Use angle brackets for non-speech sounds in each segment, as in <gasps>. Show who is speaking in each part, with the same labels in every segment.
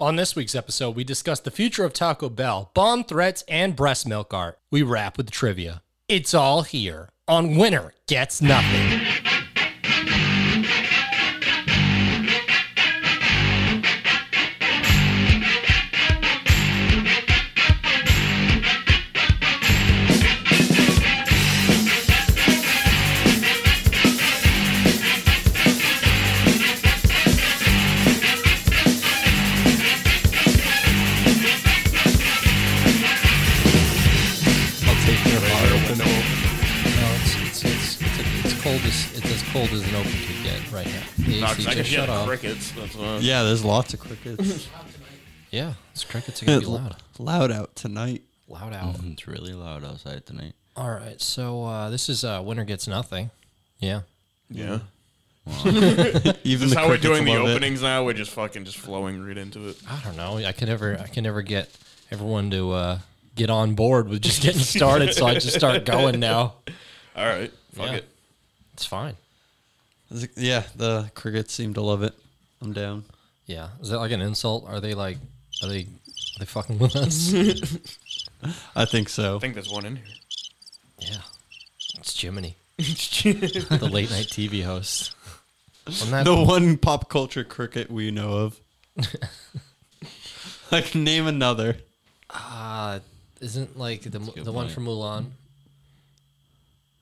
Speaker 1: On this week's episode, we discuss the future of Taco Bell, bomb threats, and breast milk art. We wrap with trivia. It's all here on Winner Gets Nothing.
Speaker 2: I'll take your heart with
Speaker 3: No, it's it's it's, it's, it's cold as it's as cold as an open could get right now. The
Speaker 4: No,
Speaker 3: AC
Speaker 4: 'cause I can
Speaker 3: just
Speaker 4: hear
Speaker 3: shut
Speaker 4: the
Speaker 3: off.
Speaker 4: crickets. That's why.
Speaker 2: Yeah, there's lots
Speaker 4: <laughs>
Speaker 2: of crickets.
Speaker 3: Yeah, those crickets are gonna be loud.
Speaker 2: loud out tonight.
Speaker 3: Loud out.
Speaker 2: Mm.
Speaker 5: It's really loud outside tonight.
Speaker 3: All right, so uh, this is uh, winner gets nothing. Yeah,
Speaker 4: Yeah.
Speaker 2: Even
Speaker 4: That's
Speaker 2: the
Speaker 4: how we're
Speaker 2: crickets
Speaker 4: doing the
Speaker 2: love it.
Speaker 4: openings now. We're just fucking just flowing right into it.
Speaker 3: I don't know. I can never I can never get everyone to uh, get on board with just getting started. so I just start going now.
Speaker 4: All right. Fuck
Speaker 3: Yeah.
Speaker 4: it.
Speaker 3: It's fine.
Speaker 2: Is it- Yeah, the crickets seem to love it. I'm down.
Speaker 3: Yeah, is that like an insult? Are they like are they are they fucking with us?
Speaker 2: I think so.
Speaker 4: I think there's one in here.
Speaker 3: yeah, it's Jiminy, the late night TV host. Wasn't that
Speaker 2: the one pop culture cricket we know
Speaker 4: <laughs>
Speaker 2: of. like name another.
Speaker 3: Uh, isn't like the the
Speaker 5: good
Speaker 3: one
Speaker 5: point.
Speaker 3: from Mulan?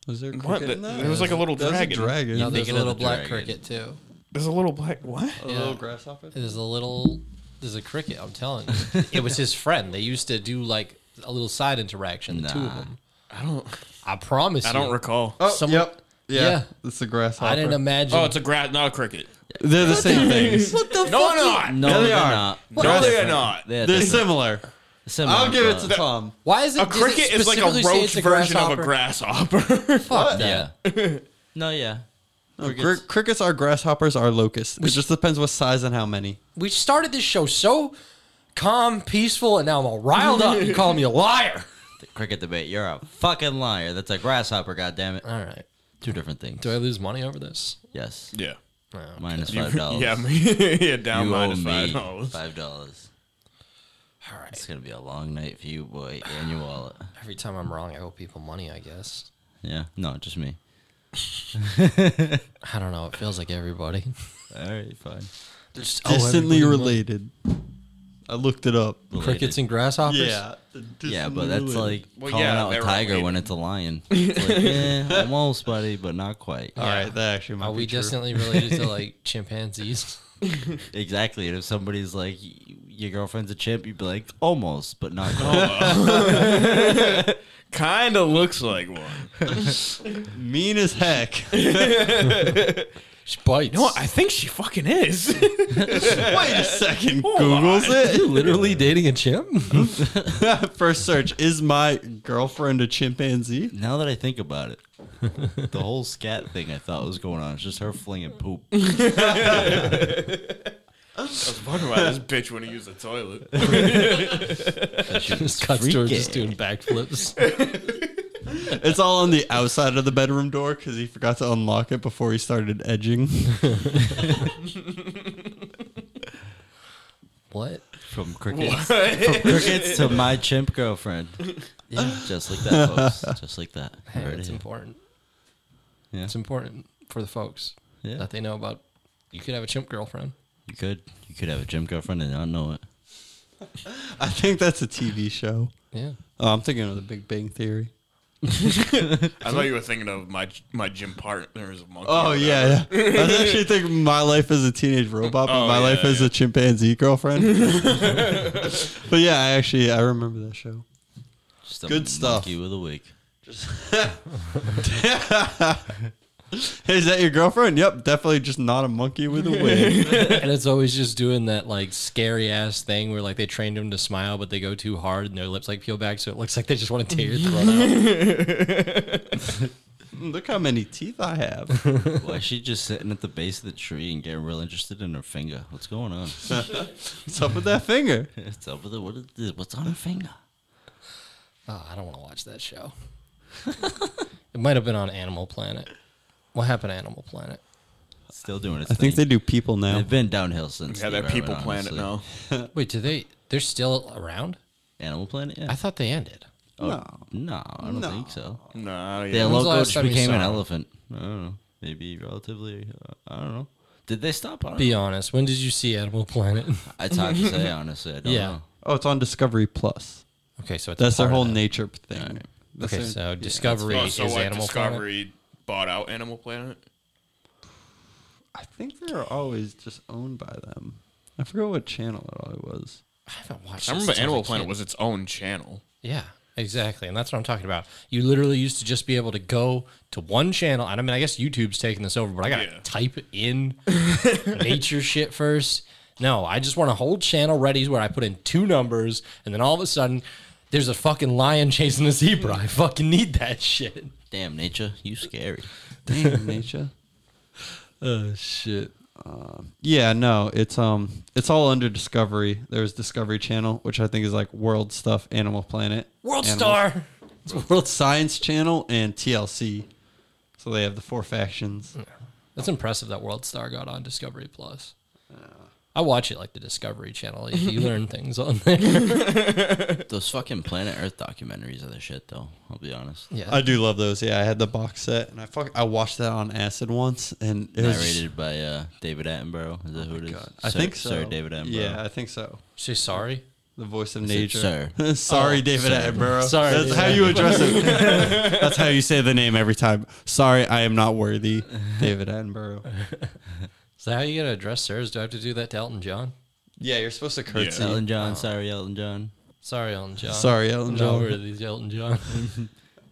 Speaker 2: Was there a
Speaker 4: What?
Speaker 2: cricket in
Speaker 4: That-
Speaker 2: that?
Speaker 4: there was like a little
Speaker 2: That was
Speaker 4: dragon.
Speaker 2: dragon.
Speaker 3: No,
Speaker 2: There's
Speaker 3: there's a
Speaker 5: another
Speaker 3: little black
Speaker 5: dragon.
Speaker 3: cricket too.
Speaker 4: There's a little black. What?
Speaker 2: a little grasshopper.
Speaker 3: There's a little there's a cricket. I'm telling
Speaker 4: <laughs>
Speaker 3: you, it was his friend. They used to do like a little side interaction. The two of
Speaker 5: Nah.
Speaker 3: them.
Speaker 4: I don't.
Speaker 3: I promise.
Speaker 4: I don't
Speaker 3: you,
Speaker 4: recall.
Speaker 2: Oh,
Speaker 3: Some-
Speaker 2: yep. Yeah,
Speaker 3: Yeah.
Speaker 2: it's a grasshopper.
Speaker 3: I didn't imagine.
Speaker 4: Oh, it's a grass, not a cricket.
Speaker 3: <laughs>
Speaker 2: They're the same things.
Speaker 4: No, they're not.
Speaker 5: No,
Speaker 2: Yeah, they
Speaker 5: they're
Speaker 2: are.
Speaker 5: not.
Speaker 4: No, they're not.
Speaker 5: They're
Speaker 2: They're
Speaker 5: different.
Speaker 2: similar.
Speaker 5: Similar,
Speaker 2: I'll give it
Speaker 5: but-
Speaker 2: to Tom.
Speaker 3: Why is it
Speaker 4: A
Speaker 3: does it
Speaker 4: cricket is like a
Speaker 3: specifically say
Speaker 4: roach
Speaker 3: it's
Speaker 4: version of a
Speaker 3: grasshopper?
Speaker 4: grasshopper. <laughs>
Speaker 3: Fuck that.
Speaker 5: Yeah.
Speaker 2: <laughs>
Speaker 5: no, yeah.
Speaker 2: No, cri- crickets are grasshoppers are locusts. It just depends what size and how many.
Speaker 3: We started this show so calm, peaceful, and now I'm all riled up. You call me a liar.
Speaker 5: The cricket debate. You're a fucking liar. That's a grasshopper. goddammit. it.
Speaker 3: <laughs> All right.
Speaker 5: Two different things.
Speaker 3: Do I lose money over this?
Speaker 5: Yes.
Speaker 4: yeah.
Speaker 5: Minus five dollars.
Speaker 4: <laughs> Yeah, me. <laughs> yeah, down
Speaker 5: You owe
Speaker 4: minus
Speaker 5: me
Speaker 4: five dollars.
Speaker 5: five dollars.
Speaker 3: All right.
Speaker 5: It's gonna be a long night for you, boy, and your wallet.
Speaker 3: Every time I'm wrong, I owe people money. I guess.
Speaker 5: Yeah. No, just me.
Speaker 3: I don't know. It feels like everybody. <laughs>
Speaker 5: All right, fine.
Speaker 3: Just owe
Speaker 2: Distantly
Speaker 3: everybody money.
Speaker 2: related. I looked it up.
Speaker 3: Crickets and grasshoppers.
Speaker 2: Yeah.
Speaker 5: Yeah,
Speaker 2: distantly
Speaker 5: but that's
Speaker 2: related.
Speaker 5: like
Speaker 4: Well,
Speaker 5: calling
Speaker 4: yeah,
Speaker 5: out a
Speaker 4: they're
Speaker 5: tiger
Speaker 4: related.
Speaker 5: when it's a
Speaker 4: <laughs>
Speaker 5: lion. It's like, eh, almost, buddy, but not quite.
Speaker 2: All right, that actually might
Speaker 3: Are
Speaker 2: be
Speaker 3: we
Speaker 2: true. <laughs>
Speaker 3: distantly related to like chimpanzees?
Speaker 5: Exactly. And if somebody's like, y- your girlfriend's a chimp, you'd be like, almost, but not quite.
Speaker 4: Kind of looks like one.
Speaker 2: mean as <laughs> heck? Wait
Speaker 3: She bites.
Speaker 4: No,
Speaker 2: <laughs>
Speaker 4: I think she fucking is.
Speaker 2: a second. Google's it. <laughs>
Speaker 3: literally dating a chimp.
Speaker 2: First search is my girlfriend a
Speaker 5: <laughs>
Speaker 2: chimpanzee?
Speaker 5: Now that I think about it, the whole scat thing I thought was going on is just her flinging poop.
Speaker 4: I <laughs> was wondering why this bitch wouldn't use the toilet.
Speaker 3: <laughs> Just cuts to her just doing
Speaker 2: <laughs>
Speaker 3: backflips.
Speaker 2: It's all on the outside of the bedroom door because he forgot to unlock it before he started edging.
Speaker 3: what?
Speaker 5: From crickets, from crickets to my chimp girlfriend. Yeah, just like that, folks. Just like that.
Speaker 3: Hey,
Speaker 5: Alrighty.
Speaker 3: it's important.
Speaker 5: Yeah.
Speaker 3: It's important for the folks
Speaker 5: Yeah.
Speaker 3: that they know about. You could have a chimp girlfriend.
Speaker 5: You could, you could have a chimp girlfriend and not know it.
Speaker 2: <laughs> I think that's a TV show.
Speaker 3: Yeah.
Speaker 2: Oh, I'm thinking of The Big Bang Theory.
Speaker 4: I thought you were thinking of my my gym partner as a monkey.
Speaker 2: Oh
Speaker 4: or
Speaker 2: yeah, yeah. <laughs> I was actually thinking my life as a teenage robot, but
Speaker 4: Oh,
Speaker 2: my
Speaker 4: yeah,
Speaker 2: life as
Speaker 4: yeah.
Speaker 2: a chimpanzee girlfriend. but yeah, I actually I remember that show.
Speaker 5: Just a
Speaker 2: Good stuff.
Speaker 5: Monkey with a wig.
Speaker 2: Hey, is that your girlfriend? Yep, definitely just not a monkey with a wig.
Speaker 3: <laughs> and it's always just doing that like scary ass thing where like they trained him to smile, but they go too hard and their lips like peel back, so it looks like they just want to tear your throat
Speaker 2: <laughs>
Speaker 3: out.
Speaker 2: Look how many teeth I have.
Speaker 5: Why is she just sitting at the base of the tree and getting real interested in her finger? What's going on? <laughs>
Speaker 2: What's up with that finger?
Speaker 5: it's over there. What is this? What's on her finger?
Speaker 3: Oh, I don't want to watch that show. it might have been on Animal Planet. What happened to Animal Planet?
Speaker 5: Still doing its
Speaker 2: I think they
Speaker 5: thing.
Speaker 2: do people now.
Speaker 5: They've been downhill since.
Speaker 4: Yeah,
Speaker 5: Steve
Speaker 4: that people
Speaker 5: Irwin,
Speaker 4: planet
Speaker 5: honestly.
Speaker 4: now.
Speaker 3: Wait, do they? They're still around?
Speaker 5: Animal Planet. Yeah.
Speaker 3: I thought they ended.
Speaker 2: No.
Speaker 5: no, I don't
Speaker 2: No.
Speaker 5: think so.
Speaker 4: No,
Speaker 5: Their
Speaker 4: yeah.
Speaker 3: When's the
Speaker 5: logo
Speaker 3: last
Speaker 5: just
Speaker 3: time you
Speaker 5: became
Speaker 3: saw
Speaker 5: an
Speaker 3: it?
Speaker 5: elephant. I don't know. Maybe relatively. Uh, I don't know. Did they stop? I, don't
Speaker 3: Be honest. When did you see Animal Planet? <laughs>
Speaker 5: know. it's hard to say honestly. I don't
Speaker 3: Yeah.
Speaker 5: know.
Speaker 2: Oh, it's on Discovery Plus.
Speaker 3: okay, so it's a
Speaker 2: That's their
Speaker 3: part of
Speaker 2: whole
Speaker 3: that.
Speaker 2: nature thing. That's
Speaker 3: Okay,
Speaker 2: their-
Speaker 3: so Discovery
Speaker 4: Oh, so
Speaker 3: is
Speaker 4: what?
Speaker 3: Animal Planet.
Speaker 4: Discovery bought out Animal Planet.
Speaker 2: I think they're always just owned by them. I forgot what channel it always was.
Speaker 3: I haven't watched.
Speaker 4: I
Speaker 3: it
Speaker 4: remember
Speaker 3: since
Speaker 4: Animal
Speaker 3: was a
Speaker 4: Planet
Speaker 3: kid.
Speaker 4: was its own channel.
Speaker 3: Yeah, exactly. And that's what I'm talking about. You literally used to just be able to go to one channel. And I mean, I guess YouTube's taking this over, but I got to
Speaker 4: Yeah.
Speaker 3: type in <laughs> nature shit first. No, I just want a whole channel ready where I put in two numbers and then all of a sudden there's a fucking lion chasing a zebra. I fucking need that shit.
Speaker 5: Damn nature,
Speaker 2: <laughs>
Speaker 5: you scary.
Speaker 3: <laughs>
Speaker 2: Damn nature. Uh,
Speaker 3: Oh, shit.
Speaker 2: Yeah, no, it's um, it's all under Discovery. There's Discovery Channel, which I think is like World Stuff, Animal Planet,
Speaker 3: World
Speaker 2: Animal-
Speaker 3: Star.
Speaker 2: <laughs> World Science Channel, and TLC. So they have the four factions.
Speaker 3: That's impressive that World Star got on Discovery Plus. I watch it like the Discovery Channel. You learn things on there.
Speaker 5: Those fucking Planet Earth documentaries are the shit, though. I'll be honest.
Speaker 3: Yeah.
Speaker 2: I do love those. Yeah, I had the box set, and I fuck, I watched that on acid once, and it was. just-
Speaker 5: Narrated by uh, David Attenborough. Is that who it is?
Speaker 2: God, I
Speaker 5: Sir-
Speaker 2: think so.
Speaker 5: Sir David Attenborough.
Speaker 2: Yeah, I think so.
Speaker 3: Say sorry.
Speaker 2: The voice of
Speaker 5: said
Speaker 2: nature. <laughs>
Speaker 5: sir.
Speaker 2: Sorry, David Attenborough.
Speaker 3: Sorry,
Speaker 2: That's
Speaker 3: David
Speaker 2: how you address it. That's how you say the name every time. Sorry, I am not worthy, David Attenborough.
Speaker 3: Is that how you gotta address sirs? Do I have to do that to Elton John?
Speaker 2: Yeah, you're supposed to curtsy.
Speaker 4: curtsy.
Speaker 5: Elton John. Sorry, Elton John.
Speaker 3: Sorry, Elton John.
Speaker 2: Sorry, Elton
Speaker 3: No,
Speaker 2: John.
Speaker 3: we're these Elton John.
Speaker 2: <laughs>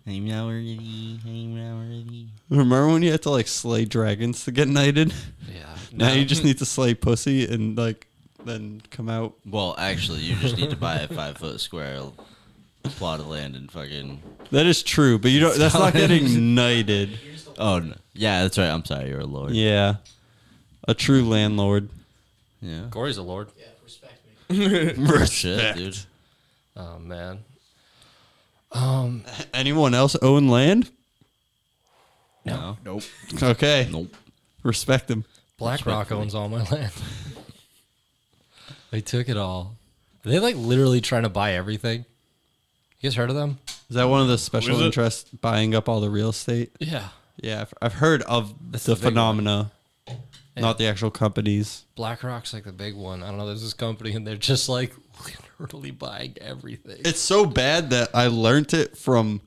Speaker 5: I'm not worthy. I'm not worthy.
Speaker 2: Remember when you had to like slay dragons to get knighted?
Speaker 3: <laughs> yeah.
Speaker 2: Now you just need to slay pussy and like then come out.
Speaker 5: Well, actually, you just need to buy a five foot square plot of land and fucking.
Speaker 2: That is true, but you don't. That's not getting knighted.
Speaker 5: Oh no. Yeah, that's right. I'm sorry. You're a lord.
Speaker 2: Yeah, a true landlord. <laughs>
Speaker 5: Yeah.
Speaker 3: Corey's a lord.
Speaker 5: Shit, dude.
Speaker 3: Oh man.
Speaker 2: Anyone else own land?
Speaker 5: No.
Speaker 3: Oh. <laughs>
Speaker 4: Nope.
Speaker 2: Okay,
Speaker 5: Nope.
Speaker 2: respect them.
Speaker 3: BlackRock owns all
Speaker 2: <laughs>
Speaker 3: my land. they took it all. Are they like literally trying to buy everything? You guys heard of them?
Speaker 2: Is that one of the special
Speaker 4: is it?
Speaker 2: interests buying up all the real estate?
Speaker 3: Yeah.
Speaker 2: Yeah, I've, I've heard of the,
Speaker 3: the big one.
Speaker 2: phenomena, not the actual companies.
Speaker 3: BlackRock's like the big one. I don't know. There's this company and they're just like <laughs> literally buying everything.
Speaker 2: It's so bad that I learnt it from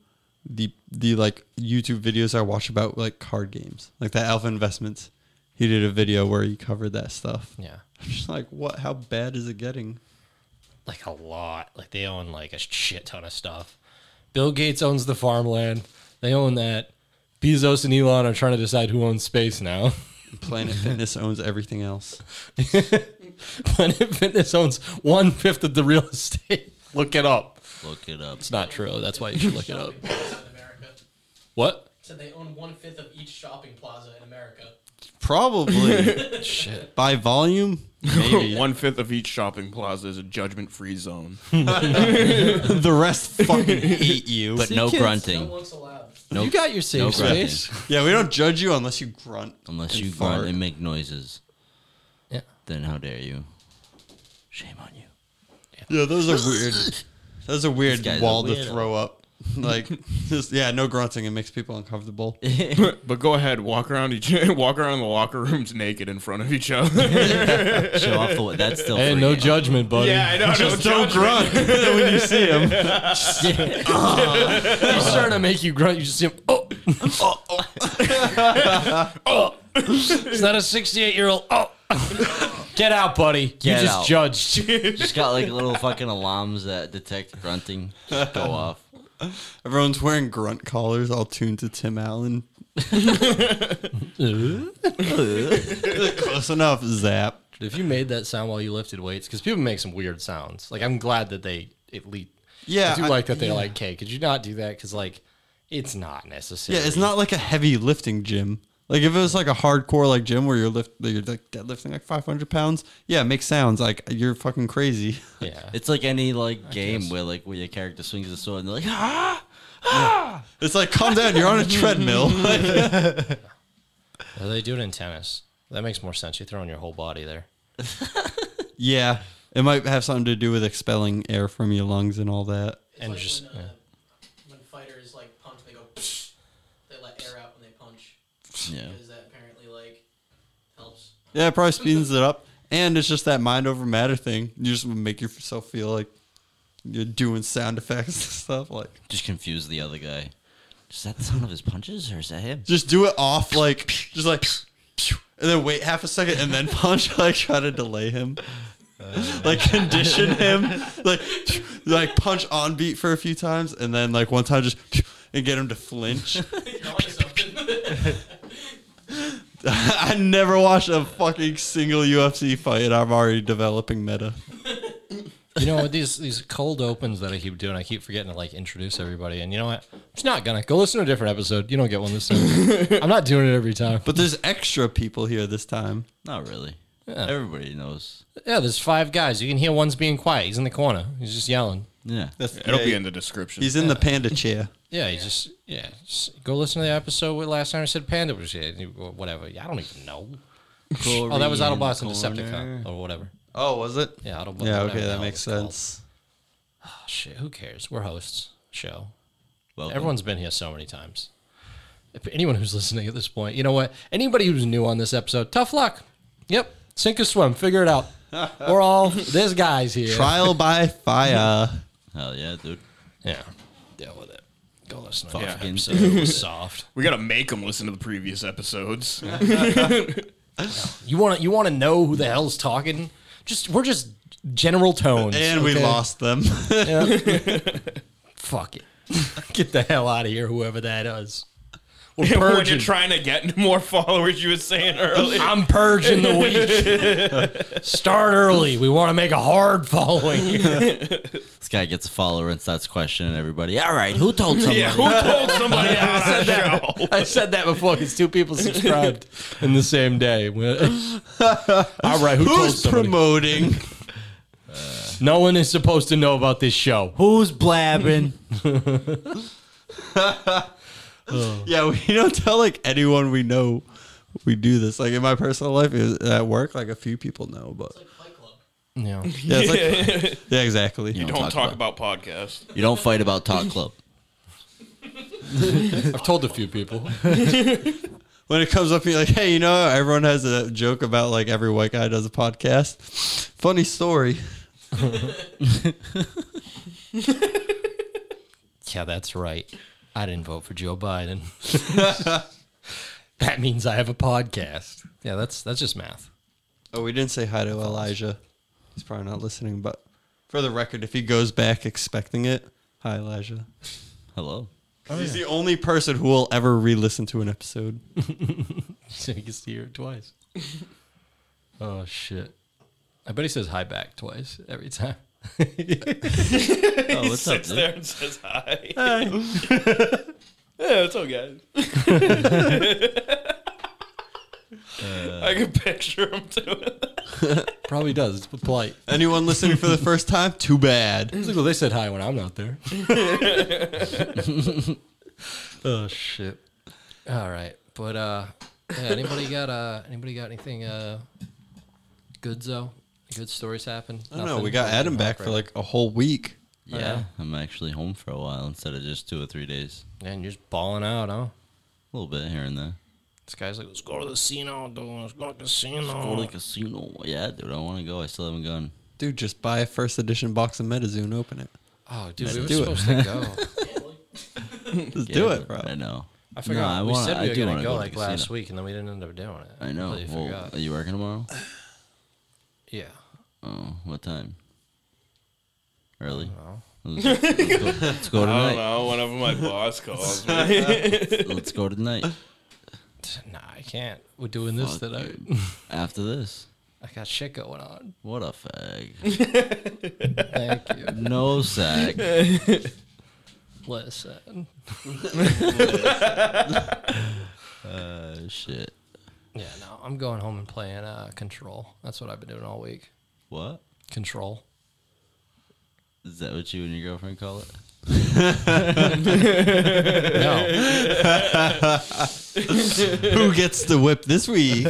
Speaker 2: the the like YouTube videos I watch about like card games, like that Alpha Investments. He did a video where he covered that stuff.
Speaker 3: yeah.
Speaker 2: I'm just like, what? How bad is it getting?
Speaker 3: Like a lot. Like they own like a shit ton of stuff. Bill Gates owns the farmland. They own that. Bezos and Elon are trying to decide who owns space now. <laughs>
Speaker 2: Planet Fitness owns everything else.
Speaker 3: Planet Fitness owns one fifth of the real estate. <laughs>
Speaker 4: Look it up.
Speaker 5: Look it up.
Speaker 3: It's not true. That's why you should look it up. What?
Speaker 6: Said they own one fifth of each shopping plaza in America.
Speaker 2: Probably
Speaker 3: Shit.
Speaker 2: by volume,
Speaker 4: <laughs>
Speaker 2: maybe
Speaker 4: One fifth of each shopping plaza is a judgment free zone. <laughs>
Speaker 2: the rest fucking hate you.
Speaker 5: But no
Speaker 6: No
Speaker 5: grunting.
Speaker 6: one's allowed.
Speaker 5: No,
Speaker 3: You got your safe
Speaker 5: no grunting.
Speaker 3: space.
Speaker 2: yeah, we don't judge you unless you grunt.
Speaker 5: Unless
Speaker 2: and
Speaker 5: you
Speaker 2: fart.
Speaker 5: grunt and make noises,
Speaker 3: Yeah.
Speaker 5: then how dare you? Shame on you. <laughs>
Speaker 2: Yeah, those are weird. Those are weird
Speaker 5: guy's a
Speaker 2: wall to
Speaker 5: weirdo.
Speaker 2: throw
Speaker 5: <laughs>
Speaker 2: up. Like, just yeah, no grunting. It makes people uncomfortable.
Speaker 4: But go ahead, walk around each <laughs> walk around the locker rooms naked in front of each other.
Speaker 5: Show off the. That's still.
Speaker 3: Hey,
Speaker 5: free
Speaker 3: no
Speaker 5: game.
Speaker 3: judgment, <laughs> buddy.
Speaker 4: I know. <laughs> Just don't
Speaker 2: grunt when you see him.
Speaker 3: He's starting to make you grunt. You just see him. <laughs> Oh. <laughs> oh. It's not a 68 year old. <laughs> Oh. Get out, buddy.
Speaker 5: Get
Speaker 3: you just
Speaker 5: out.
Speaker 3: judged. <laughs>
Speaker 5: Just got like little fucking alarms that detect grunting.
Speaker 2: <laughs>
Speaker 5: Just Go off.
Speaker 2: Everyone's wearing grunt collars, all tuned to Tim
Speaker 5: <laughs>
Speaker 2: Allen. <laughs> Close enough, Zap.
Speaker 3: if you made that sound while you lifted weights, because people make some weird sounds. Like, I'm glad that they at least.
Speaker 2: Yeah,
Speaker 3: I do
Speaker 2: I-
Speaker 3: like that they're like, okay, could you not do that? Because, like, it's not necessary.
Speaker 2: Yeah, it's not like a heavy lifting gym. Like if it was like a hardcore like gym where you're lift, you're like deadlifting like 500 pounds. Yeah, make sounds like you're fucking crazy. <laughs>
Speaker 3: Yeah.
Speaker 5: It's like any like game where like where your character swings the sword and they're like ah. <laughs>
Speaker 2: It's like calm down, you're on a treadmill.
Speaker 3: Uh, They do it in tennis. That makes more sense. You're throwing your whole body there.
Speaker 2: Yeah, it might have something to do with expelling air from your lungs and all that.
Speaker 3: And
Speaker 6: like
Speaker 3: just-
Speaker 6: when, uh, when fighters like punch,
Speaker 7: <laughs>
Speaker 6: they go. They let air out when they punch
Speaker 5: Yeah.
Speaker 6: because that apparently like helps.
Speaker 2: Yeah, it probably speeds it up, and it's just that mind over matter thing. You just make yourself feel like you're doing sound effects and <laughs> stuff. Like,
Speaker 5: Just confuse the other guy. Is that the sound of his punches or is that him?
Speaker 2: just do it off, like, just like, and then wait half a second, and then punch. <laughs> Like, try to delay him, like condition him, like, like punch on beat for a few times, and then like one time just and get him to flinch.
Speaker 6: You're
Speaker 7: <laughs>
Speaker 6: onto something.
Speaker 2: <laughs> I never watched a fucking single UFC fight, and I'm already developing meta.
Speaker 3: You know what? These these cold opens that I keep doing, I keep forgetting to like introduce everybody. And you know what? I'm just not gonna go listen to a different episode. You don't get one this
Speaker 2: <laughs>
Speaker 3: time. I'm not doing it every time.
Speaker 2: But there's extra people here this time.
Speaker 5: Not really. Everybody knows.
Speaker 3: Yeah, there's five guys. You can hear one's being quiet. He's in the corner. He's just yelling.
Speaker 5: Yeah.
Speaker 2: That's,
Speaker 4: It'll be in the description.
Speaker 2: He's in the panda chair.
Speaker 3: Yeah, he just yeah. Just go listen to the episode where last time I said Panda was here. Whatever. I don't even know. Oh, that was Autobots and Decepticon or whatever.
Speaker 2: Oh, was it?
Speaker 3: Yeah, Autobots.
Speaker 2: Yeah,
Speaker 3: whatever
Speaker 2: okay,
Speaker 3: the
Speaker 2: that
Speaker 3: hell
Speaker 2: makes
Speaker 3: it's called.
Speaker 2: sense.
Speaker 3: Oh, shit, who cares? We're hosts. Show.
Speaker 5: Welcome.
Speaker 3: Everyone's been here so many times. If anyone who's listening at this point, you know what? Anybody who's new on this episode, tough luck. Yep. Sink or swim. Figure it out.
Speaker 2: <laughs>
Speaker 3: We're all this guy's here.
Speaker 2: Trial by fire.
Speaker 3: <laughs>
Speaker 5: Hell yeah, dude.
Speaker 3: Yeah. Deal with it. Go listen to
Speaker 4: Yeah.
Speaker 3: that episode.
Speaker 5: uh,
Speaker 3: It was soft.
Speaker 4: we gotta make him listen to the previous episodes. <laughs>
Speaker 3: You want to you want to know who the hell's talking? Just we're just general tones.
Speaker 2: and we
Speaker 3: okay?
Speaker 2: lost them. <laughs>
Speaker 3: <laughs> Fuck it. <laughs> Get the hell out of here, whoever that is. We're
Speaker 4: <laughs> when
Speaker 3: purging.
Speaker 4: you're trying to get <laughs> more followers, you were saying earlier.
Speaker 3: I'm purging the week. <laughs> Start early. We want to make a hard
Speaker 4: <laughs>
Speaker 3: following.
Speaker 5: This guy gets a follower and starts questioning everybody. All right, who
Speaker 3: <laughs>
Speaker 5: told somebody?
Speaker 4: Yeah, who told <laughs> somebody out on that show?
Speaker 3: I said that before because two people subscribed in the same day. <laughs> All right, who told
Speaker 2: Who's
Speaker 3: somebody?
Speaker 2: promoting?
Speaker 3: no one is supposed to know about this
Speaker 2: <laughs>
Speaker 3: show.
Speaker 5: Who's blabbing?
Speaker 2: <laughs> yeah, we don't tell like anyone we know we do this. Like in my personal life, is- at work, like a few people know,
Speaker 3: <laughs>
Speaker 2: but
Speaker 6: Like Fight Club.
Speaker 3: Yeah.
Speaker 2: yeah, it's
Speaker 3: <laughs>
Speaker 2: like, yeah, exactly.
Speaker 5: You
Speaker 4: Don't talk, about, podcasts.
Speaker 5: You don't fight about Talk Club.
Speaker 3: I've told a few people.
Speaker 2: when it comes up, you're like, hey, you know, everyone has a joke about like every white guy does a podcast. Funny story.
Speaker 3: Yeah, that's right. I didn't vote for Joe Biden. <laughs> that means I have a podcast. Yeah, that's that's just math. <laughs>
Speaker 2: Oh, we didn't say hi to Elijah. He's probably not listening, but for the record, if he goes back expecting it, hi, Elijah.
Speaker 5: Hello.
Speaker 2: He's the only person who will ever re listen to an episode.
Speaker 3: So he gets to hear it <laughs> twice. oh shit! I bet he says hi back twice every time.
Speaker 5: Oh, what's up,
Speaker 4: Sits
Speaker 5: dude?
Speaker 4: there and says hi. <laughs> yeah, it's <laughs> okay. I can picture him doing it.
Speaker 3: <laughs> Probably does. It's polite.
Speaker 2: Anyone listening for the first time? Too bad.
Speaker 3: It's like, well, they said hi when I'm not there. <laughs> oh shit! All right, but uh, yeah, anybody got uh, anybody got anything uh, good though? Good stories happen.
Speaker 2: I don't know. We got Adam back for like a whole week.
Speaker 5: Yeah, I'm actually home for a while instead of just two or three days.
Speaker 3: and you're just balling out, huh?
Speaker 5: A little bit here and there.
Speaker 3: This guy's like, let's go to the casino, dude. Let's go to the
Speaker 5: Go
Speaker 3: casino.
Speaker 5: to the casino. Yeah, dude, I want to go. I still haven't gone.
Speaker 2: Dude, just buy a first edition box of Metazoo open it.
Speaker 3: Oh, dude, we were
Speaker 2: do it.
Speaker 3: supposed to <laughs> go.
Speaker 2: Just
Speaker 5: Yeah,
Speaker 2: do it, bro.
Speaker 5: I know.
Speaker 3: I forgot.
Speaker 5: No, I
Speaker 3: we
Speaker 5: wanna-
Speaker 3: said
Speaker 5: I
Speaker 3: we were
Speaker 5: do
Speaker 3: going
Speaker 5: wanna
Speaker 3: to go,
Speaker 5: go to
Speaker 3: like
Speaker 5: the casino.
Speaker 3: last week, and then we didn't end up doing it.
Speaker 5: I know.
Speaker 3: completely
Speaker 5: Well,
Speaker 3: forgot.
Speaker 5: are you working tomorrow?
Speaker 3: Yeah. <laughs>
Speaker 5: Oh, what time? Early. Let's, let's go, let's
Speaker 3: <laughs>
Speaker 5: go
Speaker 4: I don't
Speaker 5: tonight.
Speaker 4: know. Whenever my <laughs> boss calls me,
Speaker 5: Let's go tonight.
Speaker 3: Nah, I can't. We're doing this
Speaker 5: Fuck,
Speaker 3: today.
Speaker 5: dude. <laughs> After this,
Speaker 3: I got shit going on.
Speaker 5: what a fag.
Speaker 3: Thank <laughs> you. <laughs>
Speaker 5: No sack.
Speaker 3: Listen.
Speaker 5: Uh, shit.
Speaker 3: Yeah, no, I'm going home and playing uh, Control. That's what I've been doing all week.
Speaker 5: What?
Speaker 3: Control.
Speaker 2: <laughs>
Speaker 5: Is that what you and your girlfriend call it?
Speaker 3: No.
Speaker 2: Who gets the whip this
Speaker 3: <laughs>
Speaker 2: week?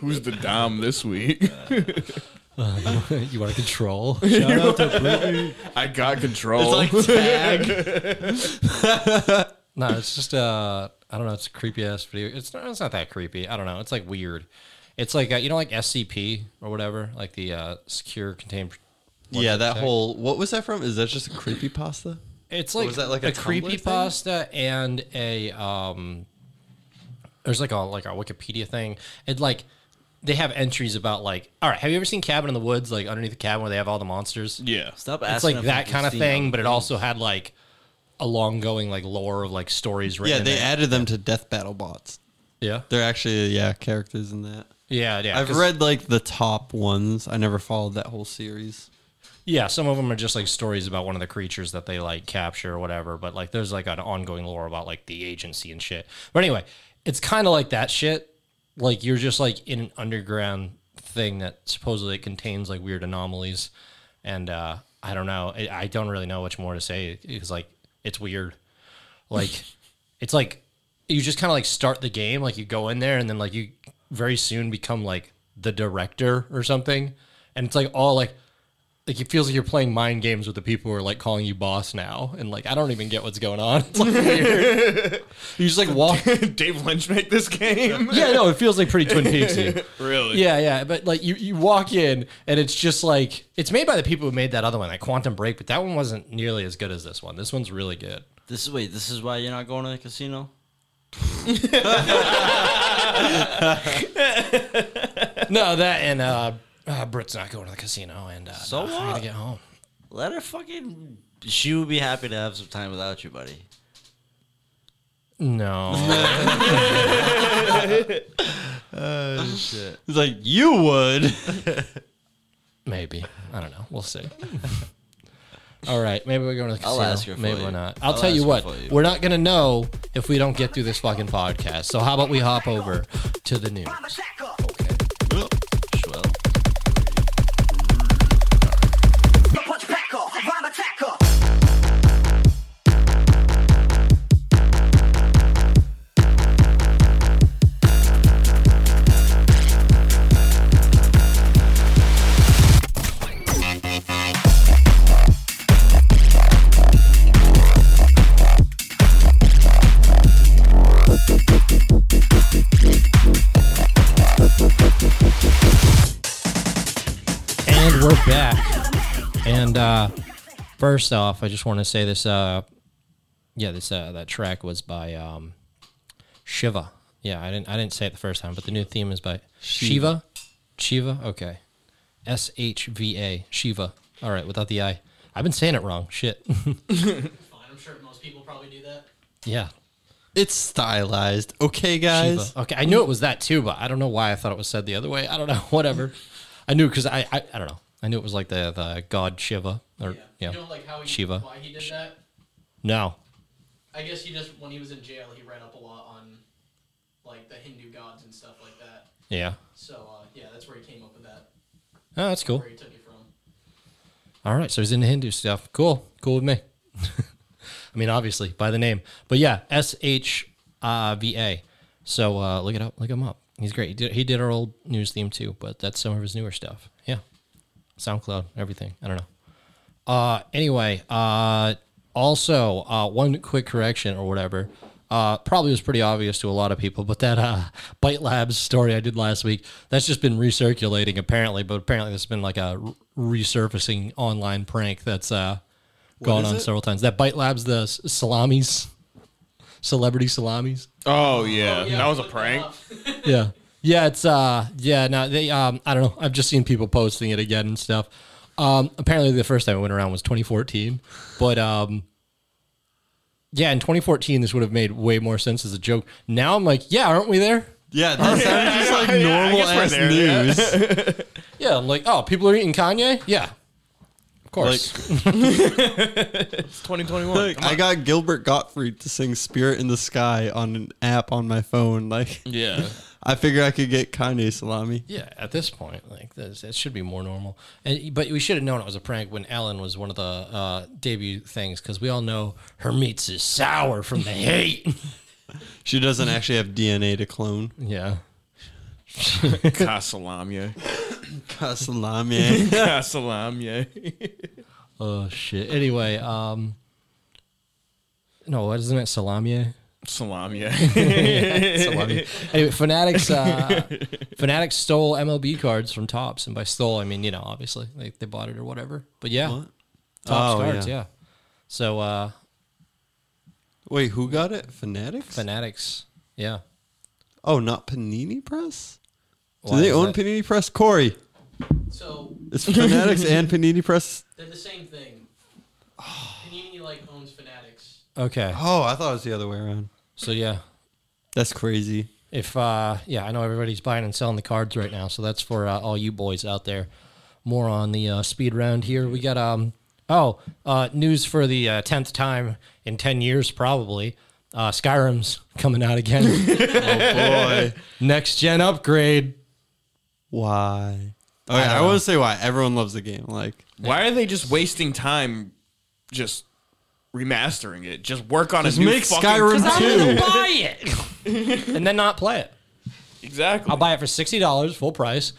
Speaker 4: Who's the dom this week? <laughs>
Speaker 2: <laughs>
Speaker 3: you want to control?
Speaker 5: Shout out to Brittany.
Speaker 4: I got control.
Speaker 3: <laughs>
Speaker 4: <laughs>
Speaker 3: No, it's just uh, I don't know. It's a creepy ass video. It's not. It's not that creepy. I don't know. It's like weird. It's like uh, you know, like SCP or whatever, like the uh, secure contained.
Speaker 2: yeah, that whole what was that from? Is that just a creepy pasta?
Speaker 3: It's like,
Speaker 2: was that, like, a
Speaker 3: a,
Speaker 2: Tumblr
Speaker 3: creepy
Speaker 2: thing?
Speaker 3: pasta and a um. There's like a like a Wikipedia thing, and like they have entries about like, all right, have you ever seen Cabin in the Woods? Like underneath the cabin where they have all the monsters.
Speaker 4: Yeah.
Speaker 5: Stop
Speaker 3: it's
Speaker 5: asking.
Speaker 3: like that kind of thing, but it also had like a long going like lore of like stories written.
Speaker 2: Yeah,
Speaker 3: in
Speaker 2: they
Speaker 3: it.
Speaker 2: added them to Death Battle bots.
Speaker 3: yeah,
Speaker 2: They're actually yeah characters in that.
Speaker 3: yeah, yeah.
Speaker 2: I've
Speaker 3: 'cause-
Speaker 2: read like the top ones. I never followed that whole series.
Speaker 3: Yeah, some of them are just like stories about one of the creatures that they like capture or whatever, but like there's like an ongoing lore about like the agency and shit. But anyway, it's kind of like that shit. Like you're just like in an underground thing that supposedly contains like weird anomalies. And uh I don't know. I, I don't really know much more to say because like it's weird. Like it's like you just kind of like start the game like you go in there and then like you very soon become like the director or something and it's like all like like it feels like you're playing mind games with the people who are like calling you boss now and like i don't even get what's going on <laughs> it's like weird you just like walk
Speaker 4: <laughs> Dave Lynch make this game?
Speaker 3: yeah no it feels like pretty twin peaksy
Speaker 4: <laughs> really?
Speaker 3: yeah yeah but like you you walk in and it's just like it's made by the people who made that other one like quantum break but that one wasn't nearly as good as this one this one's really good
Speaker 5: This is wait. This is why you're not going to the casino.
Speaker 3: no that and uh, uh brit's not going to the casino and uh
Speaker 5: So
Speaker 3: not free
Speaker 5: what?
Speaker 3: to get home
Speaker 5: Let her fucking. She would be happy to have some time without you, buddy. <laughs>
Speaker 3: no
Speaker 2: It's like you would.
Speaker 3: Maybe. I don't know. We'll see. <laughs> All right. Maybe we're going to the
Speaker 5: I'll
Speaker 3: casino.
Speaker 5: ask her for
Speaker 3: maybe
Speaker 5: you.
Speaker 3: we're not. I'll,
Speaker 5: I'll
Speaker 3: tell you
Speaker 5: ask her
Speaker 3: what.
Speaker 5: for you.
Speaker 3: We're not going to know if we don't get through this fucking podcast. So how about we hop over to the news?
Speaker 5: <laughs> Well,
Speaker 3: And we're back. And uh first off, I just want to say this uh yeah, this uh that track was by um Shiva. Yeah, I didn't I didn't say it the first time, but the new theme is by Shiva. Shiva, okay. S H V A. Shiva. All right, without the I. I've been saying it wrong. Shit. <laughs>
Speaker 7: Fine, I'm sure most people probably do that.
Speaker 3: yeah.
Speaker 2: It's stylized. Okay,
Speaker 3: Shiva.
Speaker 2: guys.
Speaker 3: Okay, I knew it was that too, but I don't know why I thought it was said the other way. I don't know. <laughs> Whatever. I knew because I, I I don't know. I knew it was like the the god Shiva or
Speaker 7: Yeah.
Speaker 3: yeah.
Speaker 7: You know, like how he,
Speaker 3: Shiva.
Speaker 7: why he did that.
Speaker 3: no.
Speaker 7: I guess he just when he was in jail, he read up a lot on like the Hindu gods and stuff like that.
Speaker 3: Yeah.
Speaker 7: So uh, yeah, that's where he came up with that.
Speaker 3: Oh, that's cool.
Speaker 7: Where he took it from.
Speaker 3: All right, so he's into Hindu stuff. Cool, cool with me. <laughs> I mean, obviously by the name, but yeah, S H V A. So uh, look it up, look him up. He's great. He did, he did our old news theme too, but that's some of his newer stuff. Yeah, SoundCloud, everything. I don't know. Uh, anyway, uh, also uh, one quick correction or whatever. Uh, probably was pretty obvious to a lot of people, but that uh, Bite Labs story I did last week, that's just been recirculating apparently, but apparently there's been like a re- resurfacing online prank that's uh, gone
Speaker 2: is
Speaker 3: on
Speaker 2: it?
Speaker 3: several times. That Bite Labs, the s- salamis, celebrity salamis.
Speaker 4: Oh yeah. that was a
Speaker 7: look
Speaker 4: prank.
Speaker 7: up.
Speaker 3: Yeah. Yeah, it's uh yeah, no, they um I don't know. I've just seen people posting it again and stuff. Um apparently the first time it went around was 2014, but um yeah, in 2014 this would have made way more sense as a joke. Now I'm like, yeah, aren't we there?
Speaker 2: Yeah, that sounds just like
Speaker 4: Yeah, I
Speaker 2: normal
Speaker 4: guess we're
Speaker 2: ass
Speaker 4: there,
Speaker 2: news.
Speaker 3: Yeah, I'm like, oh, people are eating Kanye? Yeah. Of course.
Speaker 6: It's 2021.
Speaker 2: Like, I got Gilbert Gottfried to sing "Spirit in the Sky" on an app on my phone. Like,
Speaker 4: Yeah.
Speaker 2: I figure I could get Kanye salami.
Speaker 3: yeah, at this point, like this, it should be more normal. And but we should have known it was a prank when Ellen was one of the uh, debut things because we all know her meats is sour from the hate. <laughs>
Speaker 2: She doesn't actually have DNA to clone.
Speaker 3: yeah,
Speaker 4: <laughs> Casalamia.
Speaker 2: Got salami.
Speaker 4: Casalamia.
Speaker 3: Oh shit. Anyway, um No, what isn't it
Speaker 2: <laughs>
Speaker 3: Salamier?
Speaker 4: Salamia.
Speaker 3: Salamier. anyway, Fanatics uh Fanatics stole MLB cards from Tops and by stole I mean, you know, obviously. Like they bought it or whatever. But yeah.
Speaker 2: What?
Speaker 3: Tops
Speaker 2: Oh,
Speaker 3: cards,
Speaker 2: yeah.
Speaker 3: yeah. So uh
Speaker 2: Wait, who got it? Fanatics?
Speaker 3: Fanatics, yeah.
Speaker 2: oh, not Panini Press. Do
Speaker 3: Why
Speaker 2: they
Speaker 3: is
Speaker 2: own
Speaker 3: that-
Speaker 2: Panini Press? Corey,
Speaker 7: So
Speaker 2: it's Fanatics and Panini Press.
Speaker 7: they're the same thing. Panini like owns Fanatics.
Speaker 3: Okay.
Speaker 2: Oh, I thought it was the other way around.
Speaker 3: So yeah.
Speaker 2: That's crazy.
Speaker 3: If uh yeah, I know everybody's buying and selling the cards right now, so that's for uh, all you boys out there. More on the uh, speed round here. We got um oh uh, news for the uh, tenth time in ten years probably. Uh, Skyrim's coming out <laughs> again. Oh,
Speaker 2: Boy,
Speaker 3: Next gen upgrade.
Speaker 2: why? Okay, I, want to say why. Everyone loves the game. Like,
Speaker 4: Why are they just wasting time just remastering it? Just work on
Speaker 2: Just
Speaker 4: a new
Speaker 2: make
Speaker 4: fucking
Speaker 2: <laughs> Skyrim two.
Speaker 3: buy it and then not play it.
Speaker 4: Exactly.
Speaker 3: I'll buy it for sixty dollars full price.
Speaker 5: Play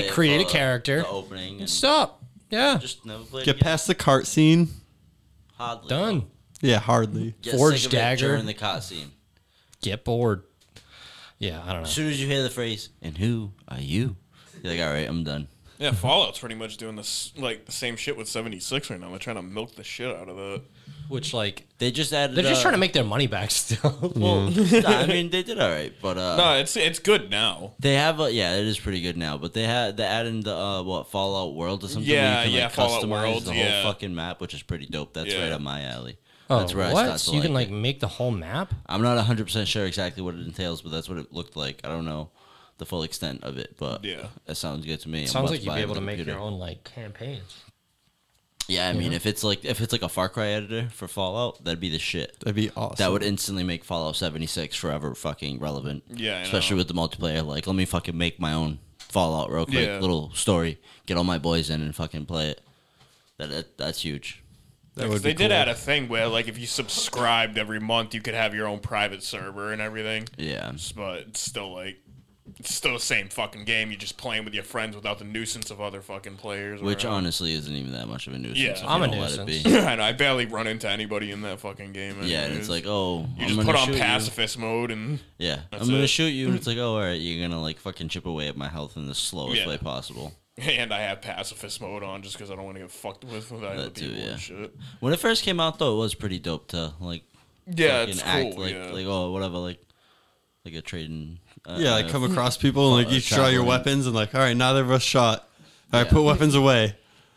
Speaker 3: Make
Speaker 5: it
Speaker 3: create a
Speaker 5: for
Speaker 3: character.
Speaker 5: The opening. And
Speaker 3: Stop. Yeah.
Speaker 5: just never played
Speaker 2: Get
Speaker 5: again.
Speaker 2: past the cart scene.
Speaker 5: Hardly.
Speaker 3: Done.
Speaker 2: Yeah, hardly.
Speaker 5: Get
Speaker 3: Forged
Speaker 5: sick of it
Speaker 3: dagger.
Speaker 5: during the cutscene.
Speaker 3: Get bored. Yeah, I don't know.
Speaker 5: As soon as you hear the phrase, "And who are you?" You're like, "All right, I'm done."
Speaker 4: yeah, Fallout's pretty much doing this like the same shit with 76 right now. They're trying to milk the shit out of the
Speaker 3: Which like
Speaker 5: They just added.
Speaker 3: they're just
Speaker 5: uh,
Speaker 3: trying to make their money back <laughs> still.
Speaker 5: <laughs> Nah, I mean, they did all right, but uh,
Speaker 4: No, it's it's good now.
Speaker 5: they have a yeah, it is pretty good now. But they had they added in the uh, what Fallout World or something.
Speaker 4: Yeah,
Speaker 5: where you can,
Speaker 4: yeah,
Speaker 5: like,
Speaker 4: Fallout
Speaker 5: customize
Speaker 4: World,
Speaker 5: the whole
Speaker 4: yeah.
Speaker 5: fucking map, which is pretty dope. That's
Speaker 4: Yeah.
Speaker 5: right up my alley.
Speaker 3: Oh,
Speaker 5: that's where
Speaker 3: what?
Speaker 5: I start to
Speaker 3: so you can like
Speaker 5: it.
Speaker 3: make the whole map?
Speaker 5: I'm not 100 percent sure exactly what it entails, but that's what it looked like. I don't know the full extent of it, but
Speaker 4: Yeah.
Speaker 5: that sounds good to me. I'm
Speaker 3: Sounds
Speaker 5: about
Speaker 3: like
Speaker 5: to
Speaker 3: you'd
Speaker 5: buy
Speaker 3: be
Speaker 5: it
Speaker 3: able
Speaker 5: on
Speaker 3: to
Speaker 5: the
Speaker 3: make your
Speaker 5: computer.
Speaker 3: own like <laughs> campaigns.
Speaker 5: Yeah, I mean, if it's like if it's like a Far Cry editor for Fallout, that'd be the shit.
Speaker 2: That'd be awesome.
Speaker 5: That would instantly make Fallout 76 forever fucking relevant.
Speaker 4: Yeah, I
Speaker 5: Especially with the multiplayer. Like, let me fucking make my own Fallout real quick.
Speaker 4: Yeah.
Speaker 5: Little story. Get all my boys in and fucking play it. That, that That's huge.
Speaker 2: That would
Speaker 4: they
Speaker 2: be
Speaker 4: did
Speaker 2: cool.
Speaker 4: add a thing where like if you subscribed every month, you could have your own private server and everything.
Speaker 5: Yeah.
Speaker 4: But it's still like it's still the same fucking game. You're just playing with your friends without the nuisance of other fucking players.
Speaker 5: Which
Speaker 4: around.
Speaker 5: honestly isn't even that much of a nuisance.
Speaker 4: Yeah.
Speaker 5: if you
Speaker 3: I'm a
Speaker 5: don't let it
Speaker 3: nuisance.
Speaker 4: <laughs>
Speaker 5: be.
Speaker 4: I know I barely run into anybody in that fucking game.
Speaker 5: Yeah, and it's like, oh,
Speaker 4: you
Speaker 5: I'm
Speaker 4: just
Speaker 5: gonna
Speaker 4: put on
Speaker 5: shoot you.
Speaker 4: pacifist mode and <laughs>
Speaker 5: Yeah, I'm
Speaker 4: That's
Speaker 5: gonna
Speaker 4: it.
Speaker 5: shoot you,
Speaker 4: <laughs>
Speaker 5: and it's like, oh, all right, you're gonna like fucking chip away at my health in the slowest
Speaker 4: Yeah.
Speaker 5: way possible.
Speaker 4: and I have pacifist mode on just because I don't want to get fucked with with other
Speaker 5: That too,
Speaker 4: people
Speaker 5: yeah.
Speaker 4: and shit.
Speaker 5: When it first came out, though, it was pretty dope to like
Speaker 4: Yeah,
Speaker 5: fucking
Speaker 4: it's
Speaker 5: act
Speaker 4: cool.
Speaker 5: like
Speaker 4: yeah.
Speaker 5: like oh whatever like like a trading uh,
Speaker 2: Yeah,
Speaker 5: uh,
Speaker 2: like come across people and like
Speaker 5: uh,
Speaker 2: you draw your
Speaker 5: traveling.
Speaker 2: weapons and like, all right, neither of us shot. All right, put weapons away.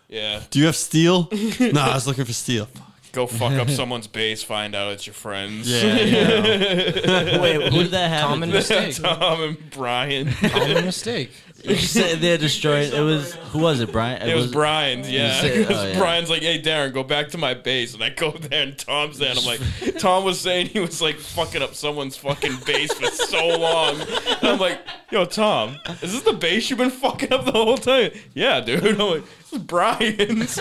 Speaker 4: yeah,
Speaker 2: Do you have steel? no, I was looking for steel.
Speaker 4: go fuck
Speaker 5: <laughs>
Speaker 4: up someone's base, find out it's your friends.
Speaker 2: Yeah, yeah.
Speaker 5: Wait, who did that happen?
Speaker 3: Common
Speaker 5: to?
Speaker 3: mistake. <laughs>
Speaker 4: <laughs> Tom and
Speaker 5: <laughs>
Speaker 4: Brian.
Speaker 3: Common mistake.
Speaker 5: You said they're destroying. It was who was it? Brian.
Speaker 4: It was Brian's, yeah. <laughs>
Speaker 5: said-
Speaker 4: 'Cause
Speaker 5: oh, yeah.
Speaker 4: Brian's like, "Hey, Darren, go back to my base," and I go <laughs> there, and Tom's there, and I'm
Speaker 5: <laughs>
Speaker 4: like, "Tom was saying he was like fucking up someone's fucking base for so long." And I'm like, "Yo, Tom, is this the base you've been fucking up the whole time?" Yeah, dude. <laughs> I'm like, "This is Brian's."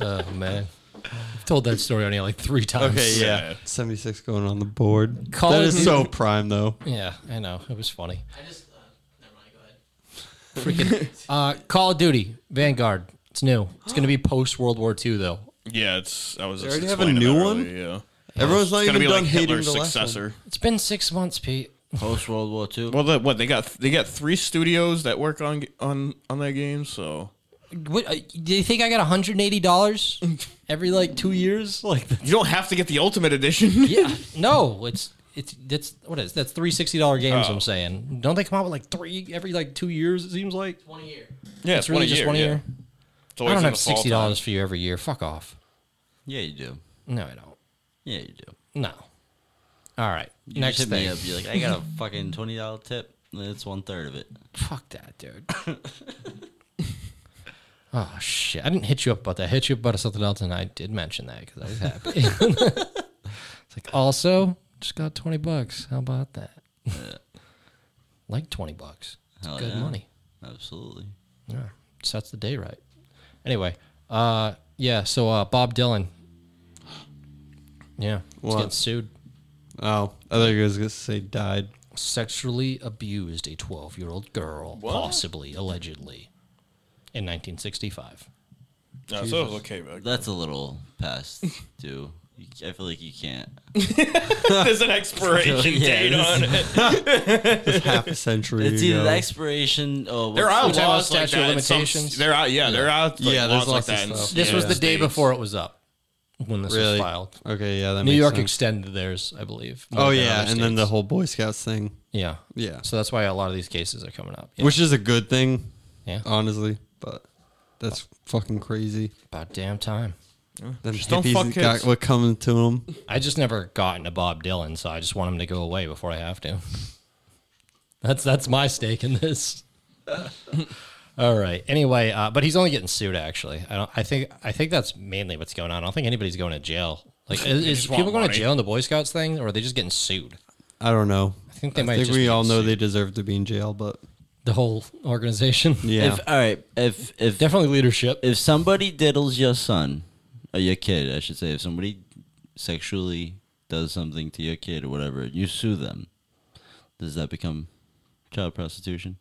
Speaker 3: Oh man. I've told that story only like three times.
Speaker 2: Okay, yeah.
Speaker 4: Sad.
Speaker 2: 76 going on the board.
Speaker 3: Call
Speaker 2: that
Speaker 3: of
Speaker 2: is
Speaker 3: Duty-
Speaker 2: so prime, though.
Speaker 3: <laughs> Yeah, I know. It was funny.
Speaker 7: I just uh, never mind. Go ahead.
Speaker 3: Freaking uh, Call of Duty, Vanguard. It's new. It's gonna be post World War II though.
Speaker 4: Yeah, it's. I was.
Speaker 2: already have a explaining new that one?
Speaker 4: yeah,
Speaker 2: Everyone's not even done hating the last
Speaker 3: It's been six months, Pete.
Speaker 5: post World War Two.
Speaker 4: Well, the, what they got? They got three studios that work on on on that game. So
Speaker 3: What, uh, do you think I got $180 every like two years? <laughs> Like
Speaker 4: you don't have to get the ultimate edition.
Speaker 3: Yeah. No, it's it's that's what is that's three sixty dollar games. I'm saying. Don't they come out with like three every like two years? It seems like
Speaker 7: One year.
Speaker 4: <laughs> yeah,
Speaker 3: it's really just one
Speaker 4: yeah.
Speaker 3: year.
Speaker 4: It's
Speaker 3: I
Speaker 4: always
Speaker 3: don't
Speaker 4: in
Speaker 3: have
Speaker 4: the fall
Speaker 3: sixty
Speaker 4: time.
Speaker 3: dollars for you every year. Fuck off.
Speaker 5: Yeah, you do.
Speaker 3: No, I don't.
Speaker 5: Yeah, you do.
Speaker 3: No. All right.
Speaker 5: You
Speaker 3: next
Speaker 5: just hit me
Speaker 3: thing.
Speaker 5: up. You're like, I got a fucking twenty dollar tip. and It's one third of it.
Speaker 3: Fuck that, dude. <laughs> Oh shit! I didn't hit you up about that. I hit you up about something else, and I did mention that because I was
Speaker 5: <laughs>
Speaker 3: happy. <laughs> it's like also just got twenty bucks. How about that? <laughs> like twenty bucks. It's
Speaker 5: Hell
Speaker 3: good
Speaker 5: yeah.
Speaker 3: money.
Speaker 5: Absolutely.
Speaker 3: Yeah, sets the day right. Anyway, uh, yeah. So uh, Bob Dylan. Yeah, he's
Speaker 2: What?
Speaker 3: getting sued.
Speaker 2: Oh, I thought you guys were gonna say died.
Speaker 3: Sexually abused a twelve-year-old girl, possibly, allegedly, in 1965.
Speaker 4: No, so it was okay.
Speaker 3: <laughs>
Speaker 4: But
Speaker 5: That's a little past due. You- I feel like you can't.
Speaker 4: there's
Speaker 3: <laughs>
Speaker 4: an expiration
Speaker 5: Yeah,
Speaker 4: date
Speaker 5: this-
Speaker 4: on it.
Speaker 2: It's half a century.
Speaker 5: It's either
Speaker 2: ago.
Speaker 5: the expiration. Oh,
Speaker 3: They're out.
Speaker 5: what's-
Speaker 3: We're talking about
Speaker 4: Laws like
Speaker 3: statute
Speaker 4: that
Speaker 3: of
Speaker 4: in some-
Speaker 3: limitations.
Speaker 4: They're out. Yeah, they're out. Like,
Speaker 2: Yeah,
Speaker 4: laws
Speaker 2: there's
Speaker 4: like
Speaker 2: lots of
Speaker 4: that in
Speaker 2: stuff.
Speaker 4: s-
Speaker 3: This was
Speaker 4: yeah,
Speaker 3: the day
Speaker 4: states.
Speaker 3: before it was up when this
Speaker 2: Really?
Speaker 3: was filed.
Speaker 2: Okay, yeah, that
Speaker 3: New
Speaker 2: makes
Speaker 3: York
Speaker 2: sense.
Speaker 3: extended theirs, I believe.
Speaker 2: oh
Speaker 3: more than
Speaker 2: yeah,
Speaker 3: other
Speaker 2: and then the
Speaker 3: states.
Speaker 2: whole Boy Scouts thing.
Speaker 3: yeah,
Speaker 2: Yeah,
Speaker 3: So that's why a lot of these cases are coming up. Yeah.
Speaker 2: which Oh. is a good thing,
Speaker 3: yeah,
Speaker 2: honestly. But that's fucking crazy.
Speaker 3: about damn time.
Speaker 2: Them
Speaker 4: don't
Speaker 2: hippies
Speaker 4: fuck
Speaker 2: got
Speaker 4: kids.
Speaker 2: what coming to them.
Speaker 3: I just never got into Bob Dylan, so I just want him to go away before I have to. <laughs> That's that's my stake in this. <laughs> All right. Anyway, uh, but he's only getting sued. Actually, I don't. I think I think that's mainly what's going on. I don't think anybody's going to jail. Like, is, is
Speaker 4: want
Speaker 3: people going to
Speaker 4: money.
Speaker 3: jail in the Boy Scouts thing, or are they just getting sued?
Speaker 2: I don't know.
Speaker 3: I think they might.
Speaker 2: I think
Speaker 3: just
Speaker 2: we
Speaker 3: be
Speaker 2: all know
Speaker 3: sued.
Speaker 2: they deserve to be in jail, but
Speaker 3: the whole organization.
Speaker 2: yeah,
Speaker 5: If, all right. If
Speaker 3: <laughs>
Speaker 5: if
Speaker 3: Definitely leadership.
Speaker 5: if somebody diddles your son or your kid, I should say, if somebody sexually does something to your kid or whatever, you sue them. Does that become child prostitution?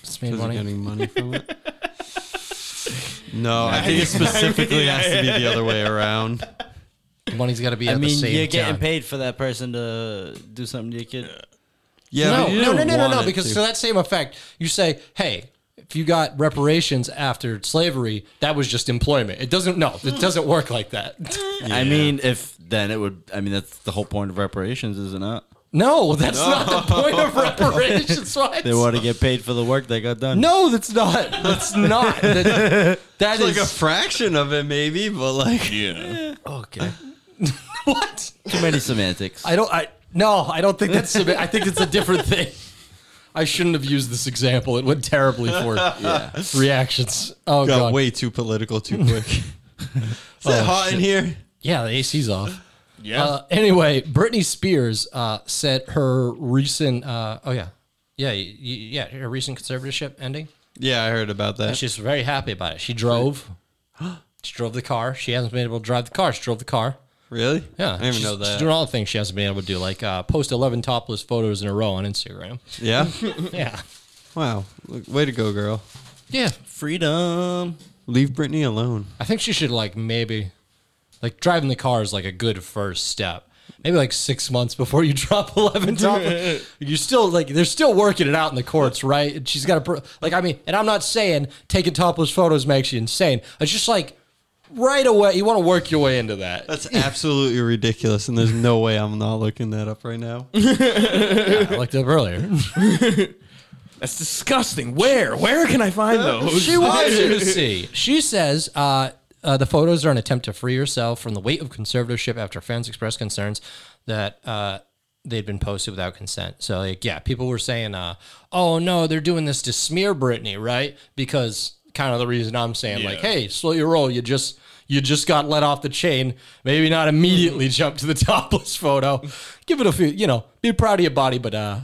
Speaker 3: It's made
Speaker 2: because they're
Speaker 3: money.
Speaker 2: getting
Speaker 3: <laughs>
Speaker 2: money from it. No, I think it
Speaker 4: Nice.
Speaker 2: specifically has to be
Speaker 3: <laughs>
Speaker 2: the other way around.
Speaker 3: Money's got to be.
Speaker 5: I
Speaker 3: at
Speaker 5: mean,
Speaker 3: the same
Speaker 5: you're getting
Speaker 3: time.
Speaker 5: paid for that person to do something to your kid.
Speaker 2: Yeah,
Speaker 3: no,
Speaker 2: but you
Speaker 3: no, no,
Speaker 2: don't
Speaker 3: no, no,
Speaker 2: want
Speaker 3: no,
Speaker 2: it
Speaker 3: because
Speaker 2: to.
Speaker 3: to that same effect, you say, hey, if you got reparations after slavery, that was just employment. It doesn't, no, it doesn't work like that. <laughs>
Speaker 5: I mean, if then it would. I mean, that's the whole point of reparations, is it not?
Speaker 3: No, that's not the point
Speaker 2: <laughs>
Speaker 3: of reparations. Why?
Speaker 5: They want to get paid for the work they got done.
Speaker 3: no, that's not. That's
Speaker 2: <laughs>
Speaker 3: not. That, that
Speaker 2: like
Speaker 3: is.
Speaker 2: a fraction of it, maybe, but like
Speaker 4: Yeah.
Speaker 3: okay. <laughs> what?
Speaker 5: too many semantics.
Speaker 3: I don't, I, no, I don't think that's, I think it's a different thing. I shouldn't have used this example. It went terribly
Speaker 2: <laughs>
Speaker 3: for reactions. Oh,
Speaker 2: got
Speaker 3: God.
Speaker 2: way too political
Speaker 3: <laughs>
Speaker 2: too quick. <laughs> Is it
Speaker 3: Oh,
Speaker 2: hot in here?
Speaker 3: Yeah, the AC's off.
Speaker 4: Yeah.
Speaker 3: Uh, anyway, Britney Spears uh, said her recent. Uh, oh yeah, yeah, y- y- yeah. Her recent conservatorship ending.
Speaker 2: Yeah, I heard about that.
Speaker 3: She's very happy about it. She drove. <gasps> She drove the car. She hasn't been able to drive the car. She drove the car.
Speaker 2: Really?
Speaker 3: Yeah,
Speaker 2: I didn't even
Speaker 3: she's-
Speaker 2: know
Speaker 3: She's
Speaker 2: that.
Speaker 3: doing all the things she hasn't been able to do, like uh, post eleven topless photos in a row on
Speaker 2: <laughs>
Speaker 3: Instagram.
Speaker 2: Yeah.
Speaker 3: <laughs> yeah,
Speaker 2: Wow. Look, way to go, girl.
Speaker 3: yeah.
Speaker 5: Freedom.
Speaker 2: Leave Britney alone.
Speaker 3: I think she should like maybe, like driving the car is like a good first step. Maybe like six months before you <laughs> drop eleven top, you're still like they're still working it out in the courts, right? And she's got to pro- like I mean, and I'm not saying taking topless photos makes you insane. It's just like right away you want to work your way into that. <laughs>
Speaker 2: That's absolutely ridiculous, and there's no way I'm not looking that up right now.
Speaker 3: I looked up earlier. <laughs>
Speaker 4: That's disgusting. Where? Where can
Speaker 3: <laughs>
Speaker 4: I find those?
Speaker 3: She wants you to see. She says uh, uh, the photos are an attempt to free herself from the weight of conservatorship after fans expressed concerns that uh, they'd been posted without consent. So, like, yeah, people were saying, uh, "Oh no, they're doing this to smear Britney," right? Because kind of the reason I'm saying, like,
Speaker 4: Yeah.
Speaker 3: "Hey, slow your roll. You just." You just got let off the chain. Maybe not
Speaker 2: Mm-hmm.
Speaker 3: immediately jump to the <laughs> topless photo. Give it a few, you know, be proud of your body, but uh,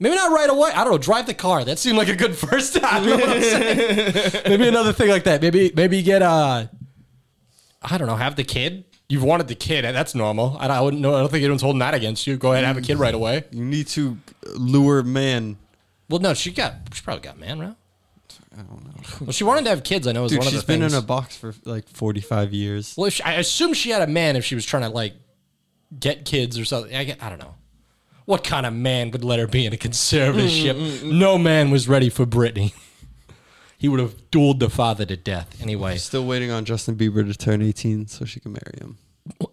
Speaker 3: Maybe not right away. I don't know. Drive the car. That seemed like a good <laughs> first time. You know what I'm saying? maybe another thing like that. Maybe maybe get uh, I don't know. Have the kid. You've wanted the kid. and That's normal. I, I wouldn't know. I don't think anyone's holding that against you. Go ahead and have a kid right away.
Speaker 2: You need to lure man.
Speaker 3: Well, no, she got. She probably got man, right? I don't know. Well, she wanted to have kids. I know is
Speaker 2: Dude,
Speaker 3: one of
Speaker 2: she's
Speaker 3: the
Speaker 2: been
Speaker 3: things.
Speaker 2: in a box for like 45 years.
Speaker 3: well, if she, I assume she had a man if she was trying to like get kids or something. I, get- I don't know. What kind of man would let her be in a
Speaker 2: Mm,
Speaker 3: conservatorship? no man was ready for Britney. <laughs> he would have dueled the father to death. Anyway,
Speaker 2: Still waiting on Justin Bieber to turn 18 so she can marry
Speaker 3: <laughs>
Speaker 2: him.
Speaker 4: <laughs>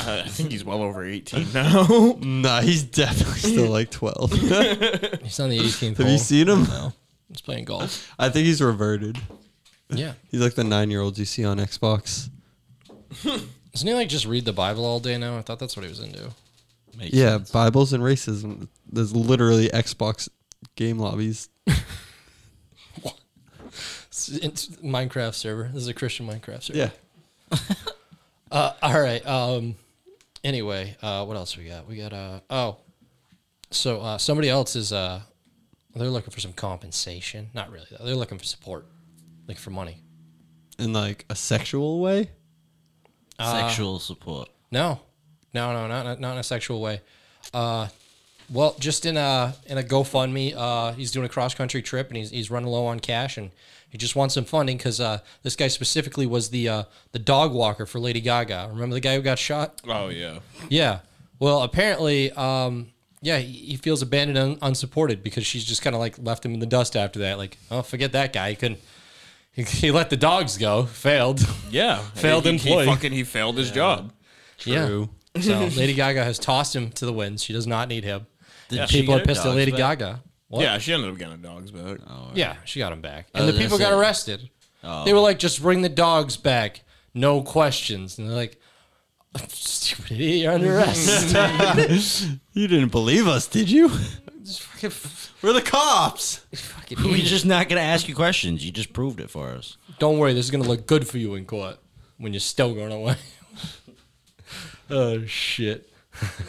Speaker 4: I think he's well over 18 now. <laughs>
Speaker 2: Nah, he's definitely still like 12. Have
Speaker 3: he's
Speaker 2: <laughs>
Speaker 3: on the 18th hole.
Speaker 2: you seen him?
Speaker 3: He's playing golf.
Speaker 2: <laughs> I think he's reverted.
Speaker 3: Yeah.
Speaker 2: He's like the nine year old you see on Xbox.
Speaker 3: Doesn't he like just read the Bible all day now? I thought that's what he was into.
Speaker 5: Makes
Speaker 2: Yeah,
Speaker 5: sense.
Speaker 2: Bibles and racism. There's literally Xbox game lobbies.
Speaker 3: It's, it's Minecraft server. This is a Christian Minecraft server.
Speaker 2: Yeah.
Speaker 3: <laughs> Uh, all right. Um. Anyway, uh, what else we got? We got uh oh. So uh, somebody else is uh, they're looking for some compensation. Not really. though. They're looking for support, like for money.
Speaker 2: In like a sexual way?
Speaker 5: <laughs> Sexual support.
Speaker 3: No, no, no, not not in a sexual way. Uh, well, just in a in a GoFundMe. Uh, he's doing a cross country trip and he's he's running low on cash and he just wants some funding because uh, this guy specifically was the uh, the dog walker for Lady Gaga. Remember the guy who got shot?
Speaker 4: Oh yeah.
Speaker 3: Yeah. Well, apparently, um, yeah, he, he feels abandoned and unsupported because she's just kind of like left him in the dust after that. Like, oh, forget that guy. He couldn't. He, he let the dogs go. Failed. <laughs>
Speaker 4: Yeah.
Speaker 3: Failed
Speaker 4: he,
Speaker 3: employee.
Speaker 4: He fucking he failed his job.
Speaker 3: Yeah. So Lady Gaga has tossed him to the winds. She does not need him.
Speaker 5: Did
Speaker 3: And
Speaker 5: she
Speaker 3: people
Speaker 5: get
Speaker 3: are
Speaker 5: her
Speaker 3: pissed at
Speaker 5: dogs
Speaker 3: Lady
Speaker 5: back?
Speaker 3: Gaga. What? Oh,
Speaker 4: Yeah, she ended up getting her dogs back.
Speaker 3: Yeah, she got him back. And
Speaker 5: Oh,
Speaker 3: the people
Speaker 5: that's
Speaker 3: got
Speaker 5: it. Oh.
Speaker 3: arrested. They were like, just bring the dogs back. No questions. And they're like, <laughs> stupid idiot, you're under
Speaker 5: <laughs>
Speaker 3: arrest. <laughs>
Speaker 2: You didn't believe us, did you?
Speaker 3: Just fucking, fucking
Speaker 2: We're the cops.
Speaker 5: We're
Speaker 3: idiot.
Speaker 5: just not gonna ask you questions. You just proved it for us.
Speaker 3: Don't worry, this is going to look good for you in court when you're still going away. <laughs> oh, shit.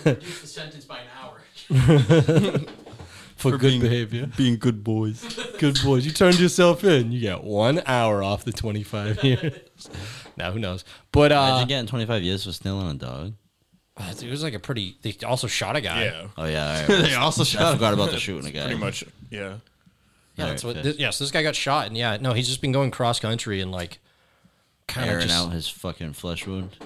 Speaker 7: Reduce the sentence by an hour.
Speaker 3: For, good
Speaker 2: being-
Speaker 3: behavior.
Speaker 2: Being good boys.
Speaker 3: <laughs> Good boys. You turned yourself in. You get one hour off the 25 years. <laughs> now, who knows? But, uh.
Speaker 5: Imagine getting 25 years for stealing a dog.
Speaker 3: Uh, it was like a pretty. They also shot a guy.
Speaker 4: Yeah.
Speaker 5: Oh <laughs> yeah, all right.
Speaker 2: they also
Speaker 5: I
Speaker 2: shot
Speaker 5: forgot about the shooting a guy.
Speaker 4: Pretty much. Yeah.
Speaker 3: yeah. That's
Speaker 5: Alright,
Speaker 3: what.
Speaker 5: fair.
Speaker 3: This, yeah, so this guy got shot, and yeah, no, he's just been going cross country and like kind of
Speaker 5: airing
Speaker 3: just.
Speaker 5: out his fucking flesh wound.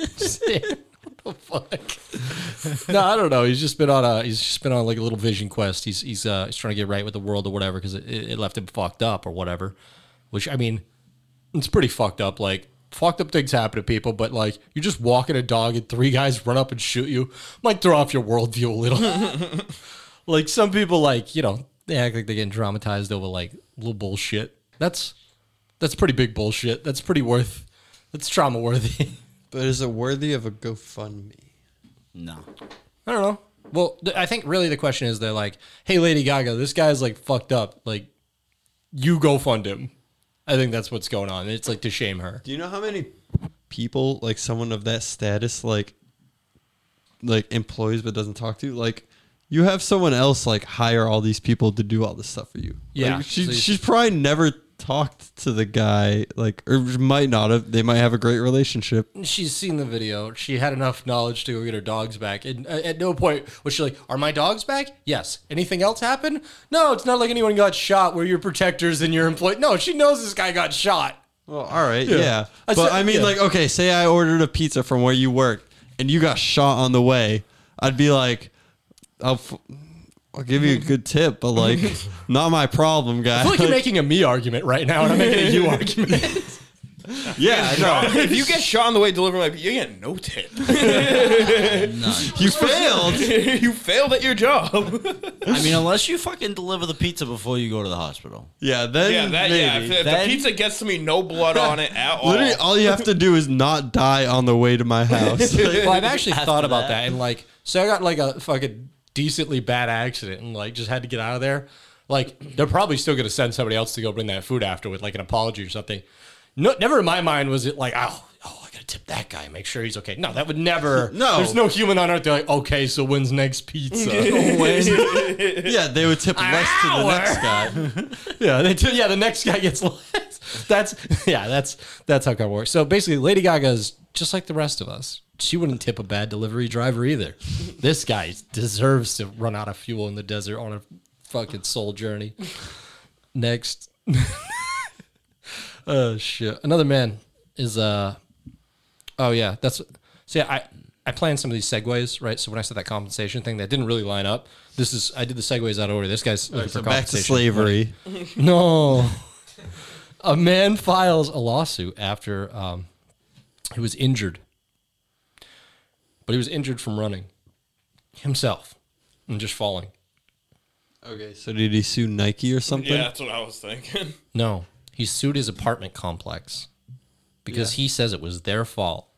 Speaker 3: what the fuck? <laughs> no, I don't know. He's just been on a. He's just been on like a little vision quest. He's he's uh he's trying to get right with the world or whatever because it, it left him fucked up or whatever. Which I mean, it's pretty fucked up. Like fucked up things happen to people, but like you're just walking a dog and three guys run up and shoot you might throw off your worldview a little. <laughs> like some people, like you know, they act like they're getting traumatized over like little bullshit. That's that's pretty big bullshit. That's pretty worth. That's trauma worthy. <laughs>
Speaker 2: But is it worthy of a GoFundMe?
Speaker 5: No.
Speaker 3: I don't know. Well, th- I think really the question is they're like, hey, Lady Gaga, this guy's like fucked up. Like, you go fund him. I think that's what's going on. It's like to shame her.
Speaker 2: Do you know how many people, like someone of that status, like like employs but doesn't talk to? Like you have someone else like hire all these people to do all this stuff for you.
Speaker 3: Yeah,
Speaker 2: Like, she,
Speaker 3: so you-
Speaker 2: she's probably never talked to the guy, like or might not have they might have a great relationship.
Speaker 3: She's seen the video. She had enough knowledge to go get her dogs back. And uh, at no point was she like, are my dogs back? Yes. Anything else happen? No, it's not like anyone got shot where your protectors and your employee. No, she knows this guy got shot.
Speaker 2: Well, all right, yeah.
Speaker 3: I
Speaker 2: But
Speaker 3: said-
Speaker 2: I mean
Speaker 3: yeah.
Speaker 2: like okay, say I ordered a pizza from where you work and you got shot on the way, I'd be like I'll f- I'll give you a good tip, but <laughs> like not my problem, guy.
Speaker 3: I
Speaker 2: <laughs>
Speaker 3: feel like <laughs> you're making a me argument right now, and I'm making <laughs> a you argument.
Speaker 2: yeah, no.
Speaker 4: if you get shot on the way delivering, like you get no tip.
Speaker 2: <laughs>
Speaker 4: <laughs>
Speaker 2: You failed.
Speaker 4: you failed at your job.
Speaker 5: I <laughs> mean, unless you fucking deliver the pizza before you go to the hospital.
Speaker 2: Yeah, then
Speaker 4: yeah, that yeah. If,
Speaker 2: maybe.
Speaker 4: if
Speaker 5: Then-
Speaker 4: the pizza gets to me, no blood on it at all.
Speaker 2: <laughs> Literally, all you have to do is not die on the way to my <laughs> house.
Speaker 3: well, I've actually
Speaker 5: After
Speaker 3: thought about
Speaker 5: that.
Speaker 3: that. and like, so I got like a fucking decently bad accident and like just had to get out of there. Like, they're probably still gonna send somebody else to go bring that food after with like an apology or something. No, never in my mind was it like, oh, oh, I gotta tip that guy, make sure he's okay. No, that would never.
Speaker 5: <laughs>
Speaker 2: No.
Speaker 3: there's no human on earth. They're like, okay, so when's next
Speaker 5: <laughs>
Speaker 3: pizza? <laughs>
Speaker 2: yeah, they would tip less to the next guy.
Speaker 3: <laughs> yeah, they do, yeah, the next guy gets <laughs> less. That's yeah, that's that's how it works. So basically, Lady Gaga's just like the rest of us. She wouldn't tip a bad delivery driver
Speaker 2: <laughs>
Speaker 3: either. This guy deserves to run out of fuel in the desert on a fucking soul journey. Next. <laughs> oh shit. Another man is uh oh yeah, that's see I I planned some of these segues, right? So when I said that compensation thing, that didn't really line up. This is I did the segues out of order. This guy's looking
Speaker 2: So
Speaker 3: for
Speaker 2: back to
Speaker 3: compensation.
Speaker 2: slavery.
Speaker 3: No. a man files a lawsuit after um, he was injured. But he was injured from running himself and just falling.
Speaker 2: Okay, so did he sue Nike or something?
Speaker 4: yeah, that's what I was thinking.
Speaker 3: No, he sued his apartment complex because he says it was their fault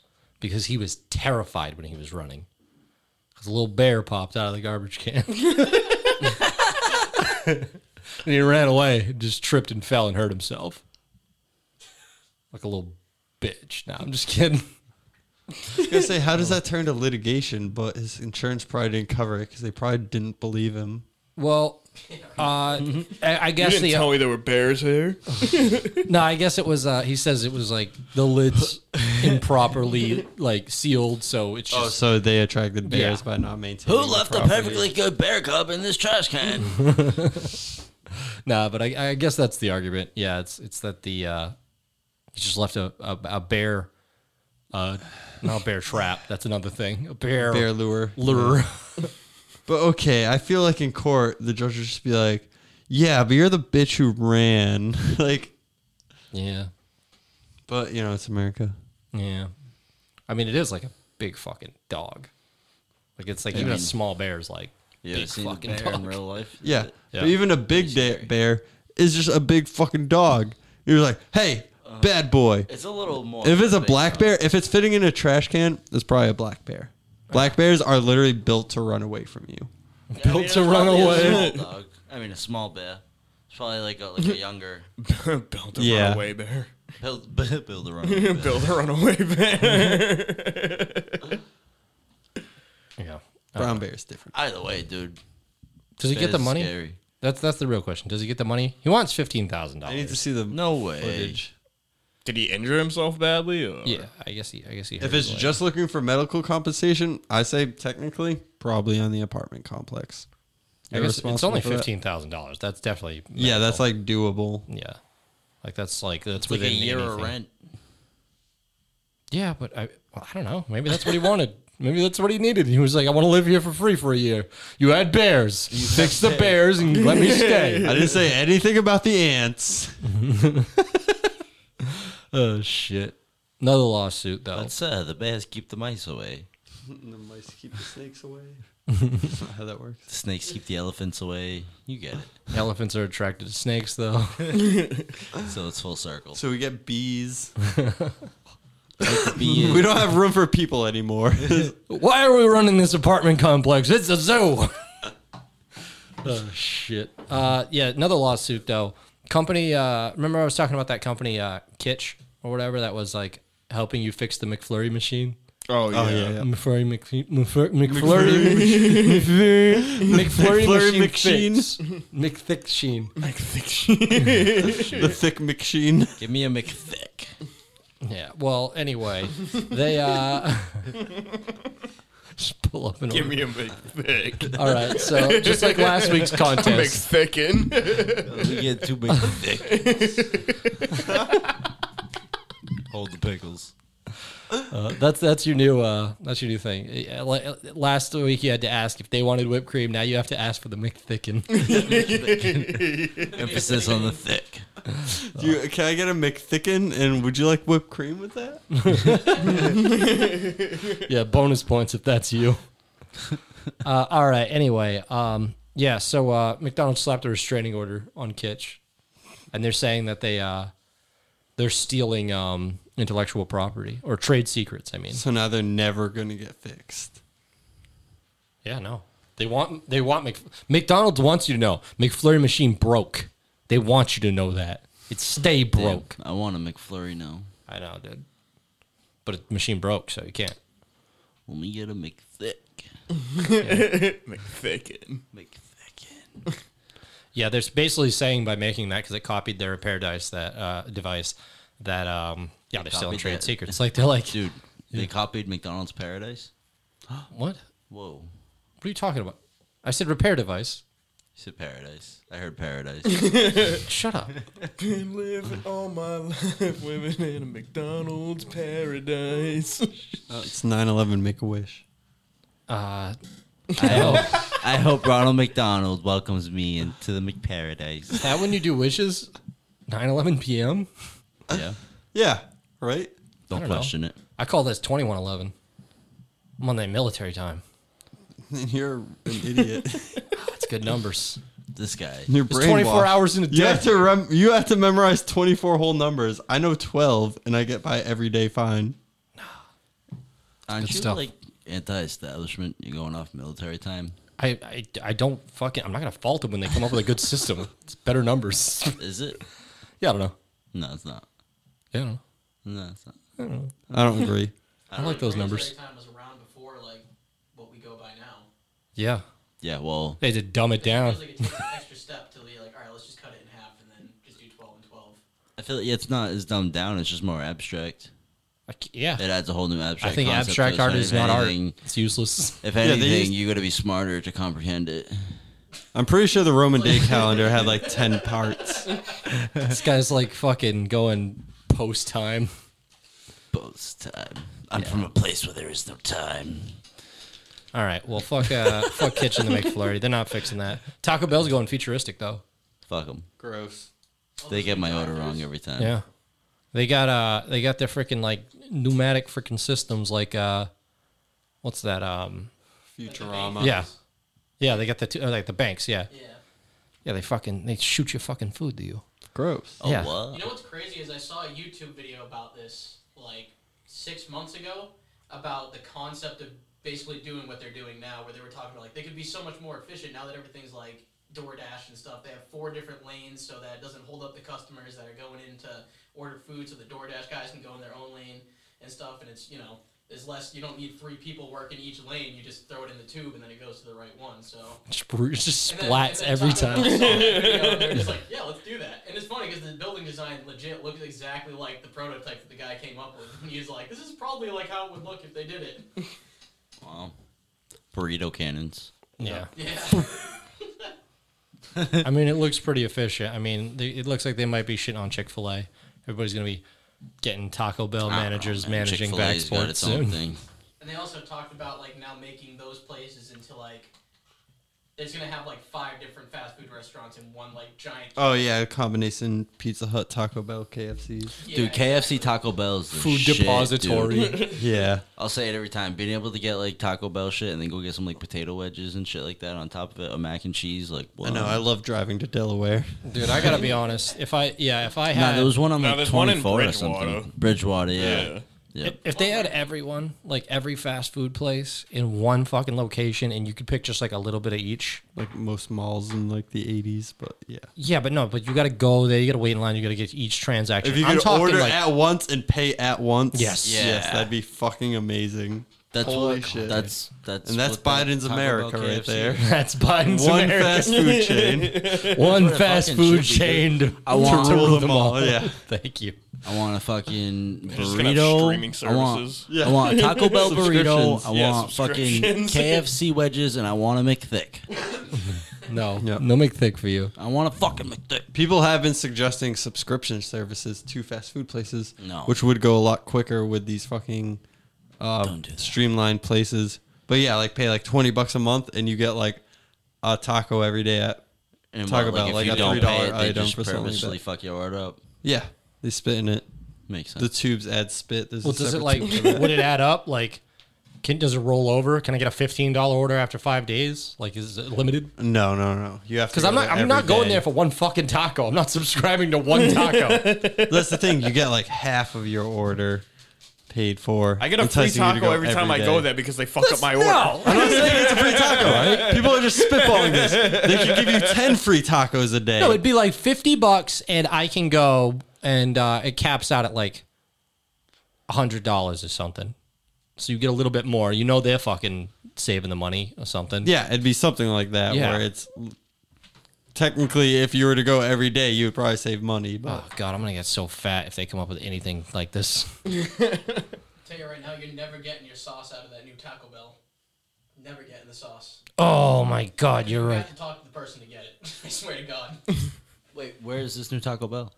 Speaker 3: because he was terrified when he was running. Because a little bear popped out of the garbage can. <laughs> And he ran away, just tripped and fell and hurt himself. Like a little bitch. No, I'm just kidding.
Speaker 2: I was gonna say, how does that turn to litigation? But his insurance probably didn't cover it because they probably didn't believe him.
Speaker 3: <laughs> Well, uh, I I
Speaker 4: You
Speaker 3: guess
Speaker 4: didn't
Speaker 3: the
Speaker 4: tell me there were bears <laughs> here.
Speaker 3: no, I guess it was. Uh, he says it was like the <laughs> lids improperly like sealed, so it's
Speaker 2: Oh,
Speaker 3: just
Speaker 2: so they attracted bears
Speaker 3: Yeah.
Speaker 2: by not maintaining. the property.
Speaker 5: good bear cub in this
Speaker 3: <laughs>
Speaker 5: trash can?
Speaker 3: Nah, but I, I guess that's the argument. Yeah, it's it's that the uh, he just left a a, a bear, uh, not a bear trap. That's another thing. A bear,
Speaker 2: bear lure?
Speaker 3: lure.
Speaker 2: But okay, I feel like in court the judge would just be like, "Yeah, but you're the bitch who ran." <laughs> like,
Speaker 3: Yeah,
Speaker 2: but you know it's America.
Speaker 3: yeah. I mean, it is like a big fucking dog. Like it's like even a
Speaker 5: mean-
Speaker 3: small bear is like
Speaker 5: Yeah,
Speaker 3: big
Speaker 5: seen a
Speaker 3: fucking
Speaker 5: bear in
Speaker 3: dog.
Speaker 5: real life.
Speaker 2: Yeah,
Speaker 3: Yeah.
Speaker 2: but even a big da- bear is just a big fucking dog. You're like, "Hey, bad boy."
Speaker 5: It's a little more.
Speaker 2: If it's a black bear, if it's fitting in a trash can, it's probably a black bear. Black bears are literally built to run away from you.
Speaker 5: Yeah, I mean,
Speaker 3: built
Speaker 5: it's
Speaker 3: to run
Speaker 5: probably a
Speaker 3: away.
Speaker 5: small
Speaker 3: <laughs>
Speaker 5: dog. I mean, a small bear. It's probably like a, like a younger
Speaker 4: Build a
Speaker 2: Yeah.
Speaker 4: runaway bear. <laughs>
Speaker 5: <laughs> build build a runaway
Speaker 3: <laughs>
Speaker 5: bear.
Speaker 4: Build a runaway bear.
Speaker 3: <laughs> Yeah.
Speaker 2: Brown bear is different.
Speaker 5: Either way, dude.
Speaker 3: Does he get the
Speaker 5: bears
Speaker 3: money?
Speaker 5: Scary.
Speaker 3: That's that's the real question. Does he get the money? He wants fifteen thousand
Speaker 2: I need to
Speaker 3: dollars.
Speaker 2: see the
Speaker 5: No way.
Speaker 2: footage.
Speaker 4: Did he injure himself badly? Or?
Speaker 3: Yeah, I guess he. I guess he.
Speaker 2: If
Speaker 3: hurt
Speaker 2: it's
Speaker 3: his leg.
Speaker 2: just looking for medical compensation, I say technically probably on the apartment complex.
Speaker 3: I
Speaker 2: You're
Speaker 3: guess it's
Speaker 2: responsible
Speaker 3: only
Speaker 2: for that?
Speaker 3: fifteen thousand dollars. That's definitely.
Speaker 2: Yeah, that's
Speaker 3: manageable.
Speaker 2: like doable.
Speaker 3: Yeah, like that's like that's
Speaker 5: It's like
Speaker 3: within
Speaker 5: a year of
Speaker 3: anything.
Speaker 5: rent.
Speaker 3: Yeah, but I well, I don't know. Maybe that's what he wanted. <laughs> Maybe that's what he needed. He was like, I want to live here for free for a year. You had bears. Fix the bears and
Speaker 5: <laughs>
Speaker 3: let me stay.
Speaker 2: I didn't say anything about the ants.
Speaker 3: oh shit! Another lawsuit though.
Speaker 5: But sir, uh, the bears keep the mice away.
Speaker 2: the mice keep the
Speaker 3: <laughs>
Speaker 2: snakes away. how that works.
Speaker 5: The snakes keep the elephants away. You get
Speaker 3: <laughs>
Speaker 5: it.
Speaker 3: Elephants are attracted to snakes
Speaker 5: <laughs>
Speaker 3: though.
Speaker 5: So it's full circle.
Speaker 2: So we
Speaker 3: <laughs>
Speaker 2: get bees.
Speaker 5: Being-
Speaker 2: We don't have room for
Speaker 3: <laughs>
Speaker 2: people anymore.
Speaker 3: Oh, Why are we running this apartment complex? It's a zoo. <laughs> oh shit. Uh, yeah, another lawsuit though. Company. Uh, remember I was talking about that company, uh, Kitch or whatever, that was like helping you fix the McFlurry machine.
Speaker 4: Oh yeah.
Speaker 3: McFlurry McFlurry McFlurry <laughs> McFlurry
Speaker 2: McFlurry
Speaker 3: machine fix. McThick Sheen.
Speaker 2: the thick machine.
Speaker 5: Give me a McThick.
Speaker 3: <laughs> Yeah. Well, anyway, they uh. <laughs> just pull up and
Speaker 4: Give me a McThick.
Speaker 3: All right. <laughs> So just like last week's <laughs> contest.
Speaker 4: <laughs> McThicken.
Speaker 5: We get two McThick. Hold the pickles.
Speaker 3: That's that's your new uh that's your new thing. Yeah, la- Last week you had to ask if they wanted whipped cream. Now you have to ask for the McThicken.
Speaker 5: Emphasis on the thick.
Speaker 2: Do
Speaker 3: Oh.
Speaker 2: you, can I get a McThicken? And would you like whipped cream with that?
Speaker 3: yeah, bonus points if that's you. <laughs> Uh, all right. Anyway, um, yeah. So uh, McDonald's slapped a restraining order on Kitch, and they're saying that they uh they're stealing um intellectual property or trade secrets. I mean,
Speaker 2: So now they're never gonna get fixed.
Speaker 3: yeah, no. They want they want Mc, McDonald's wants you to know McFlurry machine broke. They want you to know that it stay broke.
Speaker 5: Damn, I want a McFlurry now.
Speaker 3: I know, dude. But the machine broke, so you can't.
Speaker 5: Let me get a McThick.
Speaker 4: McThicken.
Speaker 5: McThickin.
Speaker 3: Yeah, they're basically saying by making that because it copied their repair dice that uh, device that um yeah they're selling
Speaker 5: copied
Speaker 3: trade
Speaker 5: that.
Speaker 3: secrets. Like they're like,
Speaker 5: Dude, they copied McDonald's Paradise.
Speaker 3: what? What
Speaker 5: Whoa.
Speaker 3: are you talking about? I said repair device.
Speaker 5: You said Paradise. I heard Paradise.
Speaker 3: Shut
Speaker 5: <laughs>
Speaker 3: up.
Speaker 4: Been living all my <laughs> life, living in a McDonald's paradise.
Speaker 2: Oh, It's 9-11 Make a Wish.
Speaker 3: Uh,
Speaker 5: I hope, I hope Ronald McDonald welcomes me into the McParadise.
Speaker 3: that when you do wishes, nine eleven p.m.
Speaker 5: Yeah.
Speaker 2: Yeah, right.
Speaker 5: Don't,
Speaker 3: don't know.
Speaker 5: question it.
Speaker 3: I call this twenty one eleven. I'm on that military time.
Speaker 2: And you're an idiot.
Speaker 3: <laughs> That's good numbers.
Speaker 5: This guy.
Speaker 2: You're
Speaker 3: It's twenty four
Speaker 2: brainwashed.
Speaker 3: hours in a day.
Speaker 2: You have to rem- you have to memorize 24 whole numbers. I know 12, and I get by every day fine.
Speaker 5: Aren't
Speaker 3: good
Speaker 5: you
Speaker 3: stuff.
Speaker 5: like anti establishment? You're going off military time?
Speaker 3: I, I, I don't fucking, I'm not going to fault them when they come up with a good system. It's better numbers. <laughs>
Speaker 5: Is it?
Speaker 3: yeah, I don't know.
Speaker 5: No, it's not.
Speaker 3: Yeah, I don't know.
Speaker 5: No, it's not.
Speaker 3: <laughs>
Speaker 2: I don't agree.
Speaker 3: <laughs> I like those numbers.
Speaker 6: time was around before like what we go by now.
Speaker 3: Yeah.
Speaker 5: Yeah, well,
Speaker 3: They had to dumb it down.
Speaker 6: Feels like it takes an extra step to be like, all right, let's just cut it in half and then just do twelve and twelve.
Speaker 5: I feel like it's not as dumbed down. It's just more abstract.
Speaker 3: Like, yeah.
Speaker 5: It adds a whole new abstract.
Speaker 3: I think
Speaker 5: concept
Speaker 3: abstract
Speaker 5: to it, so
Speaker 3: art
Speaker 5: if
Speaker 3: is not art.
Speaker 5: anything-
Speaker 3: It's useless.
Speaker 5: If
Speaker 2: they
Speaker 5: anything,
Speaker 2: used-
Speaker 5: you got to be smarter to comprehend it.
Speaker 2: I'm pretty sure the
Speaker 3: <laughs>
Speaker 2: Roman day calendar had like 10 parts.
Speaker 3: this guy's like fucking going post time.
Speaker 5: Both time. I'm from a place where there is no time.
Speaker 3: All right. Well, fuck, uh, fuck Kitchen the McFlurry. They're not fixing that. Taco Bell's going futuristic though.
Speaker 5: Fuck them.
Speaker 2: Gross.
Speaker 5: They get my order wrong every time.
Speaker 3: Yeah. They got uh they got their freaking like pneumatic freaking systems like uh what's that um
Speaker 2: Futurama.
Speaker 3: yeah. Yeah, they got the two, uh, like the banks, yeah.
Speaker 6: Yeah.
Speaker 3: Yeah, they fucking they shoot your fucking food to you.
Speaker 2: Gross.
Speaker 5: Oh,
Speaker 3: Yeah.
Speaker 5: what?
Speaker 6: You know what's crazy is I saw a YouTube video about this like six months ago about the concept of basically doing what they're doing now, where they were talking about like they could be so much more efficient now that everything's like DoorDash and stuff. They have four different lanes so that it doesn't hold up the customers that are going in to order food, so the DoorDash guys can go in their own lane and stuff. And it's you know there's less. You don't need three people working each lane. You just throw it in the tube and then it goes to the right one. So
Speaker 3: Just, bru- just
Speaker 6: and then-
Speaker 3: splats
Speaker 6: and
Speaker 3: every
Speaker 6: then Taco Bell
Speaker 3: time.
Speaker 5: <laughs>
Speaker 3: <laughs>
Speaker 6: saw that video, and they're just like, yeah, let's do that. And it's funny because the building design legit looks exactly like the prototype that the guy came up with. <laughs> And he's like, this is probably like how it would look if they did it.
Speaker 5: Wow. Burrito cannons.
Speaker 3: Yeah.
Speaker 6: Yeah.
Speaker 3: I mean, it looks pretty efficient. I mean, they, it looks like they might be shitting on Chick Fil A. Everybody's gonna be getting Taco Bell managers
Speaker 5: Oh, man,
Speaker 3: managing back
Speaker 5: Chick-fil-A's got
Speaker 3: sports
Speaker 5: its own
Speaker 3: soon.
Speaker 5: thing.
Speaker 6: and they also talked about like now making those places into like it's gonna have like five different fast food restaurants in one like giant.
Speaker 2: Oh, yeah. A combination Pizza Hut, Taco Bell, KFC's.
Speaker 6: Yeah,
Speaker 5: Dude, KFC Taco Bell is the
Speaker 3: <laughs> Food
Speaker 5: shit, dude.
Speaker 3: depository.
Speaker 2: Yeah.
Speaker 5: I'll say it every time. Being able to get like Taco Bell shit and then go get some like potato wedges and shit like that on top of it, a mac and cheese, like wow.
Speaker 2: I know. I love driving to Delaware.
Speaker 3: <laughs> Dude, I gotta be honest. If I yeah, if I
Speaker 5: Nah,
Speaker 3: had
Speaker 5: there was one on
Speaker 4: Nah,
Speaker 5: like
Speaker 4: there's one in
Speaker 5: 24 or
Speaker 4: Bridgewater.
Speaker 5: something. Bridgewater, yeah.
Speaker 4: Yeah.
Speaker 5: Yeah.
Speaker 3: If, if they had everyone, like every fast food place in one fucking location and you could pick just like a little bit of each.
Speaker 2: Like most malls in like the 80s, but yeah.
Speaker 3: Yeah, but no, but you got to go there. You got to wait in line. You got to get each transaction.
Speaker 2: If you
Speaker 3: I'm
Speaker 2: could
Speaker 3: talking
Speaker 2: order
Speaker 3: like,
Speaker 2: at once and pay at once,
Speaker 3: Yes.
Speaker 2: yes,
Speaker 5: Yeah.
Speaker 2: that'd be fucking amazing.
Speaker 5: That's
Speaker 2: Holy
Speaker 5: what,
Speaker 2: shit.
Speaker 5: That's that's
Speaker 2: and that's
Speaker 5: what the
Speaker 2: Biden's
Speaker 5: Taco Bell
Speaker 2: America right
Speaker 5: KFC
Speaker 2: there.
Speaker 3: that's Biden's
Speaker 2: One
Speaker 3: America. <laughs>
Speaker 2: fast food chain.
Speaker 3: one
Speaker 5: it
Speaker 3: fast
Speaker 5: fucking
Speaker 3: food
Speaker 5: should be,
Speaker 3: chain. To,
Speaker 5: I want-
Speaker 3: to
Speaker 2: Rule
Speaker 3: rule
Speaker 2: them
Speaker 3: them
Speaker 2: all,
Speaker 3: all.
Speaker 2: yeah.
Speaker 3: <laughs> Thank you.
Speaker 5: I want a fucking
Speaker 4: just gonna have
Speaker 5: burrito.
Speaker 4: streaming
Speaker 5: I want,
Speaker 4: services.
Speaker 2: Yeah.
Speaker 5: I want a Taco Bell burrito.
Speaker 2: Subscriptions.
Speaker 5: I
Speaker 4: Yeah,
Speaker 5: want fucking
Speaker 4: subscriptions.
Speaker 5: KFC wedges, and I want a McThick.
Speaker 3: No,
Speaker 2: Yeah.
Speaker 3: no McThick for you.
Speaker 5: I want a fucking McThick.
Speaker 2: People have been suggesting subscription services to fast food places,
Speaker 5: No.
Speaker 2: which would go a lot quicker with these fucking
Speaker 3: Um,
Speaker 2: uh,
Speaker 5: Don't do that.
Speaker 2: streamlined places. But yeah, like pay like twenty bucks a month and you get like a taco every day at
Speaker 5: And
Speaker 2: Taco
Speaker 5: what,
Speaker 2: Bell,
Speaker 5: if
Speaker 2: like
Speaker 5: you
Speaker 2: a
Speaker 5: don't
Speaker 2: $3
Speaker 5: pay it, they
Speaker 2: item
Speaker 5: just
Speaker 2: for something like
Speaker 5: purposely
Speaker 2: that.
Speaker 5: fuck your order up.
Speaker 2: yeah they spit in it.
Speaker 5: Makes sense.
Speaker 2: The tubes add spit. There's
Speaker 3: Well,
Speaker 2: a
Speaker 3: does it
Speaker 2: separate
Speaker 3: like?
Speaker 2: tube.
Speaker 3: would it add up? Like, can does it roll over? Can I get a fifteen dollar order after five days? Like, is it limited?
Speaker 2: No, no, no. You have to
Speaker 3: Because I'm
Speaker 2: go
Speaker 3: not.
Speaker 2: there
Speaker 3: I'm not
Speaker 2: every
Speaker 3: going
Speaker 2: day.
Speaker 3: there for one fucking taco. I'm not subscribing to one <laughs> taco.
Speaker 2: <laughs> That's the thing. You get like half of your order paid for.
Speaker 4: I get a free
Speaker 2: enticing you to
Speaker 4: taco
Speaker 2: go
Speaker 4: every time I go
Speaker 2: day.
Speaker 4: there because they fuck up
Speaker 3: <laughs>
Speaker 4: my order.
Speaker 2: I'm not saying it's a free taco. Right? People are just spitballing this. They could give you ten free tacos a day.
Speaker 3: No, it'd be like fifty bucks, and I can go, and uh, it caps out at like hundred dollars or something. So you get a little bit more. You know they're fucking saving the money or something.
Speaker 2: yeah, it'd be something like that
Speaker 3: Yeah.
Speaker 2: where it's technically if you were to go every day, you would probably save money. But
Speaker 3: Oh god, I'm gonna get so fat if they come up with anything like this.
Speaker 6: tell you right now, you're never getting your sauce out of that new Taco Bell. Never getting the sauce.
Speaker 3: Oh my god, you're
Speaker 6: You
Speaker 3: right.
Speaker 6: have to talk to the person to get it. <laughs> I swear to God.
Speaker 5: Wait, where is this new Taco Bell?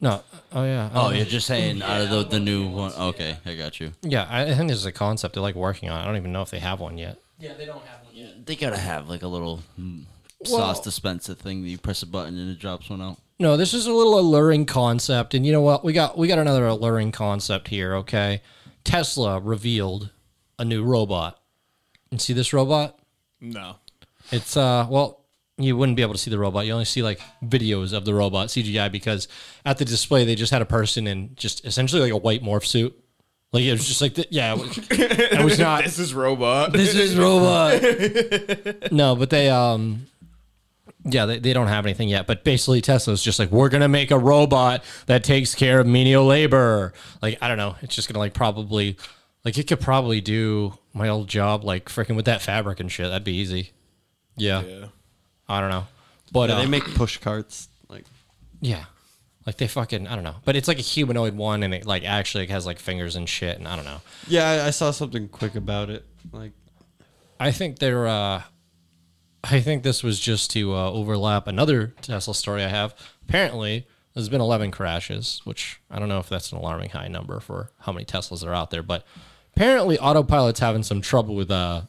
Speaker 3: No, oh yeah.
Speaker 5: Oh,
Speaker 3: Um,
Speaker 5: you're just saying out of the, the new one. Okay, I got you.
Speaker 3: yeah. I I think this is a concept they're like working on. I don't even know if they have one yet.
Speaker 6: Yeah, they don't have one yet.
Speaker 5: They gotta have like a little mm, sauce dispenser thing that you press a button and it drops one out.
Speaker 3: No, this is a little alluring concept, and you know what? We got we got another alluring concept here. Okay, Tesla revealed a new robot, and see this robot?
Speaker 4: No.
Speaker 3: It's uh, well, you wouldn't be able to see the robot. You only see like videos of the robot CGI because at the display they just had a person in just essentially like a white morph suit, Like it was just like, th- yeah, it was, it was not.
Speaker 4: This is robot.
Speaker 3: this <laughs> is robot. no, but they um yeah, they, they don't have anything yet. But basically Tesla's just like, we're gonna make a robot that takes care of menial labor. Like, I don't know. It's just gonna like probably like it could probably do my old job like freaking with that fabric and shit. That'd be easy. Yeah.
Speaker 4: yeah.
Speaker 3: I don't know. But
Speaker 2: Yeah,
Speaker 3: uh,
Speaker 2: they make push carts. Like
Speaker 3: yeah. Like they fucking I don't know. But it's like a humanoid one and it like actually has like fingers and shit and I don't know.
Speaker 2: yeah, I, I saw something quick about it. Like
Speaker 3: I think they're. Uh, I think this was just to uh, overlap another Tesla story I have. Apparently, there's been 11 crashes, which I don't know if that's an alarming high number for how many Teslas are out there, but apparently, autopilot's having some trouble with uh,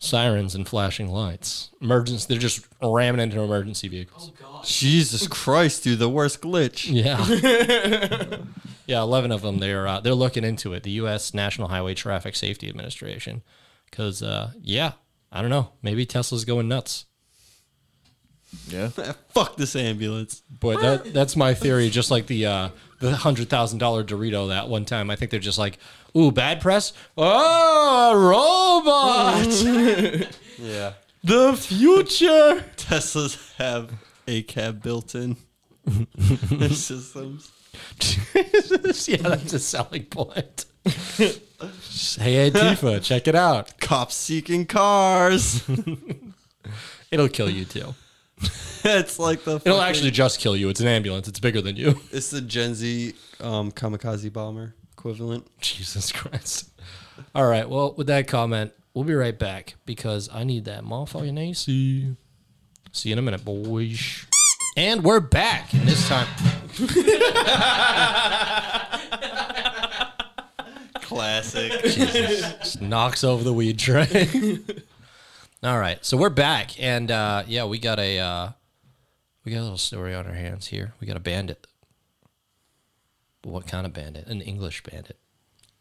Speaker 3: sirens and flashing lights. Emergency, they're just ramming into emergency vehicles.
Speaker 7: Oh god.
Speaker 2: Jesus Christ, dude, the worst glitch.
Speaker 3: Yeah. <laughs> yeah, 11 of them they're uh, they're looking into it. The US National Highway Traffic Safety Administration cuz uh yeah, I don't know. Maybe Tesla's going nuts.
Speaker 4: Yeah.
Speaker 2: Fuck this ambulance.
Speaker 3: But <laughs> that that's my theory just like the uh the $100,000 Dorito that one time. I think they're just like, "Ooh, bad press. Oh, robot."
Speaker 2: Yeah.
Speaker 3: the <laughs> future.
Speaker 2: Teslas have a cab
Speaker 3: <laughs>
Speaker 2: built in their systems.
Speaker 3: yeah, that's a selling point. <laughs> hey Antifa, check it out.
Speaker 2: Cops seeking cars. <laughs>
Speaker 3: It'll kill you too.
Speaker 2: it's like the
Speaker 3: It'll
Speaker 2: fucking-
Speaker 3: actually just kill you. It's an ambulance. It's bigger than you.
Speaker 2: it's the Gen Z um, kamikaze bomber equivalent.
Speaker 3: Jesus Christ. All right. Well, with that comment, we'll be right back because I need that motherfucking AC. See you in a minute, boys. And we're back. And this time,
Speaker 2: Classic.
Speaker 3: just knocks over the weed tray. <laughs> All right. So we're back. And uh, yeah, we got a. Uh, we got a little story on our hands here. We got a bandit. But what kind of bandit? An English bandit.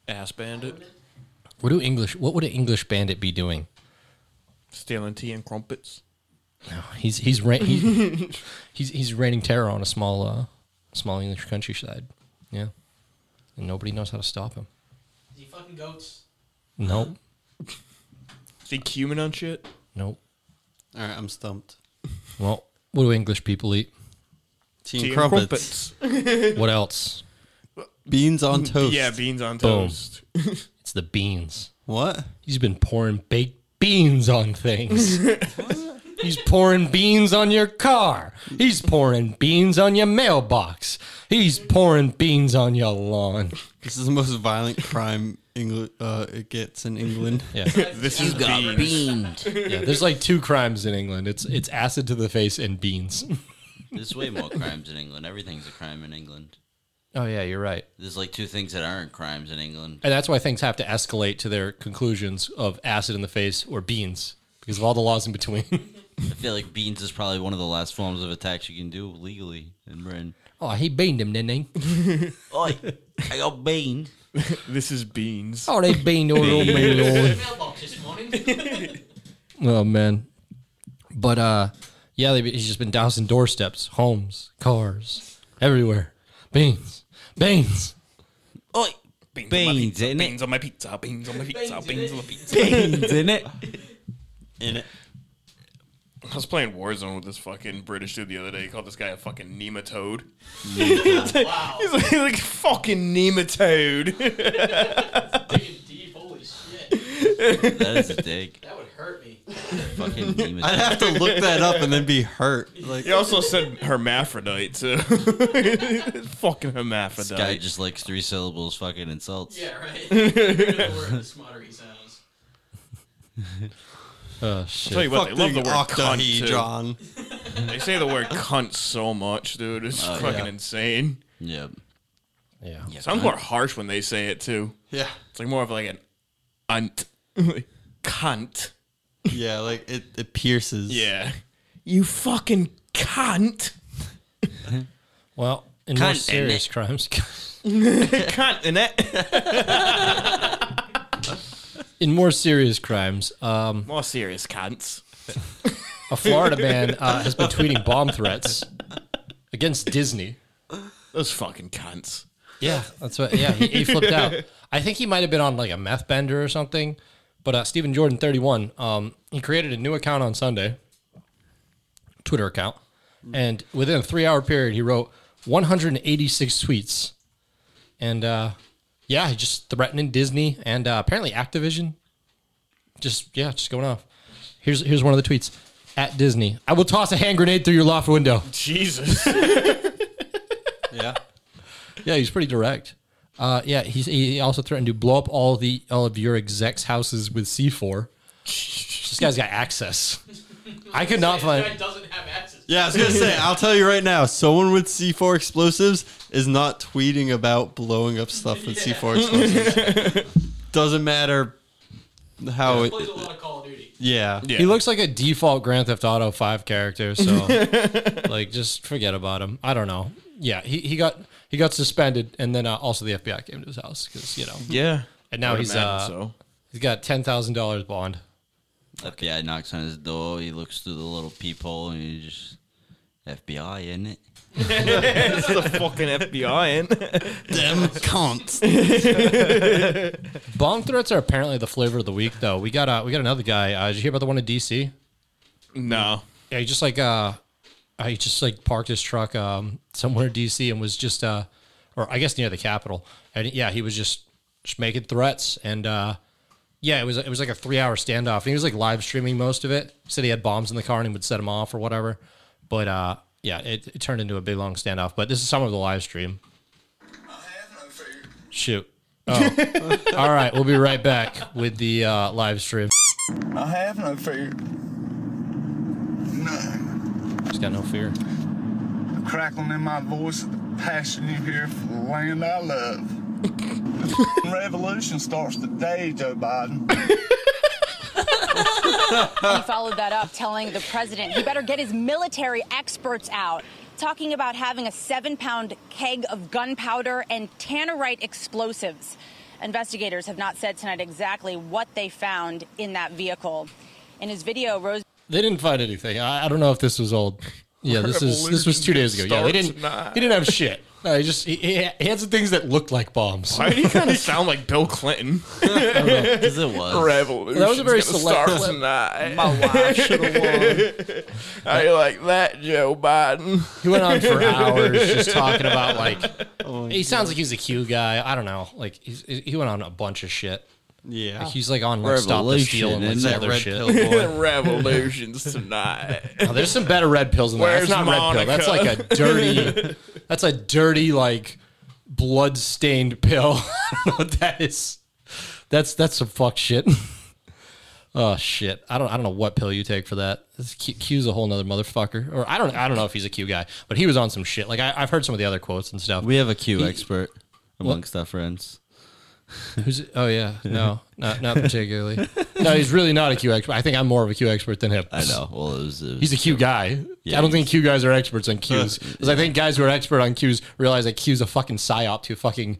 Speaker 4: Ass bandit.
Speaker 3: What do English? What would an English bandit be doing?
Speaker 4: Stealing tea and crumpets.
Speaker 3: He's he's ra- he, he's he's raining terror on a small uh, small English countryside. Yeah, and nobody knows how to stop him.
Speaker 7: Is he fucking goats?
Speaker 3: Nope,
Speaker 4: Is he cumin on shit?
Speaker 3: nope.
Speaker 2: All right, I'm stumped.
Speaker 3: Well, what do English people eat?
Speaker 2: Team, crumpets.
Speaker 3: What else?
Speaker 2: beans on toast.
Speaker 4: Mm, Yeah, beans on
Speaker 3: Boom.
Speaker 4: toast.
Speaker 3: It's the beans.
Speaker 2: what?
Speaker 3: He's been pouring baked beans on things. He's pouring beans on your car. He's pouring beans on your mailbox. He's pouring beans on your lawn.
Speaker 2: This is the most violent crime Engl- uh, it gets
Speaker 4: <laughs>
Speaker 2: in England.
Speaker 3: Yeah.
Speaker 4: This is beans.
Speaker 5: beamed.
Speaker 3: yeah. There's like two crimes in England. It's it's acid to the face and beans.
Speaker 5: There's way more crimes in England. Everything's a crime in England.
Speaker 3: <laughs> Oh yeah, you're right.
Speaker 5: There's like two things that aren't crimes in England.
Speaker 3: And that's why things have to escalate to their conclusions of acid in the face or beans because of all the laws in between. <laughs>
Speaker 5: I feel like beans is probably one of the last forms of attacks you can do legally in Britain.
Speaker 3: oh, he beaned him, didn't he?
Speaker 5: Oi, I got beaned.
Speaker 4: This is beans.
Speaker 3: Oh, they beaned <laughs> old old man, Lord.
Speaker 7: Mailbox this morning.
Speaker 3: Oh man. But uh, yeah, they, he's just been dousing doorsteps, homes, cars, everywhere. Beans, beans.
Speaker 5: Oi, beans
Speaker 4: beans,
Speaker 5: in it.
Speaker 4: beans on my pizza. Beans on my
Speaker 7: Beans
Speaker 4: pizza.
Speaker 7: in it.
Speaker 4: Beans on my pizza.
Speaker 5: Beans in it.
Speaker 2: In it.
Speaker 4: I was playing Warzone with this fucking British dude the other day. He called this guy a fucking nematode.
Speaker 7: wow.
Speaker 4: <laughs> He's like, he's like fucking nematode. <laughs>
Speaker 7: Digging deep. Holy shit.
Speaker 5: That is a dig.
Speaker 7: That would hurt me.
Speaker 5: <laughs> Fucking demon.
Speaker 2: I'd have to look that up and then be hurt. Like
Speaker 4: he also said hermaphrodite too. <laughs> fucking
Speaker 5: This guy
Speaker 4: hermaphrodite.
Speaker 5: just likes three syllables fucking insults.
Speaker 7: Yeah, right. <laughs> You know the word, the smarter he sounds.
Speaker 3: Oh
Speaker 4: Tell
Speaker 3: shit.
Speaker 4: you what, they love the word cunt too.
Speaker 2: octahedron.
Speaker 4: They say the word cunt so much, dude. It's fucking insane.
Speaker 5: Yep.
Speaker 3: Yeah.
Speaker 4: Sounds more harsh when they say it too.
Speaker 2: Yeah.
Speaker 4: It's like more of like an unt. <laughs> Like, cunt.
Speaker 2: Yeah, like it, it pierces.
Speaker 4: Yeah. You fucking cunt.
Speaker 3: Well, in more
Speaker 5: Cunt, ain't
Speaker 3: serious crimes. <laughs>
Speaker 4: cunt in it.
Speaker 3: In more serious crimes, um,
Speaker 4: More serious cunts.
Speaker 3: a Florida man uh, has been tweeting bomb threats against Disney.
Speaker 4: Those fucking cunts.
Speaker 3: Yeah, that's what. Yeah, he, he flipped out. I think he might have been on like a meth bender or something. But uh, Stephen Jordan, thirty-one, um, he created a new account on Sunday, Twitter account, and within a three-hour period, he wrote one hundred and eighty-six tweets, and uh, yeah, he just threatening Disney and uh, apparently Activision. Just yeah, just going off. Here's here's one of the tweets. At Disney, I will toss a hand grenade through your loft window.
Speaker 4: Jesus.
Speaker 2: Yeah.
Speaker 3: Yeah, he's pretty direct. Uh, yeah, he's, he also threatened to blow up all the all of your execs' houses with C4. this guy's got access. I could not
Speaker 7: That
Speaker 6: <laughs>
Speaker 7: guy
Speaker 3: find.
Speaker 7: doesn't have access.
Speaker 2: Yeah, I was gonna say, I'll tell you right now, someone with C4 explosives is not tweeting about blowing up stuff with C4 explosives.
Speaker 4: <laughs>
Speaker 2: Doesn't matter how
Speaker 7: He
Speaker 2: it,
Speaker 7: plays a lot of Call of Duty.
Speaker 2: yeah.
Speaker 4: Yeah.
Speaker 3: He looks like a default Grand Theft Auto 5 character, so like just forget about him. I don't know. Yeah, he, he got he got suspended, and then uh, also the FBI came to his house because you know,
Speaker 4: yeah.
Speaker 3: and now
Speaker 4: I'd
Speaker 3: he's
Speaker 4: imagine
Speaker 3: uh,
Speaker 4: so.
Speaker 3: he's got ten thousand dollars bond.
Speaker 5: FBI knocks on his door. He looks through the little peephole and he just FBI in it.
Speaker 4: It's the fucking FBI, and
Speaker 2: Them cunts.
Speaker 3: Bomb threats are apparently the flavor of the week, though. We got uh, we got another guy. Uh, did you hear about the one in DC?
Speaker 4: no.
Speaker 3: yeah, he just like uh, I just like parked his truck um somewhere in DC and was just uh, or I guess near the Capitol, and yeah, he was just, just making threats and uh, yeah, it was it was like a three hour standoff, and he was like live streaming most of it. Said he had bombs in the car and he would set them off or whatever, but uh, yeah, it, it turned into a big long standoff. But this is some of the live stream. Shoot. Oh. All right, we'll be right back with the uh, live stream.
Speaker 8: I have no fear. None.
Speaker 3: Just got no fear.
Speaker 8: The crackling in my voice is the passion you hear for the land I love. <laughs> the revolution starts today, Joe Biden.
Speaker 9: He followed that up, telling the president he better get his military experts out, talking about having a seven pound keg of gunpowder and tannerite explosives. Investigators have not said tonight exactly what they found in that vehicle. In his video, Rose.
Speaker 3: They didn't find anything. I, I don't know if this was old. Yeah, this is this was two days ago. Yeah, they
Speaker 4: Starts
Speaker 3: didn't.
Speaker 4: tonight.
Speaker 3: He didn't have shit. No, he just he, he he had some things that looked like bombs.
Speaker 4: Why do you kind of sound like Bill Clinton?
Speaker 5: 'Cause it was.
Speaker 4: Revolution.
Speaker 3: That was a very select clip.
Speaker 4: tonight.
Speaker 5: My wife should have won.
Speaker 4: <laughs> How you like that, Joe Biden?
Speaker 3: He went on for hours just talking <laughs> about like. he sounds like he's a Q guy. I don't know. Like he's, he went on a bunch of shit.
Speaker 2: Yeah.
Speaker 3: He's like on like stop the steal and like some
Speaker 5: Revolution, isn't
Speaker 3: other
Speaker 5: that
Speaker 3: shit.
Speaker 5: red pill
Speaker 4: <laughs>
Speaker 5: boy?
Speaker 4: Revolutions tonight.
Speaker 3: Now, Oh, there's some better red pills in there.
Speaker 4: Where's
Speaker 3: that's not
Speaker 4: Monica?
Speaker 3: red pill. That's like a
Speaker 4: <laughs>
Speaker 3: dirty. that's a dirty like blood stained pill. <laughs> I don't know what that is. That's that's some fuck shit. <laughs> oh shit! I don't I don't know what pill you take for that. This Q, Q's a whole nother motherfucker. Or I don't I don't know if he's a Q guy, but he was on some shit. Like I, I've heard some of the other quotes and stuff.
Speaker 5: We have a Q expert amongst our friends.
Speaker 3: Who's oh yeah no not
Speaker 5: <laughs>
Speaker 3: not particularly. no, he's really not a Q expert. I think I'm more of a Q expert than him.
Speaker 5: I know. Well, it was, it was
Speaker 3: He's a Q guy.
Speaker 5: Yeah,
Speaker 3: I don't think
Speaker 5: he's- Uh,
Speaker 3: Q guys are experts on Qs. Because I think guys who are expert on Qs realize that Q's a fucking psyop to fucking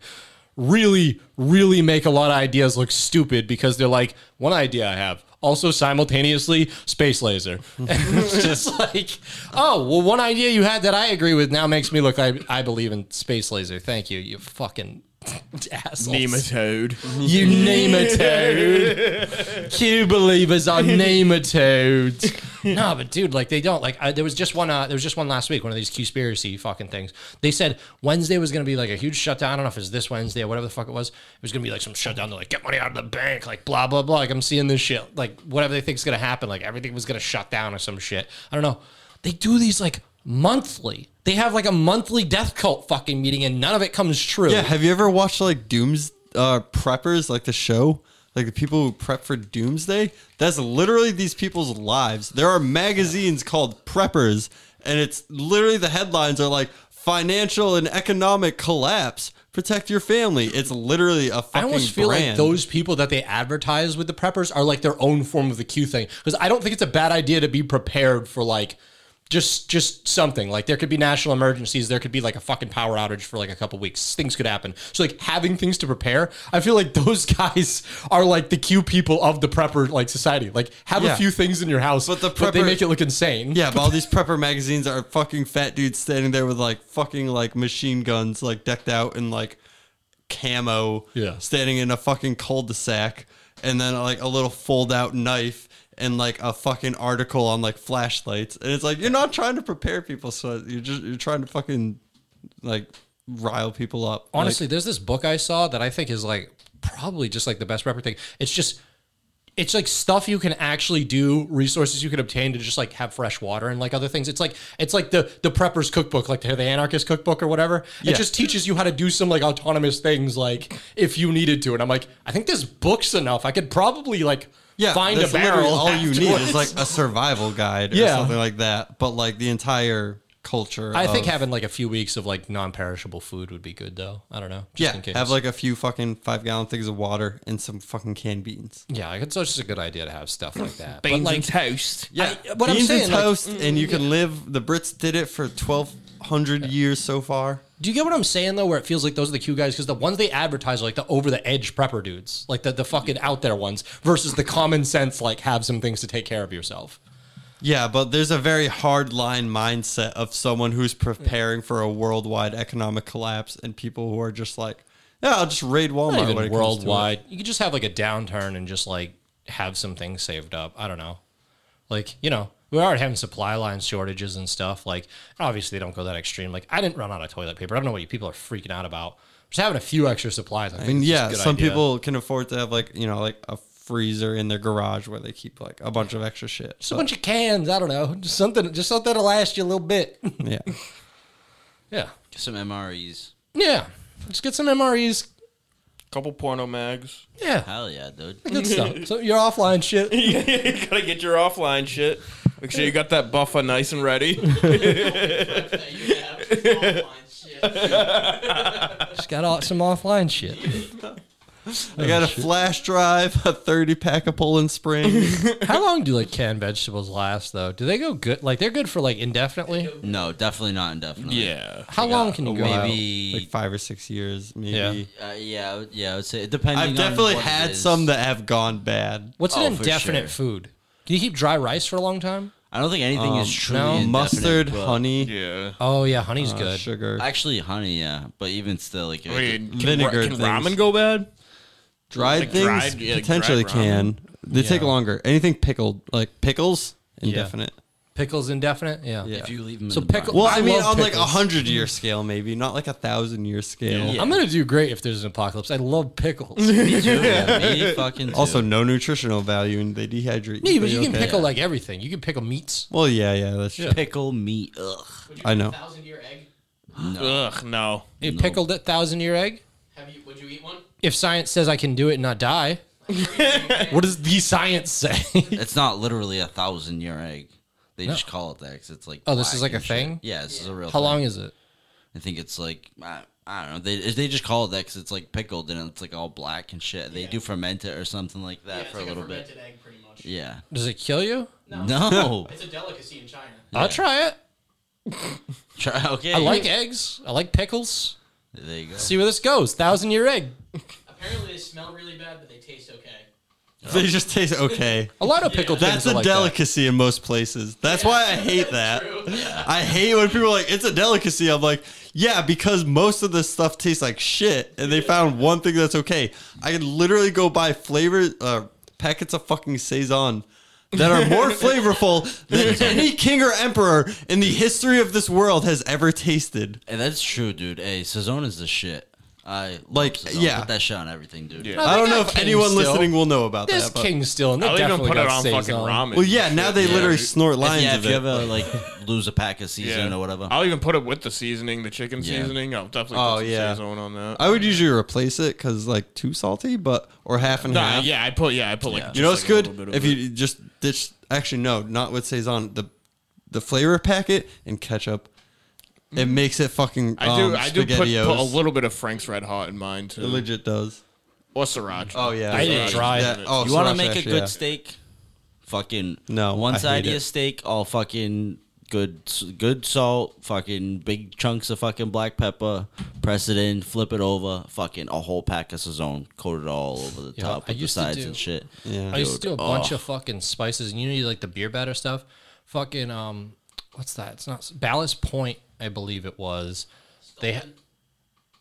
Speaker 3: really, really make a lot of ideas look stupid because they're like, one idea I have. Also simultaneously, space laser. <laughs> And
Speaker 5: <laughs>
Speaker 3: it's just like, oh, well, one idea you had that I agree with now makes me look like I believe in space laser. Thank you, you fucking <laughs> assholes.
Speaker 4: Nematode.
Speaker 3: <laughs> You nematode. Q believers <laughs> are nematodes. no, but dude, like they don't like. I, there was just one. Uh, there was just one last week. One of these conspiracy fucking things. They said Wednesday was gonna be like a huge shutdown. I don't know if it's this Wednesday or whatever the fuck it was. It was gonna be like some shutdown. They're like, get money out of the bank. Like blah blah blah. Like I'm seeing this shit. Like whatever they think's gonna happen. Like everything was gonna shut down or some shit. I don't know. They do these like monthly. They have like a monthly death cult fucking meeting, and none of it comes true.
Speaker 2: Yeah, have you ever watched like Dooms uh, preppers, like the show? Like the people who prep for doomsday? That's literally these people's lives. There are magazines called preppers, and it's literally the headlines are like financial and economic collapse. Protect your family. It's literally a fucking
Speaker 3: I almost feel like
Speaker 2: brand.
Speaker 3: those people that they advertise with the preppers are like their own form of the Q thing. Because I don't think it's a bad idea to be prepared for like Just just something. Like there could be national emergencies, there could be like a fucking power outage for like a couple weeks. Things could happen. So like having things to prepare, I feel like those <laughs> guys are like the Q people of the prepper like society. Like have
Speaker 2: Yeah.
Speaker 3: a few things in your house,
Speaker 2: But the
Speaker 3: they
Speaker 2: prepper-
Speaker 3: make it look insane.
Speaker 2: Yeah, but all these prepper magazines are fucking fat dudes standing there with like fucking like machine guns, like decked out in like camo.
Speaker 3: Yeah.
Speaker 2: Standing in a fucking cul-de-sac, and then like a little fold-out knife and like a fucking article on like flashlights, and it's like you're not trying to prepare people, so you're just you're trying to fucking like rile people up. Like,
Speaker 3: Honestly, there's this book I saw that I think is like probably just like the best prepper thing. It's just it's like stuff you can actually do, resources you can obtain to just like have fresh water and like other things. It's like it's like the the prepper's cookbook, like the, the anarchist cookbook or whatever. It just teaches you how to do some like autonomous things, like if you needed to. And I'm like, I think this book's enough. I could probably like find a
Speaker 2: that's literally
Speaker 3: barrel.
Speaker 2: All you need
Speaker 3: afterwards.
Speaker 2: is like a survival guide or
Speaker 3: Yeah.
Speaker 2: something like that. But like the entire
Speaker 3: <laughs>
Speaker 2: culture.
Speaker 3: I think
Speaker 2: of-
Speaker 3: having like a few weeks of like non-perishable food would be good though. I don't know. Just
Speaker 2: yeah, have like a few fucking five gallon things of water and some fucking canned beans.
Speaker 3: yeah, I think it's just a good idea to have stuff like that. But,
Speaker 4: Beans
Speaker 3: like,
Speaker 4: and toast.
Speaker 2: Yeah,
Speaker 3: what I'm
Speaker 2: beans
Speaker 3: saying,
Speaker 2: and
Speaker 3: like- mm,
Speaker 2: toast, and you can live. The Brits did it for twelve hundred years so far.
Speaker 3: Do you get what I'm saying though? Where it feels like those are the Q guys because the ones they advertise are like the over the edge prepper dudes, like the the fucking out there ones, versus the common sense like have some things to take care of yourself.
Speaker 2: Yeah, but there's a very hard line mindset of someone who's preparing for a worldwide economic collapse, and people who are just like, yeah, I'll just raid
Speaker 3: Not
Speaker 2: Walmart. when
Speaker 3: even
Speaker 2: it comes to it."
Speaker 3: worldwide. You could just have like a downturn and just like have some things saved up. I don't know. Like you know, we are having supply line shortages and stuff. Like obviously they don't go that extreme. Like I didn't run out of toilet paper. I don't know what you people are freaking out about. Just having a few extra supplies. I,
Speaker 2: I
Speaker 3: think
Speaker 2: mean,
Speaker 3: is just a
Speaker 2: yeah,
Speaker 3: good
Speaker 2: some
Speaker 3: idea.
Speaker 2: people can afford to have like you know like a freezer in their garage where they keep like a bunch of extra shit.
Speaker 3: Just a
Speaker 2: So
Speaker 3: bunch of cans. I don't know. Just something. Just something to last you a little bit. <laughs>
Speaker 2: yeah,
Speaker 3: yeah.
Speaker 5: Some MREs.
Speaker 3: Yeah. Just get some MREs.
Speaker 4: Couple porno mags.
Speaker 3: Yeah.
Speaker 5: Hell yeah, dude.
Speaker 3: Good stuff. So your offline shit.
Speaker 4: <laughs> you gotta get your offline shit. Make sure you got that buffer nice and ready.
Speaker 7: that you have. Offline shit.
Speaker 3: Just got all, some offline shit.
Speaker 2: I
Speaker 3: Oh,
Speaker 2: got a flash drive, a thirty pack of Poland Springs.
Speaker 3: How long do like canned vegetables last though? Do they go good? Like they're good for like indefinitely.
Speaker 5: No, definitely not indefinitely.
Speaker 4: yeah.
Speaker 3: How long can you go? out?
Speaker 5: Maybe.
Speaker 2: like five or six years, maybe.
Speaker 5: uh, yeah, I would- yeah. I would say depending.
Speaker 2: I've
Speaker 5: on
Speaker 2: definitely
Speaker 5: what it
Speaker 2: had
Speaker 5: is.
Speaker 2: some that have gone bad.
Speaker 3: What's
Speaker 5: Oh,
Speaker 3: an
Speaker 5: for
Speaker 3: indefinite
Speaker 5: sure.
Speaker 3: food? Can you keep dry rice for a long time?
Speaker 5: I don't think anything is truly
Speaker 3: no.
Speaker 5: indefinite,
Speaker 2: Mustard,
Speaker 5: but-
Speaker 2: honey,
Speaker 4: Yeah.
Speaker 3: Oh yeah, honey's
Speaker 2: uh,
Speaker 3: good.
Speaker 2: sugar,
Speaker 5: Actually, honey, yeah, but even still, like
Speaker 4: I mean, can,
Speaker 2: Vinegar
Speaker 4: can
Speaker 2: things.
Speaker 4: ramen go bad?
Speaker 2: dried
Speaker 4: like
Speaker 2: things
Speaker 4: dried- yeah, like
Speaker 2: potentially
Speaker 4: dried
Speaker 2: can. They take longer. Anything pickled, like pickles,
Speaker 3: Yeah.
Speaker 2: indefinite.
Speaker 3: Pickles indefinite. Yeah.
Speaker 2: Yeah.
Speaker 5: if you leave them.
Speaker 3: So
Speaker 5: in the
Speaker 3: pickle-
Speaker 5: brine-
Speaker 2: Well, I,
Speaker 3: I
Speaker 2: mean,
Speaker 3: love
Speaker 2: on like a
Speaker 3: pickles.
Speaker 2: hundred year scale, maybe not like a thousand year scale.
Speaker 3: I'm gonna do great if there's an apocalypse. I love
Speaker 2: <laughs>
Speaker 3: pickles.
Speaker 5: Me too, yeah, me fucking. too.
Speaker 2: Also, no nutritional value, and they dehydrate.
Speaker 3: Yeah,
Speaker 2: you,
Speaker 3: but
Speaker 2: so
Speaker 3: you
Speaker 2: you're
Speaker 3: can
Speaker 2: okay.
Speaker 3: pickle like everything. You can pickle meats.
Speaker 2: Well, yeah, yeah, that's true.
Speaker 5: pickle meat. Ugh.
Speaker 7: Would you
Speaker 2: I
Speaker 7: eat
Speaker 2: know.
Speaker 7: A thousand year egg.
Speaker 4: Ugh, no.
Speaker 3: You pickled that thousand year egg.
Speaker 7: Have you? Would you eat
Speaker 5: <laughs>
Speaker 7: one?
Speaker 3: If science says I can do it and not die, what does the science <laughs> say?
Speaker 5: It's not literally a thousand year egg. They just call it that 'cause it's like.
Speaker 3: Oh, this is like
Speaker 5: black
Speaker 3: a
Speaker 5: and shit.
Speaker 3: thing?
Speaker 5: Yeah, this is a real.
Speaker 3: How
Speaker 5: thing.
Speaker 3: long is it?
Speaker 5: I think it's like I, I don't know. They they just call it that because it's like pickled and it's like all black and shit. They do ferment it or something like
Speaker 7: Yeah,
Speaker 5: that
Speaker 7: it's
Speaker 5: for
Speaker 7: like a
Speaker 5: a little bit.
Speaker 7: fermented egg, pretty much.
Speaker 5: Yeah.
Speaker 3: Does it kill you?
Speaker 6: Oh. <laughs>
Speaker 5: No.
Speaker 7: It's a delicacy in China.
Speaker 3: I'll try it.
Speaker 5: Try, okay.
Speaker 3: I like eggs. I like pickles.
Speaker 5: There you go.
Speaker 3: See where this goes. Thousand year egg.
Speaker 7: Apparently, they smell really bad, but they taste okay.
Speaker 2: They just taste okay.
Speaker 3: A lot of pickled things.
Speaker 2: That's
Speaker 3: are
Speaker 2: a
Speaker 3: like that.
Speaker 2: delicacy in most places. That's why I hate that. I hate when people are like, it's a delicacy. I'm like, yeah, because most of this stuff tastes like shit, and they found one thing that's okay. I could literally go buy flavor uh, packets of fucking saison that
Speaker 3: <laughs>
Speaker 2: are more flavorful than any king or emperor in the history of this world has ever tasted.
Speaker 5: Hey, that's true, dude. Hey, Saison is the shit. I
Speaker 2: Like,
Speaker 5: like Saison.
Speaker 2: yeah.
Speaker 5: Put that shit on everything, dude.
Speaker 4: Yeah.
Speaker 3: No,
Speaker 2: I
Speaker 3: they
Speaker 2: don't know
Speaker 3: got
Speaker 2: if
Speaker 3: King
Speaker 2: anyone
Speaker 3: still.
Speaker 2: listening will know about
Speaker 3: There's
Speaker 2: that. But,
Speaker 3: king still, and they
Speaker 4: I'll even
Speaker 3: definitely
Speaker 4: put it
Speaker 3: got
Speaker 4: on fucking
Speaker 3: Saison.
Speaker 4: ramen.
Speaker 2: well, yeah,
Speaker 4: and
Speaker 2: now
Speaker 4: shit,
Speaker 2: they
Speaker 4: yeah,
Speaker 2: literally
Speaker 4: dude.
Speaker 2: snort
Speaker 5: If,
Speaker 2: lines
Speaker 5: yeah,
Speaker 2: of
Speaker 5: if you
Speaker 2: it.
Speaker 5: ever like lose a pack of season or whatever.
Speaker 4: I'll even put it with the seasoning, the chicken
Speaker 5: Yeah.
Speaker 4: seasoning. I'll definitely
Speaker 2: Oh,
Speaker 4: put some
Speaker 2: yeah.
Speaker 4: seasoning on that.
Speaker 2: I would usually replace it because like too salty, but or half and
Speaker 4: nah,
Speaker 2: half.
Speaker 4: yeah, I put yeah, I put like
Speaker 5: Yeah.
Speaker 2: You know what's
Speaker 4: just, like, a little
Speaker 2: good
Speaker 4: bit
Speaker 2: if
Speaker 4: of it.
Speaker 2: you just ditch. Actually, no, not with saison. The the flavor packet and ketchup. It makes it fucking.
Speaker 4: Mm-hmm. I do
Speaker 2: um,
Speaker 4: I do put, put a
Speaker 2: Spaghettios.
Speaker 4: little bit of Frank's Red Hot in mine
Speaker 2: It
Speaker 4: too.
Speaker 2: legit does.
Speaker 4: Or sriracha.
Speaker 2: Oh yeah,
Speaker 3: I didn't
Speaker 2: Yeah.
Speaker 3: try
Speaker 2: That-
Speaker 4: it.
Speaker 2: Oh,
Speaker 5: you want to
Speaker 2: sriracha
Speaker 5: make a
Speaker 2: actually,
Speaker 5: good
Speaker 2: yeah.
Speaker 5: steak? Fucking
Speaker 2: No, I
Speaker 5: One side
Speaker 2: hate
Speaker 5: of your
Speaker 2: it.
Speaker 5: steak, all fucking good good salt, fucking big chunks of fucking black pepper, press it in, flip it over, fucking a whole pack of Sazon, coat it all over the top
Speaker 3: I
Speaker 5: with the
Speaker 3: used to
Speaker 5: sides
Speaker 3: do-
Speaker 5: and shit.
Speaker 2: Yeah.
Speaker 3: I used to do a
Speaker 5: Dude,
Speaker 3: bunch
Speaker 5: oh.
Speaker 3: of fucking spices, and you need like the beer batter stuff. Fucking um, what's that? It's not Ballast Point, I believe it was. They ha-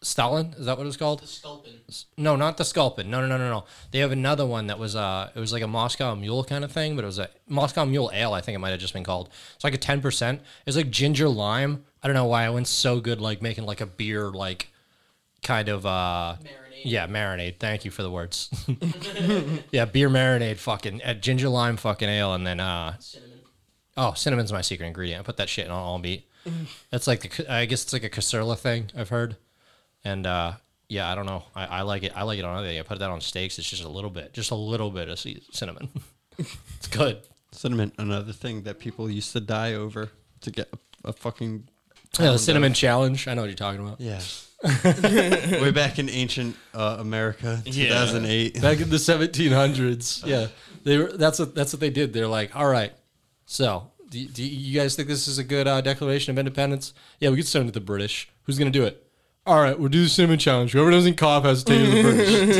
Speaker 3: Stalin is that what it's called?
Speaker 10: Sculpin.
Speaker 3: No, not the Sculpin. No, no, no, no, no. They have another one that was uh, it was like a Moscow Mule kind of thing, but it was a Moscow Mule Ale. I think it might have just been called. It's like a ten percent. It's like ginger lime. I don't know why I went so good like making like a beer like kind of uh
Speaker 10: Marinade.
Speaker 3: yeah, marinade. Thank you for the words. <laughs> yeah, beer marinade, fucking uh, ginger lime, fucking ale, and then uh
Speaker 10: Cinnamon.
Speaker 3: oh, cinnamon's my secret ingredient. I put that shit in on all
Speaker 10: <laughs>
Speaker 3: meat. That's like the, c- I guess it's like a caserla thing I've heard, and uh yeah, I don't know. I, I like it. I like it on everything. I put that on steaks. It's just a little bit, just a little bit of sea- cinnamon. <laughs> it's good.
Speaker 2: Cinnamon, another thing that people used to die over to get a, a fucking.
Speaker 3: Yeah, the
Speaker 2: pound
Speaker 3: cinnamon
Speaker 2: Of.
Speaker 3: challenge. I know what you're talking about.
Speaker 2: Yeah. Way back in ancient uh, America, 2008.
Speaker 3: back in the 1700s. <laughs> Yeah, they were. That's what that's what they did. They're like, all right, so do, do you guys think this is a good uh, Declaration of Independence? Yeah, we could send it to the British. Who's gonna do it? All right, we'll do the cinnamon challenge. Whoever doesn't cough has to take it to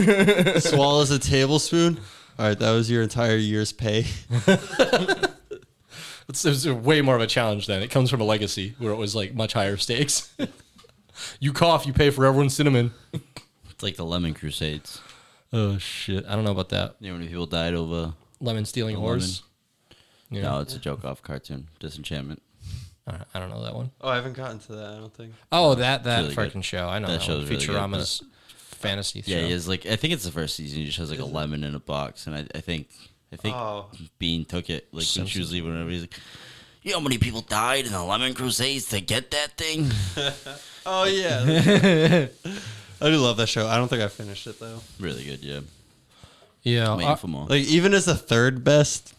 Speaker 3: the <laughs> British.
Speaker 2: <laughs> Swallows a tablespoon. All right, that was your entire year's pay. <laughs>
Speaker 3: It's, it's way more of a challenge then. It comes from a legacy where it was like much higher stakes. <laughs> you cough, you pay for everyone's cinnamon.
Speaker 5: It's like the Lemon Crusades.
Speaker 3: Oh shit, I don't know about that.
Speaker 5: You know, when people died over.
Speaker 3: Lemon stealing horse. Yeah.
Speaker 5: Oh, No, it's a joke off cartoon. Disenchantment.
Speaker 3: All right, I don't know that one.
Speaker 2: Oh, I haven't gotten to that. I don't think.
Speaker 3: Oh, that that
Speaker 5: really
Speaker 3: freaking
Speaker 5: good.
Speaker 3: show. I know
Speaker 5: That
Speaker 3: that, one.
Speaker 5: show's really good,
Speaker 3: Futurama's fantasy.
Speaker 5: Yeah,
Speaker 3: show.
Speaker 5: he is like I think it's the first season. He just has like a lemon in a box, and I, I think I think
Speaker 2: Oh.
Speaker 5: Bean took it like when she was leaving. Whenever he's like, you know how many people died in the Lemon Crusades to get that <laughs> thing?
Speaker 3: <laughs>
Speaker 2: Oh yeah. I do love that show. I don't think I finished it though.
Speaker 5: really good, yeah.
Speaker 3: Yeah,
Speaker 5: I'm waiting
Speaker 3: I-
Speaker 5: for more.
Speaker 2: Like even as the third best,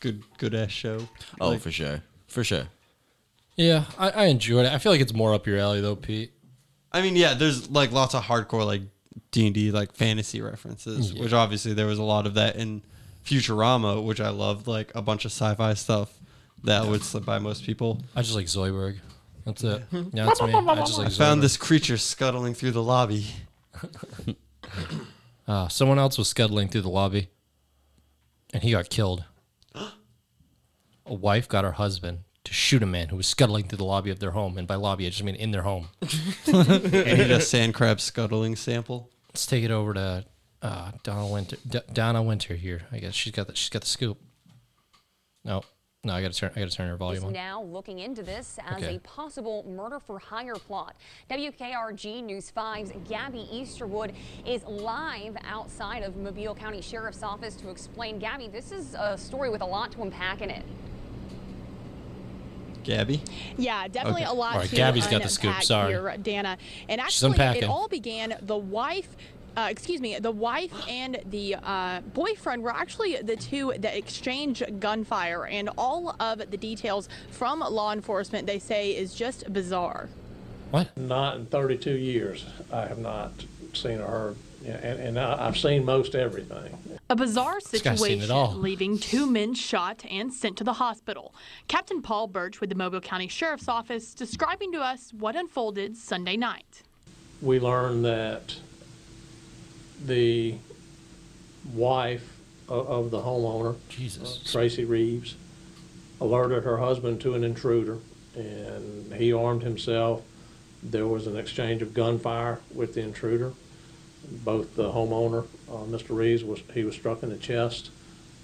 Speaker 2: good good ass show.
Speaker 5: oh,
Speaker 2: like-
Speaker 5: for sure, for sure.
Speaker 3: Yeah, I, I enjoyed it. I feel like it's more up your alley though, Pete.
Speaker 2: I mean, yeah, there's like lots of hardcore like D and D like fantasy references, which obviously there was a lot of that in Futurama, which I loved. Like a bunch of sci-fi stuff that would slip by most people.
Speaker 3: I just like Zoidberg. That's it. Yeah, that's me. I just
Speaker 2: <laughs>
Speaker 3: like
Speaker 2: I
Speaker 3: Zoidberg.
Speaker 2: found this creature scuttling through the lobby.
Speaker 3: Uh, someone else was scuttling through the lobby, and he got killed. a wife got her husband to shoot a man who was scuttling through the lobby of their home, and by lobby I just mean in their home.
Speaker 2: I need
Speaker 3: <coughs>
Speaker 2: a sand crab scuttling sample.
Speaker 3: Let's take it over to uh, Donna Winter. D- Donna Winter here. I guess she's got the she's got the scoop. No, no, I gotta turn I gotta turn her volume on.
Speaker 11: now looking into this as
Speaker 3: Okay.
Speaker 11: a possible murder for hire plot. WKRG News 5's Gabby Easterwood is live outside of Mobile County Sheriff's Office to explain. Gabby, this is a story with a lot to unpack in it.
Speaker 2: Gabby.
Speaker 6: Yeah, definitely
Speaker 2: Okay.
Speaker 6: a lot
Speaker 3: All right,
Speaker 6: to
Speaker 3: Gabby's got the
Speaker 6: unpack
Speaker 3: scoop, sorry.
Speaker 6: here, Dana. And
Speaker 3: She's
Speaker 6: actually,
Speaker 3: unpacking.
Speaker 6: it all began the wife. Uh, excuse me, the wife and the uh, boyfriend were actually the two that exchange gunfire, and all of the details from law enforcement they say is just bizarre.
Speaker 3: What?
Speaker 4: Not in 32 years. I have not seen or heard, yeah, and, and I, I've seen most everything.
Speaker 6: A bizarre
Speaker 3: guy's seen it all.
Speaker 6: situation leaving two men shot and sent to the hospital. Captain Paul Birch with the Mobile County Sheriff's Office describing to us what unfolded Sunday night.
Speaker 4: We learned that the wife of, of the homeowner, uh,
Speaker 3: Jesus.
Speaker 4: Tracy Reeves, alerted her husband to an intruder, and he armed himself. There was an exchange of gunfire with the intruder. Both the homeowner, uh, Mr. Reeves, was he was struck in the chest.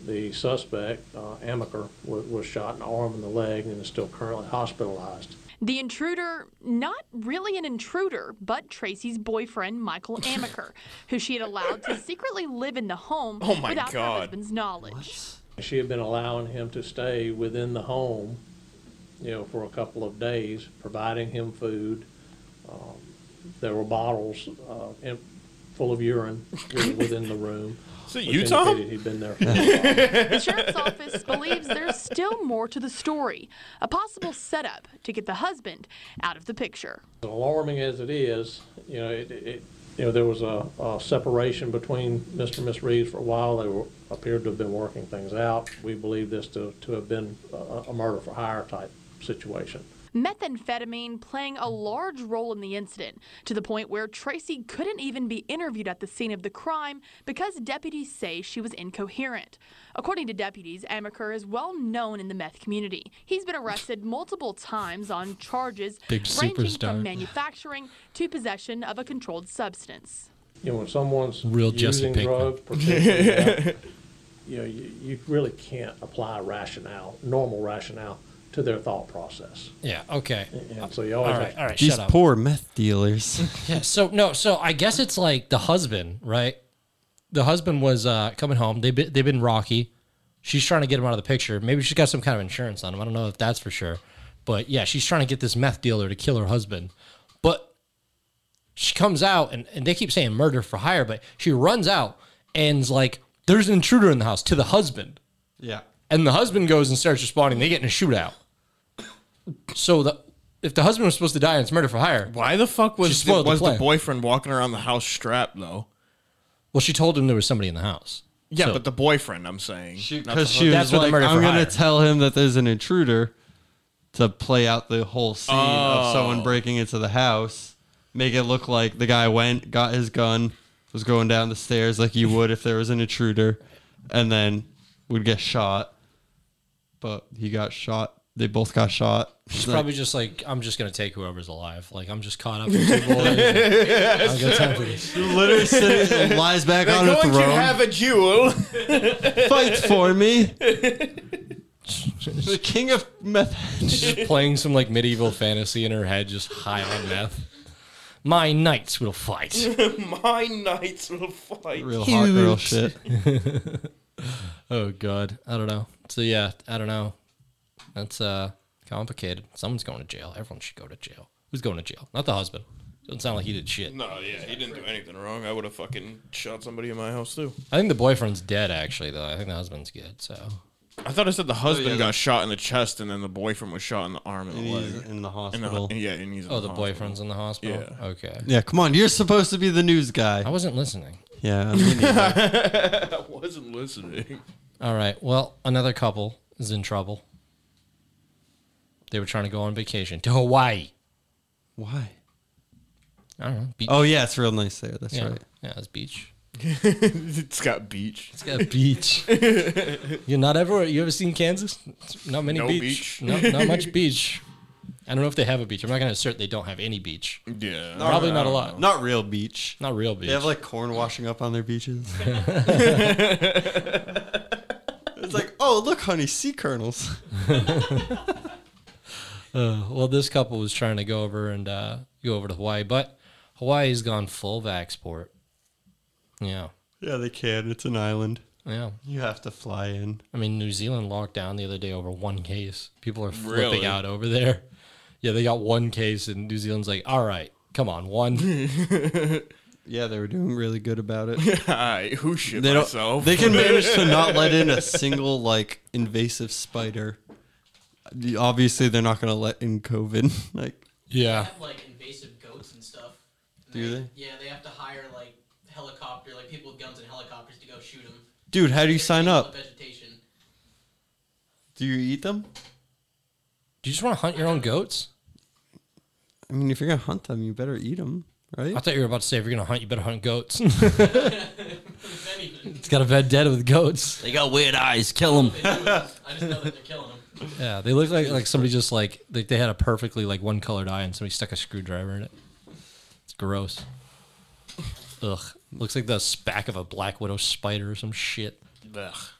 Speaker 4: The suspect, uh, Amaker, was, was shot in the arm and the leg, and is still currently hospitalized.
Speaker 6: The intruder, not really an intruder, but Tracy's
Speaker 12: <laughs>
Speaker 6: boyfriend, Michael Amaker, who she had allowed to secretly live in the home
Speaker 12: Oh my
Speaker 6: without her
Speaker 12: God.
Speaker 6: husband's knowledge.
Speaker 4: She had been allowing him to stay within the home, you know, for a couple of days, providing him food. Um, There were bottles uh, em- full of urine wi- within the room.
Speaker 12: Is it
Speaker 4: which
Speaker 12: you, Tom?
Speaker 4: indicated He'd been there for a while.
Speaker 6: <laughs> The sheriff's office believes there's still more to the story, a possible setup to get the husband out of the picture.
Speaker 4: As alarming as it is, you know, it, it, you know, there was a, a separation between Mr. and Miss Reeves for a while. They were, appeared to have been working things out. We believe this to, to have been a, a murder for hire type
Speaker 13: situation.
Speaker 14: Methamphetamine playing a large role in the incident, to the point where Tracy couldn't even be interviewed at the scene of the crime because deputies say she was incoherent. According to deputies, Amaker is well known in the meth community. He's been arrested multiple times on charges
Speaker 3: Big
Speaker 14: ranging
Speaker 3: superstar.
Speaker 14: from manufacturing to possession of a controlled substance.
Speaker 13: You know, when someone's
Speaker 3: Real Jesse
Speaker 13: using
Speaker 3: Pinkman.
Speaker 13: drugs, particularly that, <laughs> you know, you, you really can't apply rationale, normal rationale, to their thought process.
Speaker 3: Yeah. Okay.
Speaker 13: And so you
Speaker 3: All
Speaker 13: always
Speaker 3: right. All right.
Speaker 2: These
Speaker 3: shut up.
Speaker 2: poor meth
Speaker 3: <laughs>
Speaker 2: dealers.
Speaker 3: Yeah, so no, so I guess it's like the husband, right? The husband was uh, coming home. They have they've been rocky. She's trying to get him out of the picture. Maybe she's got some kind of insurance on him. I don't know if that's for sure, but yeah, she's trying to get this meth dealer to kill her husband. But she comes out, and, and they keep saying murder for hire, but she runs out and's like, "There's an intruder in the house." To the husband,
Speaker 2: yeah.
Speaker 3: and the husband goes and starts responding. They get in a shootout. So the if the husband was supposed to die and it's murder for hire,
Speaker 4: Why the fuck
Speaker 3: She
Speaker 4: was, the,
Speaker 3: spoiled the
Speaker 4: was the
Speaker 3: plan.
Speaker 4: boyfriend walking around the house strapped though?
Speaker 3: well, she told him there was somebody in the house.
Speaker 4: Yeah,
Speaker 3: So-
Speaker 4: but the boyfriend, I'm saying. not
Speaker 2: Because
Speaker 4: the
Speaker 2: she
Speaker 3: That's
Speaker 2: was
Speaker 3: what they
Speaker 2: like,
Speaker 3: murder
Speaker 2: I'm
Speaker 3: for
Speaker 2: going
Speaker 3: hire."
Speaker 2: to tell him that there's an intruder to play out the whole scene of someone breaking into the house, make it look like the guy went, got his gun, was going down the stairs
Speaker 3: <laughs>
Speaker 2: like you would if there was an intruder, and then would get shot. But he got shot. They both got shot.
Speaker 3: She's probably just like, I'm just gonna take whoever's alive. Like I'm just caught up with two boys. and
Speaker 4: <laughs>
Speaker 3: I'm gonna tell you.
Speaker 2: <laughs> Literally sitting, lies back on a
Speaker 4: husband. No one can
Speaker 2: <laughs> throne.
Speaker 4: have a jewel. <laughs>
Speaker 2: Fight for me. the king of meth.
Speaker 3: She's just playing some like medieval fantasy in her head, just high on meth. My knights will
Speaker 4: <laughs>
Speaker 3: fight.
Speaker 4: My knights will fight.
Speaker 2: Real hot girl shit.
Speaker 3: Oh god, I don't know. So yeah, I don't know. That's uh complicated. Someone's going to jail. Everyone should go to jail. Who's going to jail? Not the husband. Doesn't sound like he did shit.
Speaker 4: No, yeah, he didn't do anything wrong. I would have fucking shot somebody in my house too.
Speaker 3: I think the boyfriend's dead actually though. I think the husband's good. So
Speaker 4: I thought I said Oh, the husband
Speaker 2: yeah,
Speaker 4: got shot in the chest, and then the boyfriend was shot in the arm and the
Speaker 2: He's
Speaker 4: leg.
Speaker 2: in the
Speaker 4: In the,
Speaker 2: hospital.
Speaker 4: yeah, and he's in
Speaker 3: oh, the
Speaker 4: hospital.
Speaker 3: boyfriend's in the hospital.
Speaker 4: Yeah.
Speaker 3: Okay.
Speaker 2: Yeah, come on. You're supposed to be the news
Speaker 3: I
Speaker 2: guy.
Speaker 3: wasn't listening.
Speaker 2: Yeah.
Speaker 3: <laughs>
Speaker 2: I mean,
Speaker 4: I wasn't listening.
Speaker 3: All right. Well, another couple is in trouble. They were trying to go on vacation to Hawaii.
Speaker 2: why?
Speaker 3: I don't know. Beach.
Speaker 2: Oh, yeah, it's real nice there. That's
Speaker 3: yeah.
Speaker 2: right.
Speaker 3: Yeah, it's beach.
Speaker 4: <laughs> It's got beach.
Speaker 3: It's got a beach. <laughs> You're not ever. You ever seen Kansas? It's Not many
Speaker 4: No
Speaker 3: beach.
Speaker 4: beach.
Speaker 3: No, <laughs> not much beach. I don't know if they have a beach. I'm not going to assert they don't have any beach.
Speaker 4: Yeah. <laughs>
Speaker 3: Probably not a lot.
Speaker 2: Not real beach.
Speaker 3: Not real beach.
Speaker 2: They have like corn washing up on
Speaker 3: <laughs>
Speaker 2: their beaches. <laughs> it's like, oh, look, honey, sea kernels. <laughs>
Speaker 3: well, this couple was trying to go over and uh, go over to Hawaii, but Hawaii's gone full vaxport. Yeah.
Speaker 2: Yeah, they can. It's an island.
Speaker 3: Yeah.
Speaker 2: You have to fly in.
Speaker 3: I mean, New Zealand locked down the other day over one case. People are flipping
Speaker 4: Really?
Speaker 3: out over there. <laughs> Yeah, they got one case, and New Zealand's like, all right, come on,
Speaker 7: <laughs>
Speaker 3: one.
Speaker 2: Yeah, they were doing really good
Speaker 3: <laughs>
Speaker 2: about it.
Speaker 4: Alright, who shit
Speaker 2: They don't.
Speaker 4: myself?
Speaker 2: They can manage to not
Speaker 3: <laughs>
Speaker 2: let in a single like invasive spider. Obviously, they're not gonna let in COVID. <laughs> like,
Speaker 3: yeah.
Speaker 7: have like invasive goats and stuff. And
Speaker 2: Do they?
Speaker 7: Yeah, they have to hire like helicopter, like people with guns and helicopters to go shoot them.
Speaker 2: dude, how do you sign up?
Speaker 7: Vegetation.
Speaker 2: Do you eat them?
Speaker 3: Do you just want to hunt your own goats?
Speaker 2: I mean, if you're gonna hunt them, you better eat them, right?
Speaker 3: I thought you were about to say, if you're going to hunt, you better hunt
Speaker 7: <laughs>
Speaker 3: goats. <laughs>
Speaker 7: If anything,
Speaker 3: it's got a bed dead with goats.
Speaker 5: They got weird eyes. Kill them.
Speaker 7: they do it. I just know that they're killing them.
Speaker 3: Yeah, they look like, like somebody just like, like they had a perfectly like one colored eye and somebody stuck a screwdriver in it. It's
Speaker 7: <laughs>
Speaker 3: gross. Ugh. Looks like the spack of a black widow spider or some shit.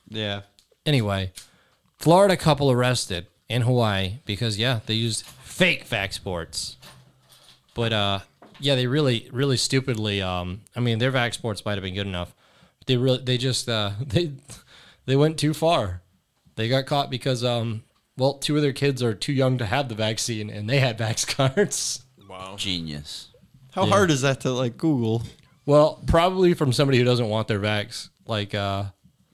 Speaker 2: Yeah.
Speaker 3: Anyway, Florida couple arrested in Hawaii because yeah, they used fake vaxports. But uh yeah, they really really stupidly um I mean their vaxports might have been good enough. They really they just uh <laughs> they they went too far. They got caught because um well, two of their kids are too young to have the vaccine and they had <laughs> vax cards.
Speaker 4: Wow.
Speaker 5: Genius.
Speaker 2: How hard is that to like Google?
Speaker 3: Well, probably from somebody who doesn't want their vax. Like uh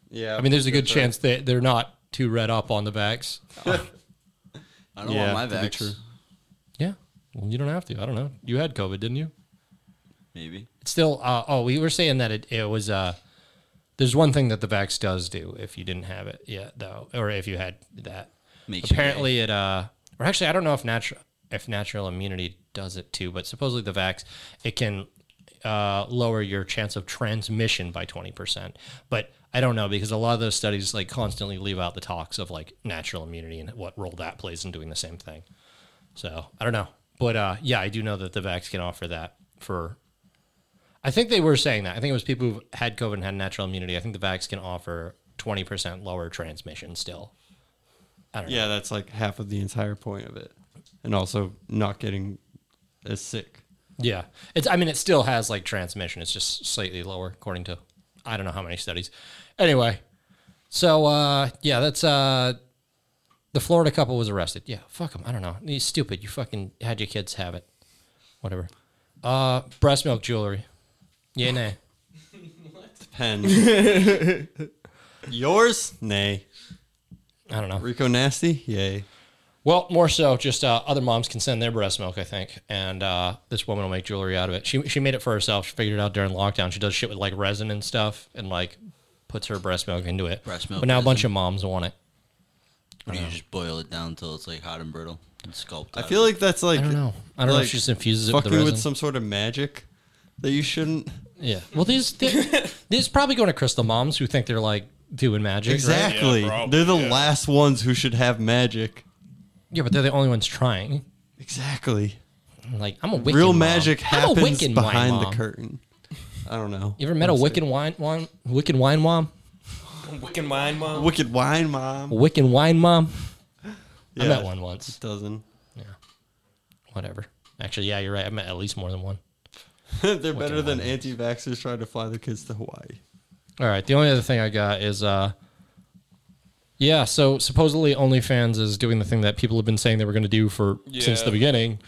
Speaker 2: Yeah.
Speaker 3: I mean there's a good chance that they're not too read up on the vax.
Speaker 5: I don't
Speaker 2: Yeah,
Speaker 5: want my
Speaker 2: could be
Speaker 5: vax.
Speaker 2: true.
Speaker 3: Yeah. Well, you don't have to. I don't know. You had COVID, didn't you?
Speaker 5: Maybe.
Speaker 3: It's still. Uh, oh, we were saying that it, it was. Uh, there's one thing that the vax does do if you didn't have it yet, though, or if you had that.
Speaker 5: Makes you
Speaker 3: Apparently, it uh, or actually, I don't know if natural if natural immunity does it too, but supposedly the vax it can uh, lower your chance of transmission by twenty percent. But I don't know because a lot of those studies like constantly leave out the talks of like natural immunity and what role that plays in doing the same thing. So I don't know, but uh, yeah, I do know that the vax can offer that for. I think they were saying that. I think it was people who had COVID and had natural immunity. I think the vax can offer twenty percent lower transmission still. I don't know.
Speaker 2: Yeah, that's like half of the entire point of it, and also not getting as sick.
Speaker 3: Yeah, it's. I mean, it still has like transmission. It's just slightly lower, according to I don't know how many studies. Anyway, so uh, yeah, that's uh, the Florida couple was arrested. Yeah, fuck them. I don't know. He's stupid. You fucking had your kids have it. Whatever. Uh, breast milk jewelry. Yeah, nay.
Speaker 2: <laughs> Pen. Yours? Nay.
Speaker 3: I don't know.
Speaker 2: Rico Nasty? Yay.
Speaker 3: Well, more so, just uh, other moms can send their breast milk, I think, and uh, this woman will make jewelry out of it. She she made it for herself. She figured it out during lockdown. She does shit with like resin and stuff, and like puts her breast milk into it.
Speaker 5: Breast milk
Speaker 3: But now a bunch
Speaker 5: resin.
Speaker 3: of moms want it.
Speaker 5: Or do you just boil it down till it's like hot and brittle and sculpt.
Speaker 2: I
Speaker 5: out of
Speaker 2: feel
Speaker 5: it?
Speaker 2: like that's like
Speaker 3: I don't know. I don't know
Speaker 2: like,
Speaker 3: if she just infuses it with the
Speaker 2: fucking
Speaker 3: resin.
Speaker 2: with some sort of magic that you shouldn't.
Speaker 3: yeah. Well, these they-
Speaker 2: <laughs>
Speaker 3: these probably going to crystal moms who think they're like doing magic. right?
Speaker 2: Exactly.
Speaker 4: Yeah, probably,
Speaker 2: They're the
Speaker 4: yeah.
Speaker 2: last ones who should have magic.
Speaker 3: Yeah, but they're the only ones trying.
Speaker 2: Exactly.
Speaker 3: Like I'm a Wiccan
Speaker 2: Real
Speaker 3: mom.
Speaker 2: magic
Speaker 3: I'm a
Speaker 2: happens
Speaker 3: Wiccan wine
Speaker 2: behind the
Speaker 3: mom.
Speaker 2: curtain. I don't know.
Speaker 3: You ever met a Wiccan wine, wine Wiccan wine mom?
Speaker 4: Wiccan wine, mom.
Speaker 2: Wicked wine mom.
Speaker 3: Wiccan wine mom? I
Speaker 2: Yeah.
Speaker 3: met one once.
Speaker 2: Dozen.
Speaker 3: Whatever. Actually, yeah, you're right. I met at least more than one.
Speaker 2: <laughs> They're better than anti-vaxxers trying to fly their kids to Hawaii.
Speaker 3: All right. The only other thing I got is, uh, yeah. So supposedly OnlyFans is doing the thing that people have been saying they were going to do for since
Speaker 4: Yeah.
Speaker 3: the beginning.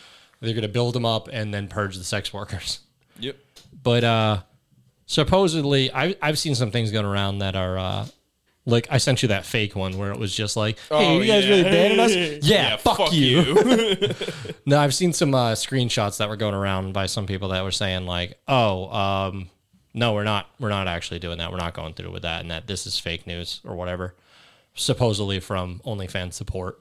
Speaker 3: They're going to build them up and then purge the sex workers.
Speaker 4: Yep.
Speaker 3: But uh, supposedly, I, I've seen some things going around that are uh, like I sent you that fake one where it was just like, "Hey, you guys really banning <laughs> us? Oh, Yeah, fuck, you. No, I've seen some uh, screenshots that were going around by some people that were saying like, "Oh, um, no, we're not. We're not actually doing that. We're not going through with that, and that this is fake news or whatever." Supposedly from OnlyFans support,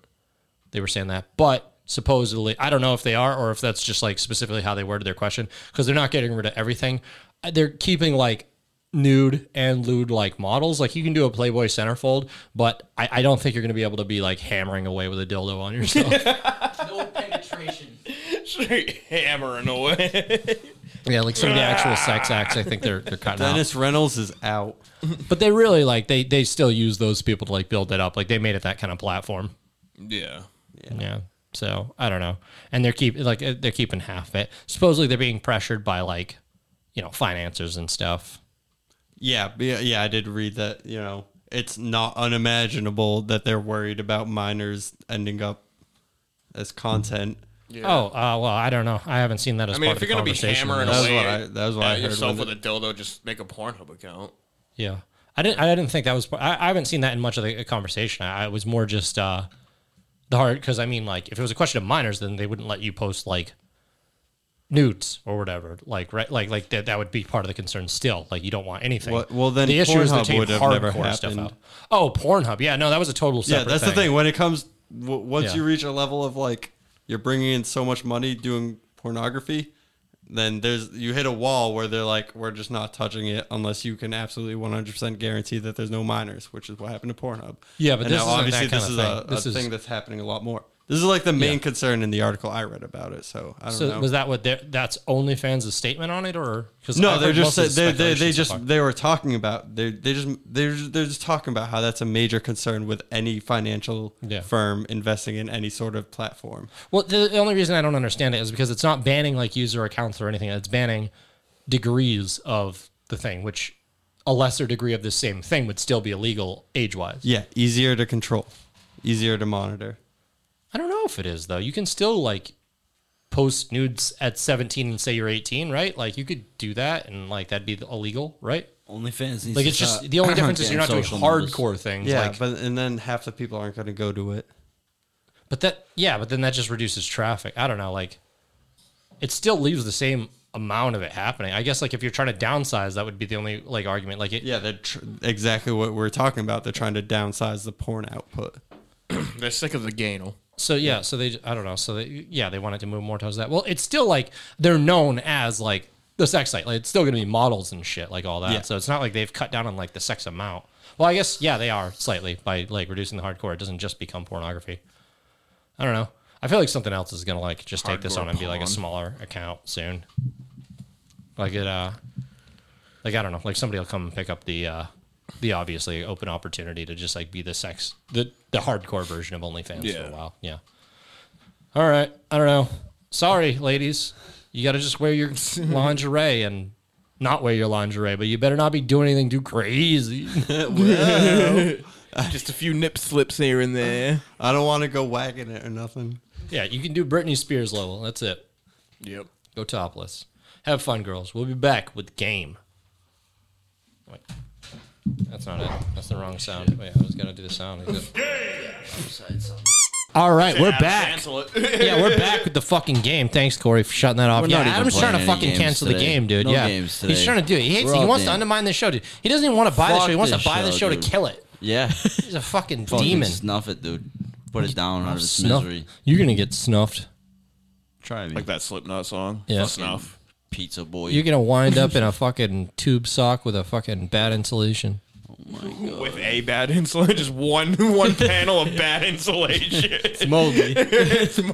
Speaker 3: they were saying that, but supposedly, I don't know if they are or if that's just like specifically how they worded their question because they're not getting rid of everything. Uh, They're keeping like nude and lewd like models. Like you can do a Playboy centerfold, but I, I don't think you're going to be able to be like hammering away with a dildo on yourself.
Speaker 7: <laughs> No penetration.
Speaker 4: <laughs> Straight hammering away.
Speaker 3: Yeah, like some of the actual sex acts, I think they're they're cutting out.
Speaker 2: Dennis Reynolds is out.
Speaker 3: But they really like they they still use those people to like build it up. Like they made it that kind of platform.
Speaker 4: <laughs> yeah.
Speaker 3: Yeah. So I don't know, and they're keep like uh, they're keeping half of it. Supposedly they're being pressured by like, you know, financiers and stuff.
Speaker 2: Yeah, yeah, yeah. I did read that. You know, it's not unimaginable that they're worried about minors ending up as content.
Speaker 3: Oh, uh, well, I don't know. I haven't seen that as
Speaker 4: I mean,
Speaker 3: part
Speaker 4: if
Speaker 3: of the
Speaker 4: you're gonna be
Speaker 3: conversation.
Speaker 4: hammering
Speaker 2: That was
Speaker 4: away,
Speaker 2: what I- that was what I
Speaker 4: at
Speaker 2: heard
Speaker 4: yourself
Speaker 2: with
Speaker 4: with a dildo, just make a Pornhub <laughs> account.
Speaker 3: Yeah. I didn't. I didn't think that was. part- I, I haven't seen that in much of the uh, conversation. I, I was more just uh, the hard because I mean, like, if it was a question of minors, then they wouldn't let you post like nudes or whatever. Like, right, like, like that. That would be part of the concern still. Like, you don't want anything.
Speaker 2: Well- well, then Pornhub
Speaker 3: taking
Speaker 2: would have never
Speaker 3: hardcore
Speaker 2: happened.
Speaker 3: Oh, Pornhub. Yeah, no, that was a total. Separate
Speaker 2: yeah, that's the thing. When it comes, w- once
Speaker 3: Yeah.
Speaker 2: you reach a level of like you're bringing in so much money doing pornography, then there's you hit a wall where they're like, we're just not touching it unless you can absolutely 100% guarantee that there's no minors, which is what happened to Pornhub.
Speaker 3: Yeah, but
Speaker 2: And
Speaker 3: this
Speaker 2: now
Speaker 3: isn't
Speaker 2: obviously
Speaker 3: that
Speaker 2: this
Speaker 3: kind
Speaker 2: is
Speaker 3: of
Speaker 2: a,
Speaker 3: thing. This
Speaker 2: a
Speaker 3: is-
Speaker 2: thing that's happening a lot more. This is like the main
Speaker 3: Yeah.
Speaker 2: concern in the article I read about it. So I don't
Speaker 3: So
Speaker 2: know.
Speaker 3: was that what? their- That's OnlyFans' statement on it, or because
Speaker 2: No, they're just they they, they just they were talking about they they just they're just- they're just talking about how that's a major concern with any financial
Speaker 3: Yeah.
Speaker 2: firm investing in any sort of platform.
Speaker 3: Well, the, the only reason I don't understand it is because it's not banning like user accounts or anything. It's banning degrees of the thing, which a lesser degree of the same thing would still be illegal age wise.
Speaker 2: Yeah, easier to control, easier to monitor.
Speaker 3: I don't know if it is though. You can still like post nudes at 17 and say you're 18, right? Like you could do that and like that'd be illegal, right?
Speaker 5: OnlyFans needs
Speaker 3: Like
Speaker 5: to
Speaker 3: it's just
Speaker 5: stop
Speaker 3: the only difference is
Speaker 5: getting
Speaker 3: you're not doing
Speaker 5: social
Speaker 3: hardcore
Speaker 5: numbers.
Speaker 3: things.
Speaker 2: Yeah,
Speaker 3: like, but,
Speaker 2: but and then half the people aren't going to go to it.
Speaker 3: that yeah, but then that just reduces traffic. I don't know, like it still leaves the same amount of it happening. I guess like if you're trying to downsize, that would be the only like argument. Like it,
Speaker 2: Yeah, they're tr- exactly what we're talking about. They're trying to downsize the porn output.
Speaker 4: They're sick of the gainal.
Speaker 3: So yeah, so they I don't know. So they yeah, they wanted to move more towards that. Well, it's still like they're known as like the sex site. Like it's still gonna be models and shit, like all that.
Speaker 2: Yeah.
Speaker 3: So it's not like they've cut down on like the sex amount. Well, I guess yeah, they are slightly by like reducing the hardcore. It doesn't just become pornography. I don't know. I feel like something else is gonna like just take this
Speaker 2: Hardcore
Speaker 3: on and be like a
Speaker 2: porn.
Speaker 3: smaller account soon. Like it uh like I don't know, like somebody will come and pick up the uh the obviously open opportunity to just like be the sex the the hardcore version of OnlyFans for
Speaker 4: Yeah.
Speaker 3: a while. Yeah. All right. I don't know. Sorry, ladies. You gotta just wear your lingerie and not wear your lingerie, but you better not be doing anything too crazy.
Speaker 4: <laughs> Just a few nip slips here and there.
Speaker 2: I don't want to go wagging it or nothing.
Speaker 3: yeah, you can do Britney Spears level. That's it.
Speaker 4: <laughs> Yep.
Speaker 3: Go topless. Have fun, girls. We'll be back with game. Wait. That's not it. That's the wrong sound. Wait, I was gonna do the sound. Is it- All right, we're back.
Speaker 4: Cancel it.
Speaker 3: Yeah, we're back with the fucking game. Thanks, Corey, for shutting that off.
Speaker 5: We're
Speaker 3: yeah,
Speaker 5: not even
Speaker 3: Adam's trying to
Speaker 5: playing any
Speaker 3: fucking
Speaker 5: games
Speaker 3: cancel the
Speaker 5: today.
Speaker 3: game, dude.
Speaker 5: No
Speaker 3: yeah,
Speaker 5: games
Speaker 3: he's
Speaker 5: today.
Speaker 3: trying to do it. He hates.
Speaker 5: We're
Speaker 3: He
Speaker 5: all
Speaker 3: wants to
Speaker 5: damn-
Speaker 3: undermine the show, dude. He doesn't even want to buy the
Speaker 5: Fuck
Speaker 3: show. He wants to
Speaker 5: this
Speaker 3: buy the show
Speaker 5: show, dude.
Speaker 3: to kill it.
Speaker 5: Yeah.
Speaker 3: He's a fucking
Speaker 5: <laughs> Fucking
Speaker 3: demon.
Speaker 5: Snuff it, dude. Put it down out of its
Speaker 3: Snuff-
Speaker 5: misery.
Speaker 3: You're gonna get snuffed.
Speaker 5: Try me.
Speaker 4: <laughs> Like that Slipknot song.
Speaker 3: Yeah.
Speaker 4: Snuff.
Speaker 5: Pizza boy. <laughs>
Speaker 3: You're gonna wind up in a fucking tube sock with a fucking bad insulation.
Speaker 4: With a bad insulation, <laughs> just one one panel of bad insulation. It's
Speaker 5: moldy.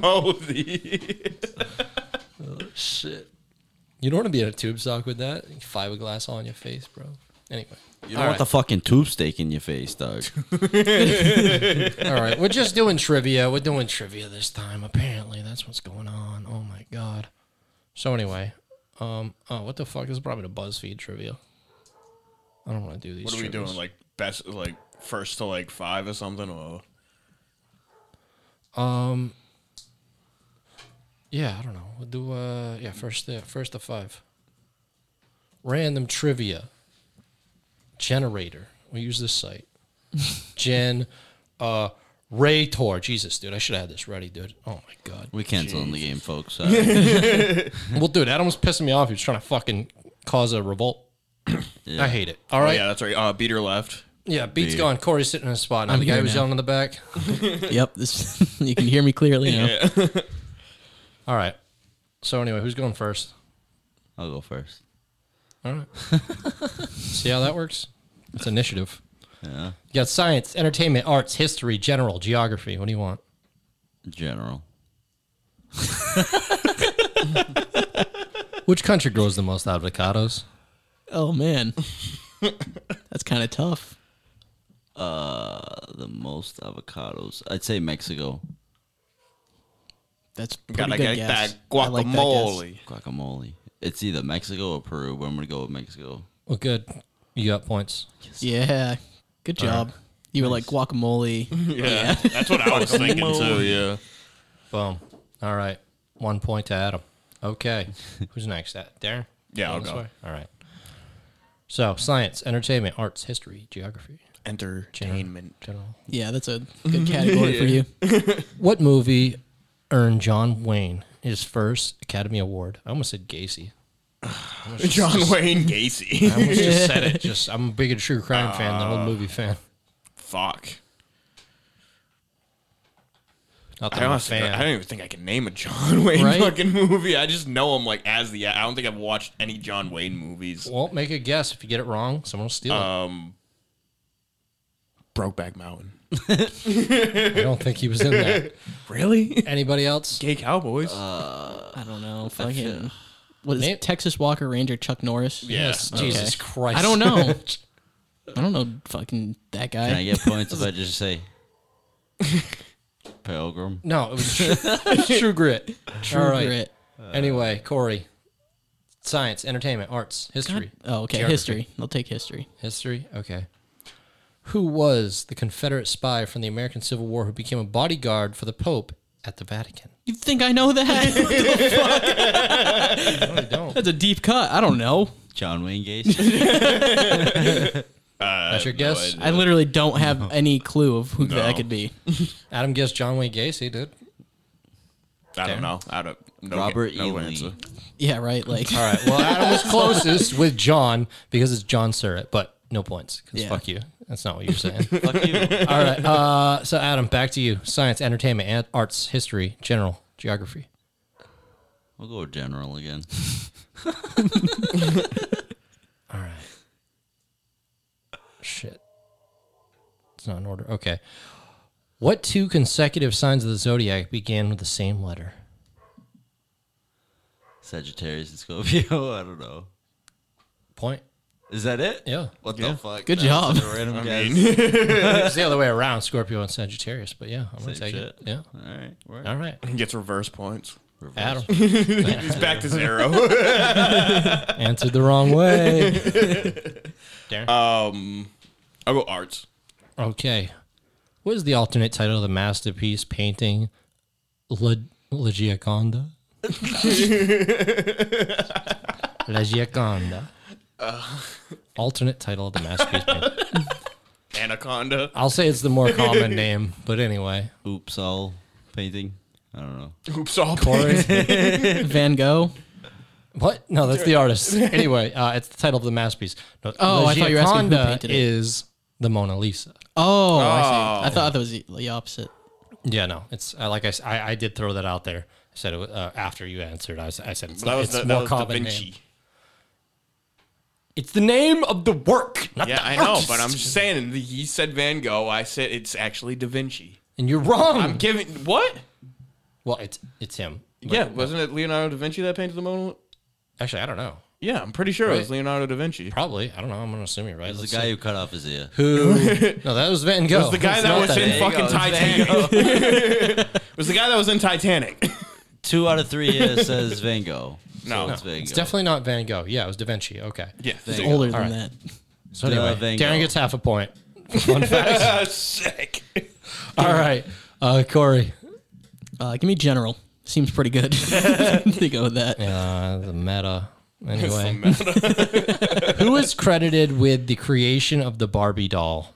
Speaker 4: <laughs> moldy.
Speaker 3: Shit. You don't want to be in a tube sock with that fiberglass on your face, bro. Anyway.
Speaker 5: You don't want the fucking tube steak in your face, <laughs> dog.
Speaker 3: All right, we're just doing trivia. We're doing trivia this time. Apparently, that's what's going on. Oh my god. So anyway, um, oh, what the fuck This is probably the BuzzFeed trivia? I don't want to do these.
Speaker 4: What are we
Speaker 3: trivias.
Speaker 4: doing? Like best, like first to like five or something, or
Speaker 3: Yeah, I don't know. We'll do uh, yeah, first there, first to five. Random trivia. Generator. We use this site.
Speaker 4: <laughs>
Speaker 3: Gen, uh, Ray Tor. Jesus, dude, I should have had this ready, dude. Oh my god.
Speaker 5: We canceling the game, folks. <laughs> Sorry.
Speaker 3: Well, dude, Adam was pissing me off. He was trying to fucking cause a revolt. I hate it. All
Speaker 4: oh
Speaker 3: right.
Speaker 4: yeah, that's right. Uh, beater left.
Speaker 3: yeah. beat's gone. Corey's sitting in his spot now. the guy
Speaker 6: here
Speaker 3: who's
Speaker 6: now.
Speaker 3: yelling in the back.
Speaker 6: Yep, this <laughs> you can hear
Speaker 4: <laughs>
Speaker 6: me clearly now.
Speaker 3: All right. So anyway, who's going first?
Speaker 5: I'll go first.
Speaker 3: All right. See how that works? It's initiative. You got science, entertainment, arts, history, general, geography. What do you want?
Speaker 5: General.
Speaker 3: Which country grows the most avocados?
Speaker 4: <laughs>
Speaker 6: Oh man, that's kind of tough.
Speaker 5: The most avocados. I'd say Mexico.
Speaker 6: That's pretty
Speaker 4: Gotta get
Speaker 6: good guess.
Speaker 4: that
Speaker 6: I like guess.
Speaker 4: guacamole.
Speaker 5: Guacamole. It's either Mexico or Peru, but I'm gonna go with Mexico.
Speaker 3: Well, good. You got points.
Speaker 6: Yeah, good job. You were like
Speaker 4: <laughs>
Speaker 6: guacamole.
Speaker 4: yeah, that's what I was thinking too. Oh, Yeah,
Speaker 3: Boom. All right. One point to Adam. Okay. Who's next? Uh, Darren?
Speaker 4: Yeah, I'll
Speaker 3: This
Speaker 4: go.
Speaker 3: way? All right. So, science, entertainment, arts, history, geography,
Speaker 4: Entertainment.
Speaker 3: general.
Speaker 6: yeah, that's a good category
Speaker 4: <laughs>
Speaker 6: for you.
Speaker 3: What movie earned John Wayne his first Academy Award? I almost said Gacy.
Speaker 4: John Wayne
Speaker 6: <laughs>
Speaker 4: Gacy.
Speaker 3: I almost just said <laughs> it. Just I'm a big true crime fan, not a movie fan.
Speaker 4: Fuck.
Speaker 3: Not
Speaker 4: I
Speaker 3: that I'm a
Speaker 4: don't, think,
Speaker 3: fan.
Speaker 4: I don't even think I can name a John <laughs> Wayne
Speaker 3: Right?
Speaker 4: fucking movie. I just know him like as the. I don't think I've watched any John Wayne movies.
Speaker 3: well, make a guess. If you get it wrong, someone will steal
Speaker 4: Um, Brokeback Mountain.
Speaker 3: it. I don't think he was in <laughs> there.
Speaker 4: Really? Uh,
Speaker 3: Anybody else?
Speaker 4: <laughs> Gay Cowboys.
Speaker 6: I don't know. Fucking
Speaker 5: shit.
Speaker 6: what is
Speaker 3: Name-
Speaker 6: it? Texas Walker Ranger Chuck Norris?
Speaker 3: Yes.
Speaker 4: Yeah.
Speaker 3: Jesus
Speaker 6: Okay.
Speaker 3: Christ.
Speaker 6: I
Speaker 4: <laughs>
Speaker 6: don't know. I don't know fucking that guy.
Speaker 5: Can I get points if I just
Speaker 6: <laughs>
Speaker 5: say Pilgrim?
Speaker 3: <laughs> No, it was
Speaker 6: <laughs>
Speaker 3: true, it was true grit. True
Speaker 6: Grit.
Speaker 3: Anyway, Corey. Science, entertainment, arts, history.
Speaker 6: Oh, okay.
Speaker 3: Geography.
Speaker 6: History. I'll take history.
Speaker 3: History? Okay. Who was the Confederate spy from the American Civil War who became a bodyguard for the Pope at the Vatican?
Speaker 6: You think I
Speaker 4: <laughs>
Speaker 6: know that?
Speaker 3: No, I don't.
Speaker 6: That's a deep cut. I don't know.
Speaker 5: John Wayne
Speaker 6: <laughs>
Speaker 5: Gacy.
Speaker 3: That's your guess?
Speaker 6: I literally don't have any clue of who that could be. <laughs>
Speaker 3: Adam guessed John Wayne Gacy, dude.
Speaker 4: I don't know. I don't. No,
Speaker 5: Robert
Speaker 4: no
Speaker 5: E. Lee.
Speaker 4: answer.
Speaker 6: Yeah, right. Like
Speaker 3: All right. Well, Adam was closest with John because it's John Surratt, but No points. Because
Speaker 5: Yeah.
Speaker 3: fuck you. That's not what you're saying.
Speaker 5: <laughs> Fuck you.
Speaker 3: All right. Uh, so, Adam, back to you. Science, entertainment, and arts, history, general, geography.
Speaker 5: We'll go with general again.
Speaker 3: All right. Shit. It's not in order. Okay. What two consecutive signs of the zodiac began with the same letter?
Speaker 5: Sagittarius and Scorpio. <laughs> I don't know.
Speaker 3: Point.
Speaker 5: Is that it?
Speaker 3: Yeah.
Speaker 5: What the fuck?
Speaker 6: Good
Speaker 5: That was
Speaker 6: job.
Speaker 5: such a
Speaker 4: <laughs>
Speaker 5: random
Speaker 4: I
Speaker 5: guess.
Speaker 4: mean,
Speaker 3: It's the other way around, Scorpio and Sagittarius. But yeah, I'm going to
Speaker 5: Same
Speaker 3: take
Speaker 5: shit.
Speaker 3: it. Yeah.
Speaker 5: All right. Work.
Speaker 3: All right.
Speaker 4: he gets reverse points.
Speaker 5: Reverse.
Speaker 3: Adam
Speaker 4: He's back to <laughs> zero.
Speaker 3: answered the wrong way. <laughs>
Speaker 4: I'll go arts.
Speaker 3: Okay. What is the alternate title of the masterpiece painting La, La
Speaker 5: <laughs>
Speaker 3: Gioconda? La Gioconda.
Speaker 5: Uh.
Speaker 3: alternate title of the masterpiece painting.
Speaker 4: Anaconda.
Speaker 3: I'll say it's the more common name, but anyway.
Speaker 5: <laughs> Oops, all painting. I don't know.
Speaker 4: Oops, all
Speaker 6: Van Gogh.
Speaker 3: What? No, that's the artist. Anyway, uh, it's the title of the masterpiece. No,
Speaker 6: Oh, I thought you were asking who
Speaker 3: Gioconda
Speaker 6: painted it.
Speaker 3: is the Mona Lisa.
Speaker 6: Oh, I see. I thought that was the- the opposite.
Speaker 3: Yeah, no, it's uh, like I, s- I- I did throw that out there. I said it, wa- uh, after you answered, I, was, I said it's,
Speaker 4: <laughs> That was,
Speaker 3: it's
Speaker 4: the,
Speaker 3: more
Speaker 4: that was Da
Speaker 3: common name.
Speaker 4: Vinci.
Speaker 3: It's the name of the work, not <laughs>
Speaker 4: Yeah,
Speaker 3: the
Speaker 4: I know,
Speaker 3: artist.
Speaker 4: but I'm just saying. He said Van Gogh. I said it's actually Da Vinci.
Speaker 3: and you're wrong.
Speaker 4: I'm giving what?
Speaker 3: well, it's it's him. But-
Speaker 4: yeah, wasn't it Leonardo da Vinci that painted the Mona?
Speaker 3: actually, I don't know.
Speaker 4: Yeah, I'm pretty sure it was Leonardo da Vinci.
Speaker 3: Probably, I don't know. I'm gonna assume you're right.
Speaker 5: There's
Speaker 3: Let's
Speaker 5: a guy
Speaker 3: see.
Speaker 5: who cut off his ear.
Speaker 3: who no, that was Van Gogh.
Speaker 4: was the guy
Speaker 3: Oh, It's
Speaker 4: that
Speaker 3: not
Speaker 4: was in
Speaker 5: Van
Speaker 4: fucking
Speaker 5: Gogh.
Speaker 4: Titanic. <laughs> was the guy that was
Speaker 3: <laughs>
Speaker 4: in Titanic.
Speaker 5: Two out of three here
Speaker 4: <laughs>
Speaker 5: says Van Gogh. So
Speaker 4: No.
Speaker 5: it's Van Gogh.
Speaker 3: It's definitely not Van Gogh. Yeah, it was Da Vinci. Okay.
Speaker 4: yeah, <laughs>
Speaker 6: It's older than that.
Speaker 3: So
Speaker 5: Duh,
Speaker 3: anyway,
Speaker 5: Van
Speaker 3: Darren
Speaker 5: Gogh.
Speaker 3: gets half a point.
Speaker 4: <laughs>
Speaker 3: Fun fact.
Speaker 4: sick.
Speaker 3: All right, uh, Corey.
Speaker 6: Uh, give me general. Seems pretty
Speaker 3: <laughs>
Speaker 6: good <laughs> to go with that.
Speaker 3: Uh, the meta. Anyway, <laughs> who is credited with the creation of the Barbie doll?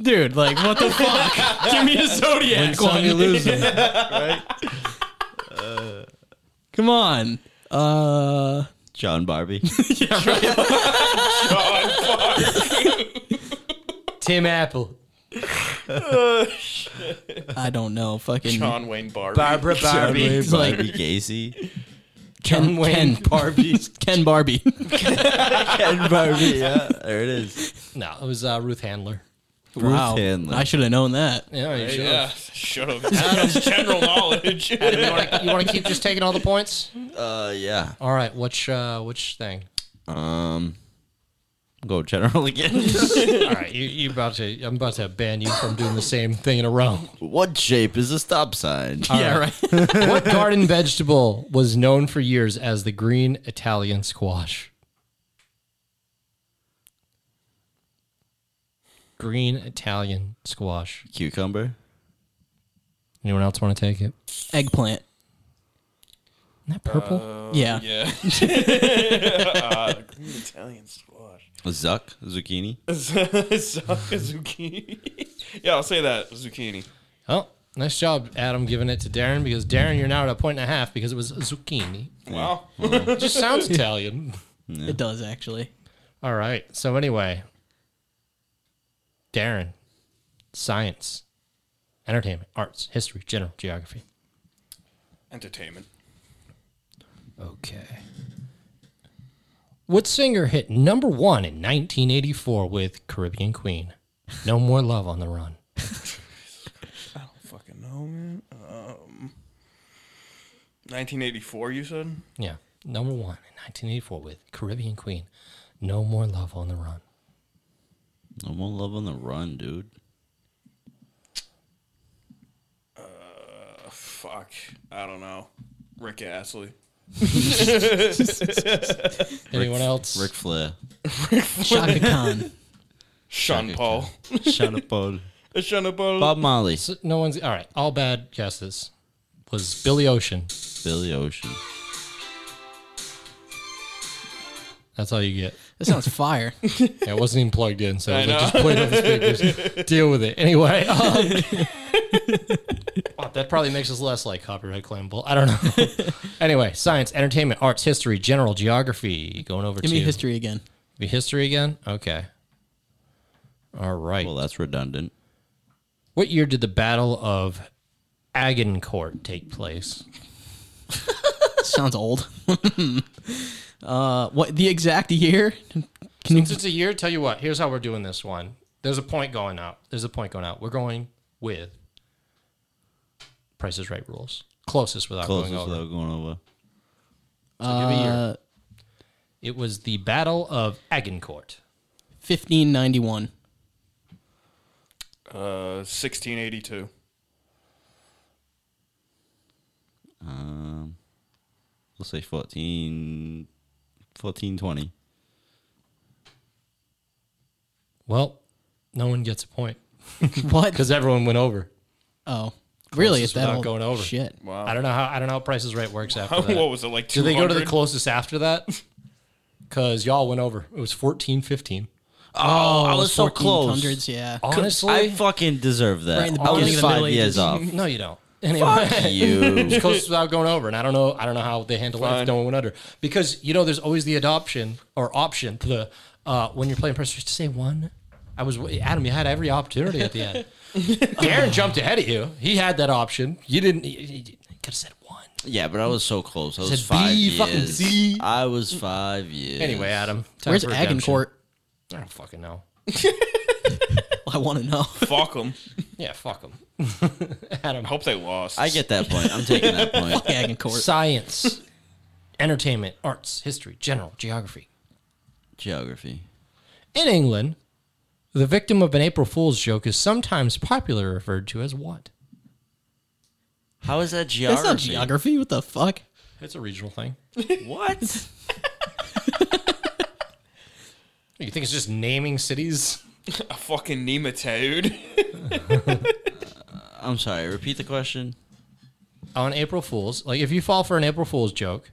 Speaker 6: Dude, like, what
Speaker 3: <laughs>
Speaker 6: the fuck? give me a Zodiac one.
Speaker 3: you lose
Speaker 6: <laughs>
Speaker 3: them.
Speaker 6: Uh, Come on. Uh,
Speaker 5: John Barbie.
Speaker 6: <laughs>
Speaker 3: Tim Apple,
Speaker 6: I don't know. Fucking
Speaker 4: John Wayne Barbie. <laughs>
Speaker 3: Barbara Barbie,
Speaker 6: It's like
Speaker 5: Barbie Gacy.
Speaker 6: Ken,
Speaker 3: John Wayne
Speaker 6: Ken Barbie. Ken
Speaker 5: <laughs>
Speaker 6: Barbie. <laughs>
Speaker 5: Ken Barbie. Yeah, there it is.
Speaker 3: No, it was uh, Ruth Handler.
Speaker 5: Ruth Handler.
Speaker 6: I should have known that.
Speaker 3: Yeah, you sure.
Speaker 4: Yeah, shut
Speaker 3: <laughs>
Speaker 4: up. That's general knowledge.
Speaker 3: You want, to, keep just taking all the points?
Speaker 5: uh, yeah.
Speaker 3: <laughs> All right, which uh, which thing?
Speaker 5: Um, go general <laughs> again.
Speaker 3: All right, you you about to? I'm about to ban you from doing the same thing in a row.
Speaker 5: what shape is a stop sign?
Speaker 6: yeah, right.
Speaker 3: <laughs> What
Speaker 6: <laughs>
Speaker 3: garden vegetable was known for years as the green Italian squash? Green Italian squash.
Speaker 5: Cucumber.
Speaker 3: Anyone else want to take it?
Speaker 6: Eggplant.
Speaker 3: Isn't that purple?
Speaker 6: yeah.
Speaker 4: yeah. uh, green Italian squash.
Speaker 5: Zuck. Zucchini.
Speaker 4: zucchini. <laughs> Yeah, I'll say that zucchini.
Speaker 3: Oh, nice job, Adam, giving it to Darren because Darren, you're now at a point and a half because it was zucchini.
Speaker 4: Wow.
Speaker 3: <laughs> It just sounds Italian.
Speaker 6: It does,
Speaker 3: <laughs>
Speaker 6: actually.
Speaker 3: All right. So anyway, Darren, science, entertainment, arts, history, general geography.
Speaker 4: Entertainment.
Speaker 3: Okay. What singer hit number one in 1984 with Caribbean Queen? No more love on the run.
Speaker 4: Fucking no, man. Um, 1984, you said?
Speaker 3: Yeah, number one in 1984 with Caribbean Queen. No more love on the run.
Speaker 5: No more love on the run, dude.
Speaker 4: Fuck. I don't know. Rick Astley.
Speaker 3: Anyone else?
Speaker 5: Ric Flair.
Speaker 6: Shaka Khan.
Speaker 4: Sean Paul.
Speaker 5: Shut up, Paul.
Speaker 4: Sean Paul.
Speaker 5: Bob Marley.
Speaker 3: S- No one's. All right. All bad guesses. Was Billy Ocean.
Speaker 5: Billy Ocean.
Speaker 3: That's all you get.
Speaker 6: That sounds
Speaker 3: <laughs>
Speaker 6: fire.
Speaker 3: Yeah, it wasn't even plugged in, so it was like, just put it on the speakers. Deal with it. Anyway, um, Fuck, that probably makes us less like copyright claimable. I don't know. anyway, science, entertainment, arts, history, general geography. Going over
Speaker 6: Give
Speaker 3: to
Speaker 6: me history again.
Speaker 3: Be history again. Okay. All right.
Speaker 5: Well, that's redundant.
Speaker 3: What year did the Battle of Agincourt take place?
Speaker 6: Sounds old. <laughs> uh, what the exact year? Can you?
Speaker 3: Since it's a year, tell you what, here's how we're doing this one. There's a point going out. There's a point going out. We're going with Price is Right rules. Closest without
Speaker 5: Closest
Speaker 3: going over.
Speaker 5: without going over.
Speaker 3: So give a year.
Speaker 6: Uh,
Speaker 3: It was the Battle of Agincourt.
Speaker 6: 1591.
Speaker 4: Uh, 1682.
Speaker 5: Um, we'll say 14, 1420.
Speaker 3: Well, no one gets a point
Speaker 6: What?
Speaker 3: because everyone went over.
Speaker 6: Oh, really? It's
Speaker 3: Closest
Speaker 6: that
Speaker 3: without
Speaker 6: old?
Speaker 3: going over.
Speaker 6: Shit.
Speaker 4: Wow.
Speaker 3: I don't know how I don't know how Price is Right works
Speaker 5: <laughs>
Speaker 3: after that.
Speaker 4: what was it like? 200?
Speaker 3: Do they go to the closest after that? Because y'all went over. It was fourteen fifteen.
Speaker 5: Oh, I
Speaker 6: Those
Speaker 5: was so
Speaker 6: 1400s,
Speaker 5: close.
Speaker 6: Yeah.
Speaker 3: Honestly,
Speaker 5: I fucking deserve that.
Speaker 6: Right in the
Speaker 5: I
Speaker 6: beginning
Speaker 5: was
Speaker 6: of the
Speaker 5: five
Speaker 6: Middle
Speaker 5: years <laughs>
Speaker 6: Ages.
Speaker 5: off.
Speaker 6: <laughs>
Speaker 3: no, you don't. Anyway,
Speaker 5: you.
Speaker 3: it's <laughs> closest without going over, and I don't know. I don't know how they handle it if
Speaker 4: Fine.
Speaker 3: no one went under. Because you know, there's always the adoption or option to the uh, when you're playing press to say one. I was Adam. You had every opportunity at the <laughs> end. Darren jumped ahead of you. He had that option. You didn't. You, could have said one.
Speaker 5: Yeah, but I was so close. I was
Speaker 3: Said
Speaker 5: five
Speaker 3: B,
Speaker 5: years.
Speaker 3: fucking C.
Speaker 5: I was five years.
Speaker 3: Anyway, Adam. time
Speaker 6: Where's
Speaker 3: for redemption.
Speaker 6: Agincourt?
Speaker 3: I don't fucking know.
Speaker 6: <laughs> I want to
Speaker 3: <laughs>
Speaker 6: know.
Speaker 4: Fuck them.
Speaker 3: Yeah, fuck them. <laughs> Adam.
Speaker 4: I hope they lost.
Speaker 5: I get that point. I'm taking that point.
Speaker 6: Agincourt.
Speaker 3: science, entertainment, arts, history, general, geography.
Speaker 5: Geography.
Speaker 3: In England, the victim of an April Fool's joke is sometimes popularly referred to as what?
Speaker 5: How is that
Speaker 6: That's
Speaker 5: geography?
Speaker 6: not geography. What the fuck?
Speaker 3: It's a regional thing. <laughs>
Speaker 5: What?
Speaker 3: You think it's just naming cities?
Speaker 4: a fucking <laughs> nematode.
Speaker 5: I'm sorry. Repeat the question.
Speaker 3: On April Fool's, like if you fall for an April Fool's joke,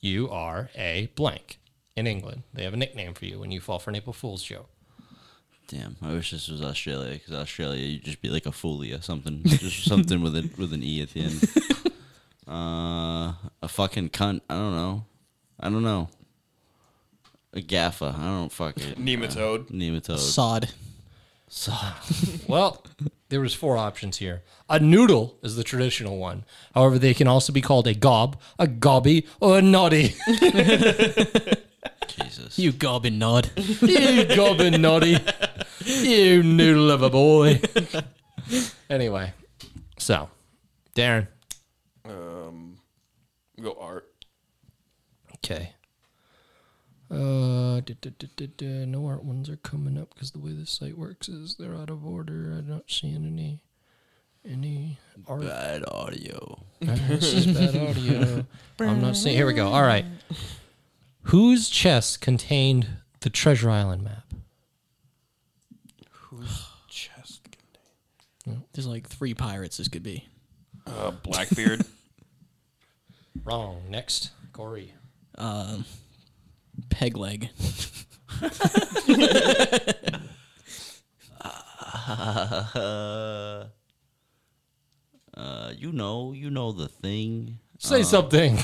Speaker 3: you are a blank. In England, they have a nickname for you when you fall for an April Fool's joke.
Speaker 5: Damn, I wish this was Australia because Australia, you'd just be like a foolie or something,
Speaker 3: <laughs>
Speaker 5: just something with a, with an e at the end. Uh, a fucking cunt. I don't know. I don't know. A gaffer. I don't
Speaker 3: <laughs>
Speaker 5: fuck it.
Speaker 4: Nematode.
Speaker 5: Nematode.
Speaker 6: Sod.
Speaker 3: Well, there was four options here. A noodle is the traditional one. However, they can also be called a gob, a gobby, or a noddy.
Speaker 5: Jesus.
Speaker 6: You
Speaker 3: <laughs>
Speaker 6: gobbin nod.
Speaker 3: you gobbin noddy. You noodle of a boy. anyway, so Darren.
Speaker 4: Go art.
Speaker 3: Okay. Uh, duh, duh, duh, duh, duh. no art ones are coming up because the way this site works is they're out of order. I'm not seeing any any art.
Speaker 5: Bad audio.
Speaker 3: This is <laughs> bad audio. I'm not seeing. Here we go. All right. Whose chest contained the Treasure Island map?
Speaker 4: Chest.
Speaker 6: There's like three pirates. This could be.
Speaker 4: Uh,
Speaker 3: <laughs>
Speaker 4: Blackbeard.
Speaker 3: Wrong. Next, Corey.
Speaker 6: Peg leg.
Speaker 5: Uh, <laughs> uh, you know, you know the thing.
Speaker 3: Say something.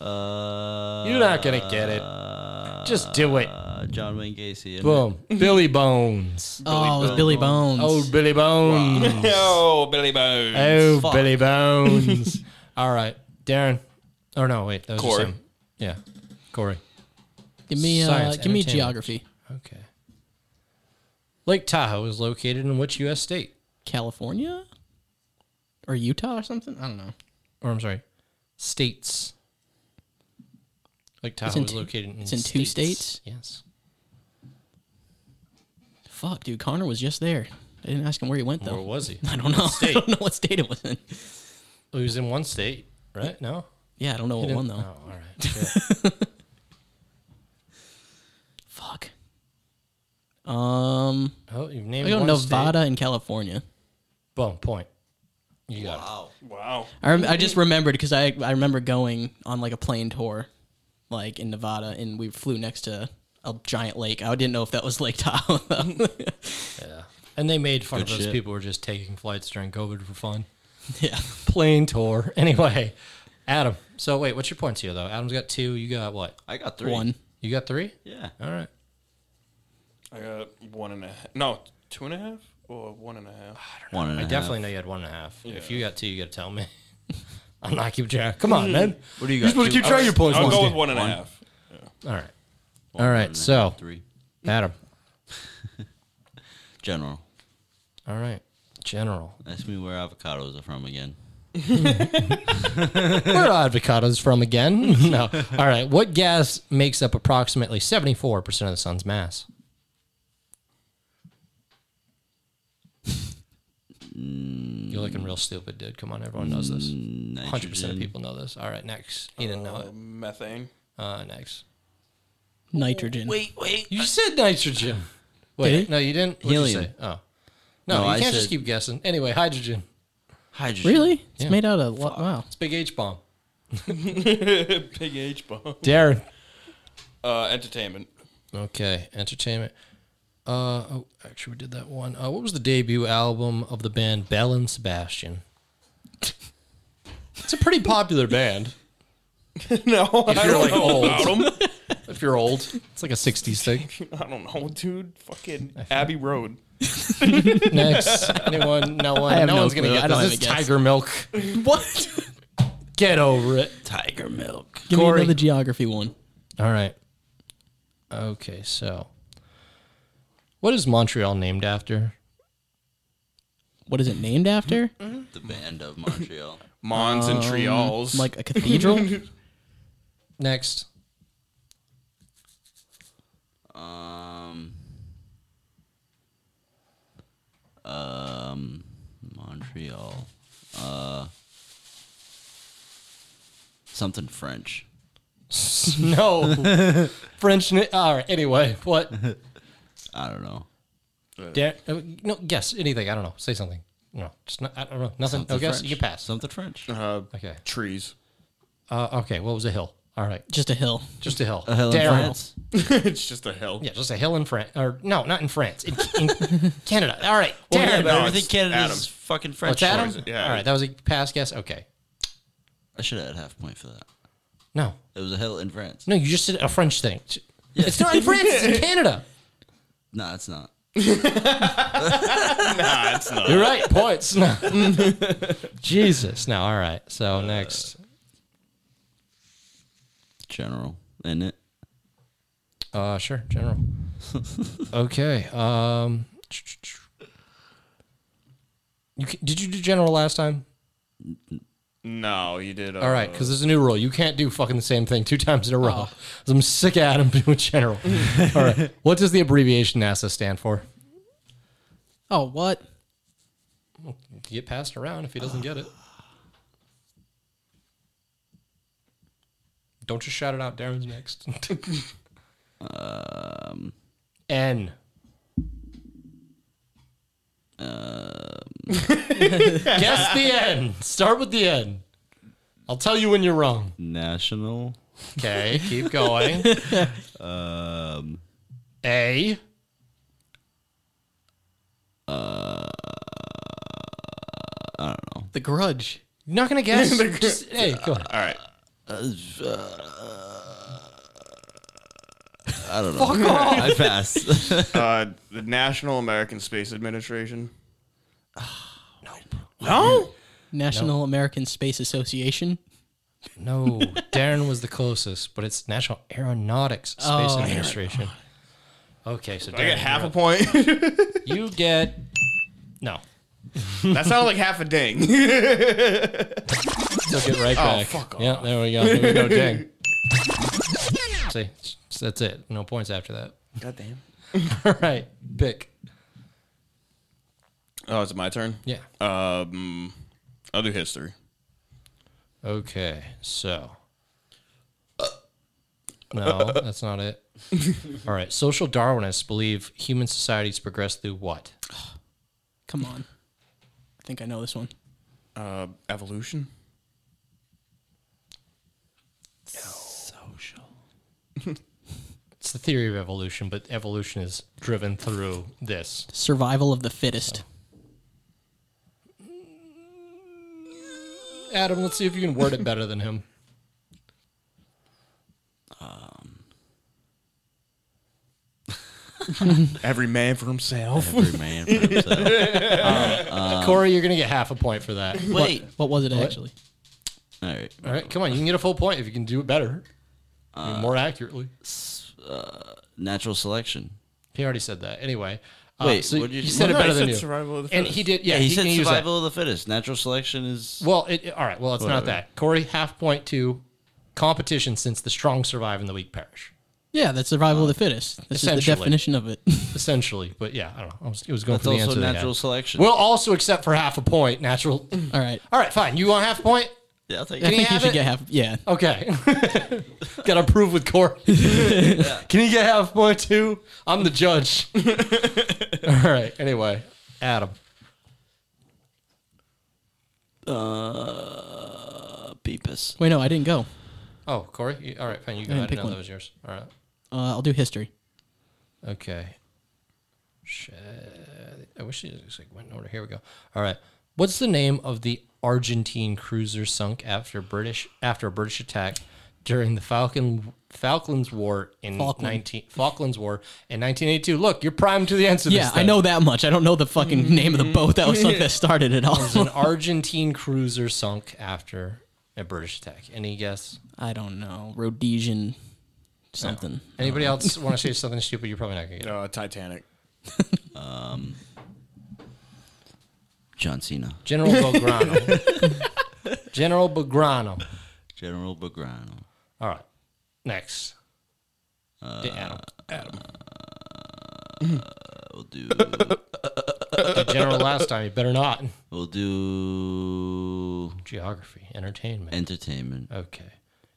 Speaker 5: Uh,
Speaker 3: You're not gonna get it. Just do it.
Speaker 5: Uh, John Wayne Gacy. isn't
Speaker 3: Boom. <laughs> Billy Bones.
Speaker 6: oh, it was Billy Bones.
Speaker 3: Oh, Billy Bones.
Speaker 6: <laughs>
Speaker 4: Yo, Billy Bones.
Speaker 3: Oh,
Speaker 5: Fuck.
Speaker 3: Billy Bones. <laughs> All right, Darren. Oh no, wait. That was just
Speaker 4: Corey.
Speaker 3: him. Yeah, Corey.
Speaker 6: give me, uh,
Speaker 3: Science,
Speaker 6: give me
Speaker 3: entertainment.
Speaker 6: geography.
Speaker 3: Okay. Lake Tahoe is located in which U.S. state?
Speaker 6: California, or Utah, or something. I don't know.
Speaker 3: Or I'm sorry, states. Lake Tahoe
Speaker 6: in
Speaker 3: is
Speaker 6: two-
Speaker 3: located in.
Speaker 6: it's in two states?
Speaker 3: Yes.
Speaker 6: Fuck, dude. Connor was just there. I didn't ask him where he went
Speaker 3: Where
Speaker 6: though.
Speaker 3: was he?
Speaker 6: <laughs> I don't know. <laughs> I
Speaker 3: State.
Speaker 6: don't know what state it was in.
Speaker 3: He was in one state, right? No.
Speaker 6: Yeah, I don't know what
Speaker 3: He
Speaker 6: one
Speaker 3: didn't-
Speaker 6: though.
Speaker 3: Oh, all right.
Speaker 6: <laughs>
Speaker 3: Shit.
Speaker 6: Fuck. Um,
Speaker 3: oh, you've named
Speaker 6: I go
Speaker 3: one
Speaker 6: Nevada
Speaker 3: State.
Speaker 6: and California.
Speaker 3: Boom. Point. You got it.
Speaker 4: Wow.
Speaker 6: I, rem- I just remembered because I I remember going on like a plane tour, like in Nevada, and we flew next to a giant lake. I didn't know if that was Lake Tahoe. Though.
Speaker 3: And they made fun of those
Speaker 5: shit.
Speaker 3: people who were just taking flights during COVID for <laughs> fun.
Speaker 6: yeah.
Speaker 3: plane tour. <laughs> Anyway, Adam. So wait, what's your points here though? Adam's got two. You got what?
Speaker 5: I got three.
Speaker 6: One.
Speaker 3: You got three.
Speaker 5: Yeah.
Speaker 3: All right.
Speaker 4: I got one one and a half. No, two and a half or one and a half.
Speaker 5: One and a
Speaker 3: I
Speaker 5: half.
Speaker 3: definitely know you had one and a half. If you got two, you got to tell me. <laughs> I'm not keep track. Come on, <laughs> man.
Speaker 5: What do you
Speaker 3: You're
Speaker 5: got? Oh,
Speaker 3: supposed to
Speaker 5: Two-
Speaker 3: keep track of your points.
Speaker 4: I'll
Speaker 3: once
Speaker 4: go
Speaker 3: a
Speaker 4: with
Speaker 3: day.
Speaker 4: one and a half.
Speaker 3: All right. All right. So,
Speaker 5: three.
Speaker 3: Adam.
Speaker 5: General.
Speaker 3: All right. General.
Speaker 5: Ask me where avocados are from again.
Speaker 3: Where are avocados from again? <laughs> no. All right. What gas makes up approximately 74% of the sun's mass? You're looking real stupid, dude. Come on. Everyone knows this. 100% of
Speaker 5: Nitrogen.
Speaker 3: people know this. All right. Next. You didn't know
Speaker 4: Um,
Speaker 3: it.
Speaker 4: Methane.
Speaker 3: Uh, next.
Speaker 6: Nitrogen.
Speaker 5: Wait, wait.
Speaker 3: You said nitrogen. Wait.
Speaker 6: Did he?
Speaker 3: No, you didn't. What'd you
Speaker 5: Helium.
Speaker 3: say? Oh. No,
Speaker 5: No,
Speaker 3: you
Speaker 5: I
Speaker 3: can't just
Speaker 5: said-
Speaker 3: keep guessing. Anyway, hydrogen.
Speaker 5: Hydrogen.
Speaker 6: Really? It's made out of what? Wow.
Speaker 3: It's big H bomb.
Speaker 4: <laughs> Big H bomb.
Speaker 3: Darren.
Speaker 4: Uh, entertainment.
Speaker 3: Okay, entertainment. Uh, oh, actually, we did that one. Uh, what was the debut album of the band Bell and Sebastian? it's a pretty popular band.
Speaker 4: <laughs> No, I
Speaker 3: If you're
Speaker 4: don't
Speaker 3: like
Speaker 4: know
Speaker 3: old,
Speaker 4: about 'em.
Speaker 3: if you're old, it's like a '60s thing.
Speaker 4: I don't know, dude. Fucking Abbey Road.
Speaker 3: <laughs> Next, anyone? No one.
Speaker 6: I have
Speaker 3: no,
Speaker 6: no
Speaker 3: one's gonna
Speaker 6: clue. I
Speaker 3: get
Speaker 6: don't
Speaker 3: this.
Speaker 6: have
Speaker 3: It's
Speaker 6: a guess.
Speaker 3: Tiger <laughs> Milk.
Speaker 6: What?
Speaker 3: Get over it.
Speaker 5: Tiger milk.
Speaker 6: Give
Speaker 3: Corey.
Speaker 6: me another geography one.
Speaker 3: All right. Okay, so what is Montreal named after?
Speaker 6: What is it named after?
Speaker 5: The band
Speaker 3: <laughs>
Speaker 5: of Montreal.
Speaker 4: Mons
Speaker 3: Um,
Speaker 4: and Trials.
Speaker 6: Like a cathedral?
Speaker 3: Next,
Speaker 5: um. Um. Montreal. Uh. Something French.
Speaker 3: <laughs> no
Speaker 5: <laughs>
Speaker 3: French. ni- All right. Anyway, what?
Speaker 5: I don't know.
Speaker 3: Dar- uh, no, guess anything. I don't know. Say something. No, just not, I don't know. Nothing.
Speaker 5: Something
Speaker 3: no guess.
Speaker 5: French.
Speaker 3: You can pass.
Speaker 5: Something French.
Speaker 3: Okay.
Speaker 4: trees.
Speaker 3: Uh, okay. What was a hill? All right.
Speaker 6: Just a hill.
Speaker 3: Just a hill.
Speaker 5: A hill in
Speaker 3: Darren.
Speaker 5: France.
Speaker 4: <laughs> it's just a hell.
Speaker 3: Yeah, just a hill in France. Or no, not in France. In,
Speaker 5: <laughs>
Speaker 3: in Canada. All right. Darren.
Speaker 5: Yeah, but
Speaker 4: no,
Speaker 5: everything
Speaker 4: it's
Speaker 5: Canada is
Speaker 4: Adam.
Speaker 5: fucking
Speaker 3: Oh,
Speaker 5: French.
Speaker 3: it's Adam.
Speaker 5: Sorry.
Speaker 4: Yeah.
Speaker 3: All right. That was a pass guess. Okay.
Speaker 5: I should have had half a point for that.
Speaker 3: No.
Speaker 5: It was a hill in France.
Speaker 3: No, you just said a French thing. It's not in France. It's
Speaker 5: <laughs>
Speaker 3: in Canada.
Speaker 5: No, it's not.
Speaker 4: Nah, it's not.
Speaker 3: You're right.
Speaker 5: <laughs>
Speaker 3: Points. <laughs> No. Jesus. No. All right. So next.
Speaker 5: General, isn't it?
Speaker 3: Uh, sure, general. okay. Um, you ca did you do general last time?
Speaker 4: <laughs> No, you did. Uh,
Speaker 3: All right, because there's a new rule. You can't do fucking the same thing two times in a row. 'Cause I'm sick of Adam <laughs> doing general. All right. What does the abbreviation NASA stand for?
Speaker 6: Oh, what?
Speaker 3: You get passed around if he doesn't get it. Don't just shout it out. Darren's next. <laughs>
Speaker 5: Um,
Speaker 3: N. um, <laughs> Guess the N. Start with the N. I'll tell you when you're wrong. <laughs>
Speaker 5: national.
Speaker 3: Okay, keep <laughs> going.
Speaker 5: Um,
Speaker 3: A.
Speaker 6: The Grudge.
Speaker 3: You're not gonna <laughs> guess. Just, hey, go ahead.
Speaker 4: All right.
Speaker 5: I don't know. Fuck off. I pass. <laughs>
Speaker 4: Uh, the National American Space Administration. No.
Speaker 6: National American Space Association.
Speaker 3: No, Darren was the closest, but it's National Aeronautics Space
Speaker 6: Oh.
Speaker 3: Administration. Okay, so Darren,
Speaker 4: I get half
Speaker 3: you're
Speaker 4: a
Speaker 3: up.
Speaker 4: point. <laughs>
Speaker 3: You get no.
Speaker 4: that sounded like half a ding. <laughs>
Speaker 3: Took it right back.
Speaker 4: Oh, fuck
Speaker 3: Yeah, there we go. There we go.
Speaker 4: <laughs>
Speaker 3: Dang. See, s- that's it. No points after that. <laughs>
Speaker 4: Goddamn.
Speaker 3: All right, Bick.
Speaker 4: Oh, is it my turn?
Speaker 3: Yeah.
Speaker 4: Um, I'll do history.
Speaker 3: Okay, so.
Speaker 4: Uh.
Speaker 3: No, that's not it.
Speaker 4: <laughs>
Speaker 3: All right. Social Darwinists believe human societies progress through what?
Speaker 6: Come on. I think I know this one.
Speaker 4: Uh, evolution.
Speaker 3: It's the theory of evolution, but evolution is driven through this.
Speaker 6: Survival of the fittest.
Speaker 3: Adam, let's see if you can word it better than
Speaker 5: <laughs>
Speaker 3: him.
Speaker 4: Every man for himself.
Speaker 5: Every man for himself. Um,
Speaker 3: Corey, you're gonna get half a point for that.
Speaker 5: Wait.
Speaker 6: What was it actually?
Speaker 5: <laughs> All right.
Speaker 3: All right, come on, you can get a full point if you can do it better, more
Speaker 5: Uh,
Speaker 3: accurately.
Speaker 5: Natural selection.
Speaker 3: He already said that. Anyway, um,
Speaker 5: Wait,
Speaker 3: so
Speaker 5: what did you
Speaker 3: he
Speaker 5: say?
Speaker 3: said it
Speaker 4: No, he
Speaker 3: better
Speaker 4: said
Speaker 3: than you.
Speaker 4: survival of the
Speaker 3: and
Speaker 4: fittest.
Speaker 3: he did. Yeah,
Speaker 5: Yeah, he,
Speaker 3: he
Speaker 5: said
Speaker 3: can use that.
Speaker 5: survival of the fittest. Natural selection is.
Speaker 3: Well, it, it- all right. Well, it's not that. Corey, half point to competition since the strong survive and the weak perish,
Speaker 6: Yeah, that's survival of the fittest. This is the
Speaker 3: essentially.
Speaker 6: definition of it. <laughs>
Speaker 3: essentially. But yeah, I don't know. I was, it was going
Speaker 5: That's
Speaker 3: for the
Speaker 5: also
Speaker 3: answer. they had.
Speaker 5: natural selection.
Speaker 3: We'll also accept for half a point. Natural.
Speaker 6: All right.
Speaker 3: all right, fine. You want half a point?
Speaker 5: yeah, I'll take
Speaker 6: I
Speaker 5: it.
Speaker 6: think you
Speaker 3: have
Speaker 6: should
Speaker 3: it? Oh.
Speaker 6: get half. Yeah.
Speaker 3: Okay. <laughs> Got to prove with
Speaker 6: <laughs>
Speaker 3: Corey. Can you get half a point too? I'm the
Speaker 6: <laughs>
Speaker 3: judge. all right. Anyway, Adam.
Speaker 5: Uh, Peepus.
Speaker 6: Wait, no, I didn't go.
Speaker 3: Oh, Corey. you- all right, fine. You go
Speaker 6: I didn't
Speaker 3: ahead.
Speaker 6: pick
Speaker 3: No,
Speaker 6: one.
Speaker 3: that was yours. All right.
Speaker 6: Uh, I'll do history.
Speaker 3: Okay. Shit. I wish it just, like went in order. Here we go. All right. What's the name of the Argentine cruiser sunk after British after a British attack during the Falcon Falklands War in
Speaker 6: Falkland.
Speaker 3: nineteen Falklands War in nineteen eighty two? Look, you're primed to the answer. to
Speaker 6: Yeah,
Speaker 3: this
Speaker 6: I
Speaker 3: thing.
Speaker 6: know that much. I don't know the fucking name of the boat that was sunk that started it all.
Speaker 3: An Argentine cruiser sunk after a British attack. Any guess?
Speaker 6: I don't know. Rhodesian something.
Speaker 3: Anybody
Speaker 6: Uh-huh.
Speaker 3: else want to say something stupid? You're probably not gonna get it.
Speaker 4: <laughs> Uh, Titanic.
Speaker 5: John Cena.
Speaker 3: General Belgrano.
Speaker 6: <laughs>
Speaker 3: General Belgrano.
Speaker 5: General Bagrano.
Speaker 3: All right. Next. Uh, Adam. Adam.
Speaker 5: We'll
Speaker 3: <laughs>
Speaker 5: do.
Speaker 3: The <laughs> general last time. You better not.
Speaker 5: we'll do
Speaker 3: Geography, entertainment.
Speaker 5: entertainment.
Speaker 3: okay.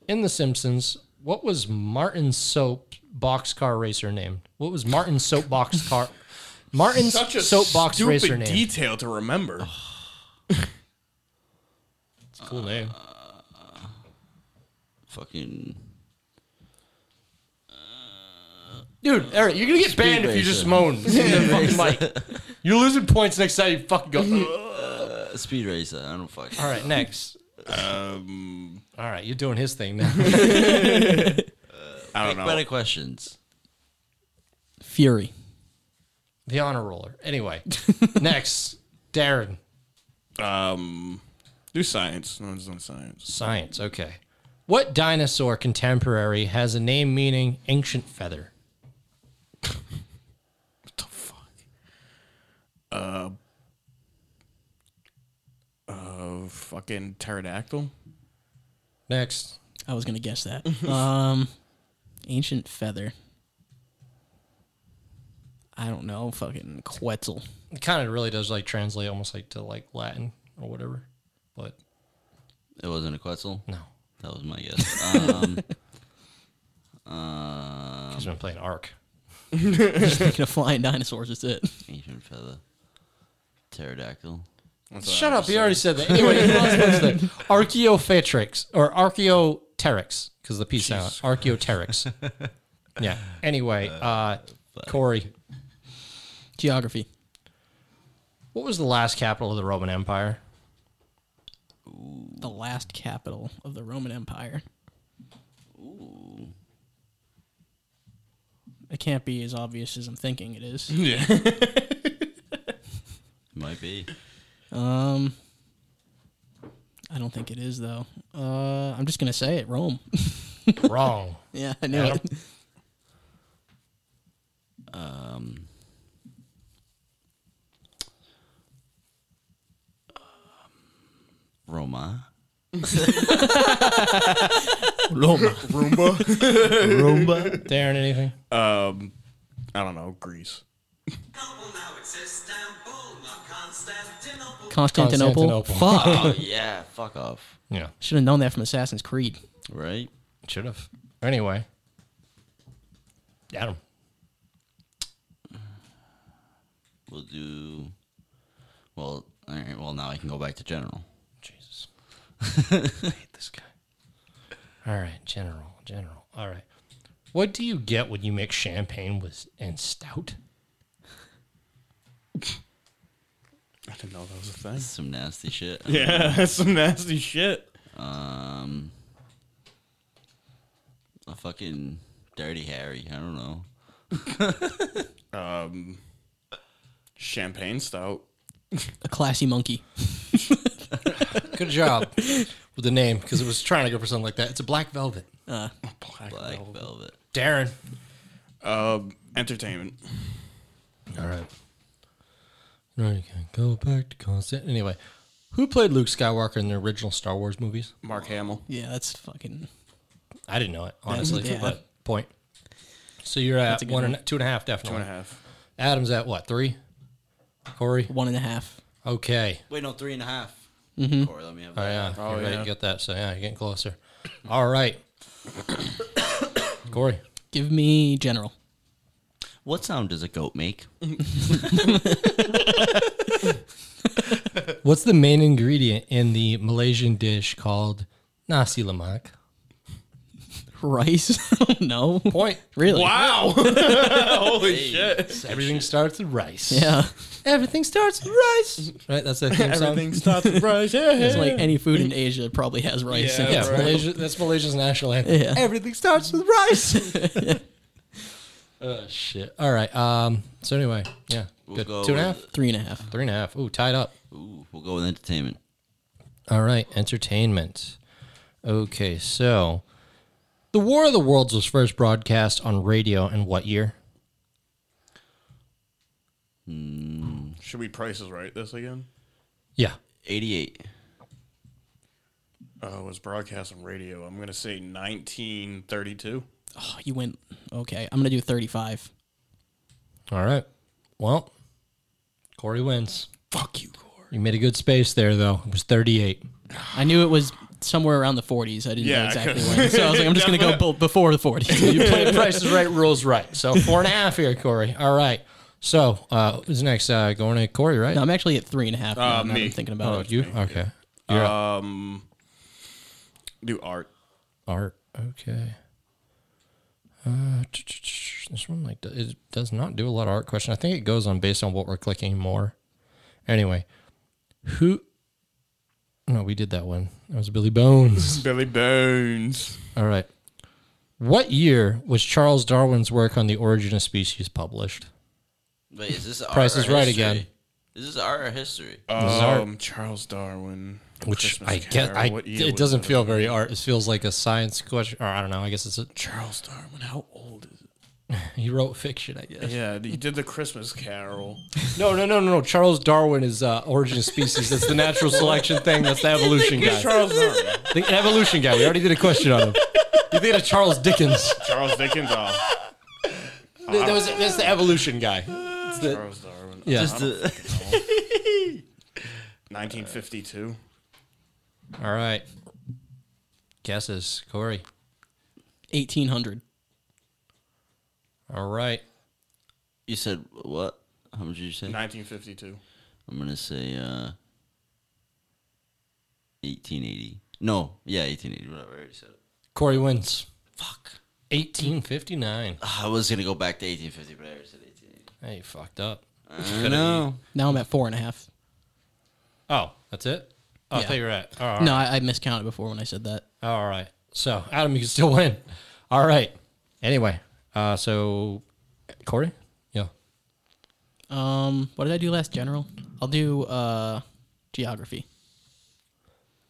Speaker 3: In The Simpsons, what was Martin Soap boxcar racer named? What was Martin Soap <laughs> boxcar? Martin's
Speaker 4: Such a
Speaker 3: soapbox
Speaker 4: stupid
Speaker 3: racer name.
Speaker 4: detail to remember.
Speaker 3: It's a cool name.
Speaker 5: Fucking.
Speaker 3: Dude, Eric, you're gonna get banned if you
Speaker 5: racer.
Speaker 3: just <laughs> moan. into the fucking mic. You're losing points next time you fucking <laughs> go. "Ugh."
Speaker 5: Uh, speed racer. I don't fucking.
Speaker 3: All right, next.
Speaker 4: Um,
Speaker 3: All right, you're doing his thing now. <laughs>
Speaker 4: I don't know.
Speaker 5: Better questions.
Speaker 6: Fury.
Speaker 3: The honor roller. <laughs> Anyway, next, Darren.
Speaker 4: Um, do science. No one's doing science.
Speaker 3: Science, okay. What dinosaur contemporary has a name meaning ancient feather?
Speaker 4: What the fuck? Uh, uh, fucking pterodactyl.
Speaker 3: Next.
Speaker 6: I was gonna guess <laughs> that. um, ancient feather. I don't know. Fucking Quetzal. <laughs>
Speaker 3: It kind of really does like translate almost like to like Latin or whatever. But
Speaker 5: It wasn't a Quetzal.
Speaker 3: no.
Speaker 5: That was my guess. Um, <laughs> uh,
Speaker 3: He's been playing Ark.
Speaker 6: Speaking of flying dinosaurs, that's it.
Speaker 5: ancient feather. Pterodactyl.
Speaker 3: Shut up, you already said that. Anyway, last one's there. Archaeophatrix or Archaeopteryx, because the P sound. Archaeopteryx. yeah. Anyway, uh Corey,
Speaker 6: Geography.
Speaker 3: what was the last capital of the Roman Empire?
Speaker 6: The last capital of the Roman Empire. It can't be as obvious as I'm thinking it <laughs> is.
Speaker 5: Might be.
Speaker 6: Um, I don't think it is though. Uh, I'm just gonna say it. Rome. <laughs>
Speaker 3: Wrong.
Speaker 6: yeah, I knew it.
Speaker 5: Roma.
Speaker 3: Darren, anything?
Speaker 4: Um, I don't know. Greece.
Speaker 6: Constantinople. Fuck.
Speaker 5: Oh yeah. Fuck off.
Speaker 3: Yeah.
Speaker 6: Should have known that from Assassin's Creed.
Speaker 5: Right.
Speaker 3: Should have. Anyway, Adam.
Speaker 5: We'll do. Well, all right. Well, now I can go back to general.
Speaker 3: Jesus. I hate this guy. All right, General. General. All right. What do you get when you mix champagne with and stout?
Speaker 4: I didn't know that was a thing.
Speaker 5: Some nasty shit.
Speaker 4: <laughs> Yeah, that's some nasty shit.
Speaker 5: Um, a fucking dirty Harry. I don't know.
Speaker 4: um, champagne stout.
Speaker 15: A classy monkey.
Speaker 3: Good job <laughs> with the name because it was trying to go for something like that. It's a black velvet.
Speaker 5: Black Velvet.
Speaker 3: Darren.
Speaker 4: Um, entertainment.
Speaker 3: All right. No, you can go back to constant. Anyway, who played Luke Skywalker in the original Star Wars movies?
Speaker 4: Mark Hamill.
Speaker 15: Yeah, that's fucking.
Speaker 3: I didn't know it honestly,
Speaker 15: Yeah.
Speaker 3: but point. So you're at
Speaker 15: a good
Speaker 3: one and
Speaker 15: one.
Speaker 3: two and a half,
Speaker 4: Two
Speaker 3: definitely.
Speaker 4: and a half.
Speaker 3: Adam's at what three? Corey.
Speaker 15: One and a half.
Speaker 3: Okay.
Speaker 5: Wait, no, three and a half. Corey, let me have
Speaker 3: Oh
Speaker 5: that.
Speaker 3: yeah.
Speaker 4: Oh,
Speaker 3: you're right.
Speaker 4: yeah.
Speaker 3: You get that. So yeah, you're getting closer. All right. <coughs> Corey.
Speaker 15: Give me general.
Speaker 5: What sound does a goat make?
Speaker 3: What's the main ingredient in the Malaysian dish called nasi lemak?
Speaker 15: Rice? <laughs> no.
Speaker 3: Point.
Speaker 15: Really?
Speaker 3: <laughs>
Speaker 4: Wow! Holy shit!
Speaker 3: Everything starts with rice.
Speaker 15: Yeah.
Speaker 3: Everything starts with rice. Right. That's the
Speaker 4: <laughs>
Speaker 3: theme song.
Speaker 2: Everything starts with rice. Yeah,
Speaker 15: It's like any food in Asia probably has rice. in it.
Speaker 4: Yeah,
Speaker 3: Yeah, Malaysia, that's Malaysia's national anthem.
Speaker 15: Yeah.
Speaker 3: Everything starts with rice. <laughs> oh shit! All right. Um. So anyway, yeah, good.
Speaker 5: go
Speaker 3: Two and a half,
Speaker 5: with-
Speaker 15: Three and a half.
Speaker 3: three and a half. Ooh, tied up.
Speaker 5: Ooh, we'll go with entertainment.
Speaker 3: All right, entertainment. Okay, so the War of the Worlds was first broadcast on radio in what year?
Speaker 4: Should we Price is Right this again?
Speaker 3: Yeah,
Speaker 5: 88.
Speaker 4: Oh, it was broadcast on radio. I'm gonna say 1932.
Speaker 15: Oh, you went. Okay, I'm gonna do 35.
Speaker 3: All right. Well, Corey wins.
Speaker 15: Fuck you, Gore.
Speaker 3: You made a good space there, though. It was 38.
Speaker 15: I knew it was somewhere around the 40s. I didn't
Speaker 4: Yeah,
Speaker 15: know exactly
Speaker 4: 'cause-
Speaker 15: when. So I was like, I'm just gonna go bu- before the 40s.
Speaker 3: <laughs> You played Price is Right, rules right. So four and a half here, Corey. All right. So uh, who's next? Uh, going to Corey, right?
Speaker 15: no, I'm actually at three and a half. Now, now
Speaker 4: Uh,
Speaker 15: that
Speaker 4: me.
Speaker 15: I'm thinking
Speaker 3: oh,
Speaker 15: about it.
Speaker 3: you? Okay. You're up.
Speaker 4: Um, do art.
Speaker 3: Art. Okay. Uh, ch- ch- ch- this one like do- it does not do a lot of art question. I think it goes on based on what we're clicking more. Anyway, who? No, we did that one. That was Billy
Speaker 4: <laughs>
Speaker 3: Bones.
Speaker 4: Billy Bones.
Speaker 3: All right. What year was Charles Darwin's work on the origin of species published?
Speaker 5: Wait, is this art
Speaker 3: Price
Speaker 5: or
Speaker 3: is Right
Speaker 5: history?
Speaker 3: again.
Speaker 5: Is this art or history?
Speaker 3: art.
Speaker 4: Um, Charles Darwin.
Speaker 3: Which
Speaker 4: Christmas
Speaker 3: I guess
Speaker 4: Carol.
Speaker 3: I,
Speaker 4: What year
Speaker 3: it
Speaker 4: was
Speaker 3: doesn't
Speaker 4: that?
Speaker 3: feel very art. It feels like a science question, or I don't know. I guess it's a,
Speaker 4: Charles Darwin. How old is it?
Speaker 3: <laughs> he wrote fiction. I guess.
Speaker 4: Yeah, he did the Christmas <laughs> Carol.
Speaker 3: No, no, no, no, no. Charles Darwin is uh, Origin of Species. That's the natural selection thing. That's
Speaker 4: <laughs>
Speaker 3: the evolution guy.
Speaker 4: Charles Darwin.
Speaker 3: The evolution guy. We already did a question on him. You think of Charles Dickens?
Speaker 4: Charles Dickens. Oh,
Speaker 3: That was, that's the evolution guy. It's the,
Speaker 4: Charles Darwin.
Speaker 3: yeah.
Speaker 5: The-
Speaker 4: 1952.
Speaker 3: All right. Guesses, Corey.
Speaker 15: 1800.
Speaker 3: All right.
Speaker 5: you said what? How much did you say?
Speaker 4: 1952.
Speaker 5: I'm going to say uh, 1880. No, yeah, 1880. Whatever, I already said it. <sighs>
Speaker 3: Corey wins.
Speaker 5: Fuck.
Speaker 3: 1859.
Speaker 5: I was going to go back to 1850, but I already said 1880.
Speaker 3: Hey, you fucked up.
Speaker 5: I know.
Speaker 15: Now I'm at four and a half.
Speaker 3: Oh, that's it? Oh, I
Speaker 15: Yeah.
Speaker 3: thought you were at. All right.
Speaker 15: No, I, I miscounted before when I said that.
Speaker 3: All right. So, Adam, you can still win. All right. Anyway, uh, so, Corey? Yeah.
Speaker 15: Um, what did I do last? General. I'll do uh, geography.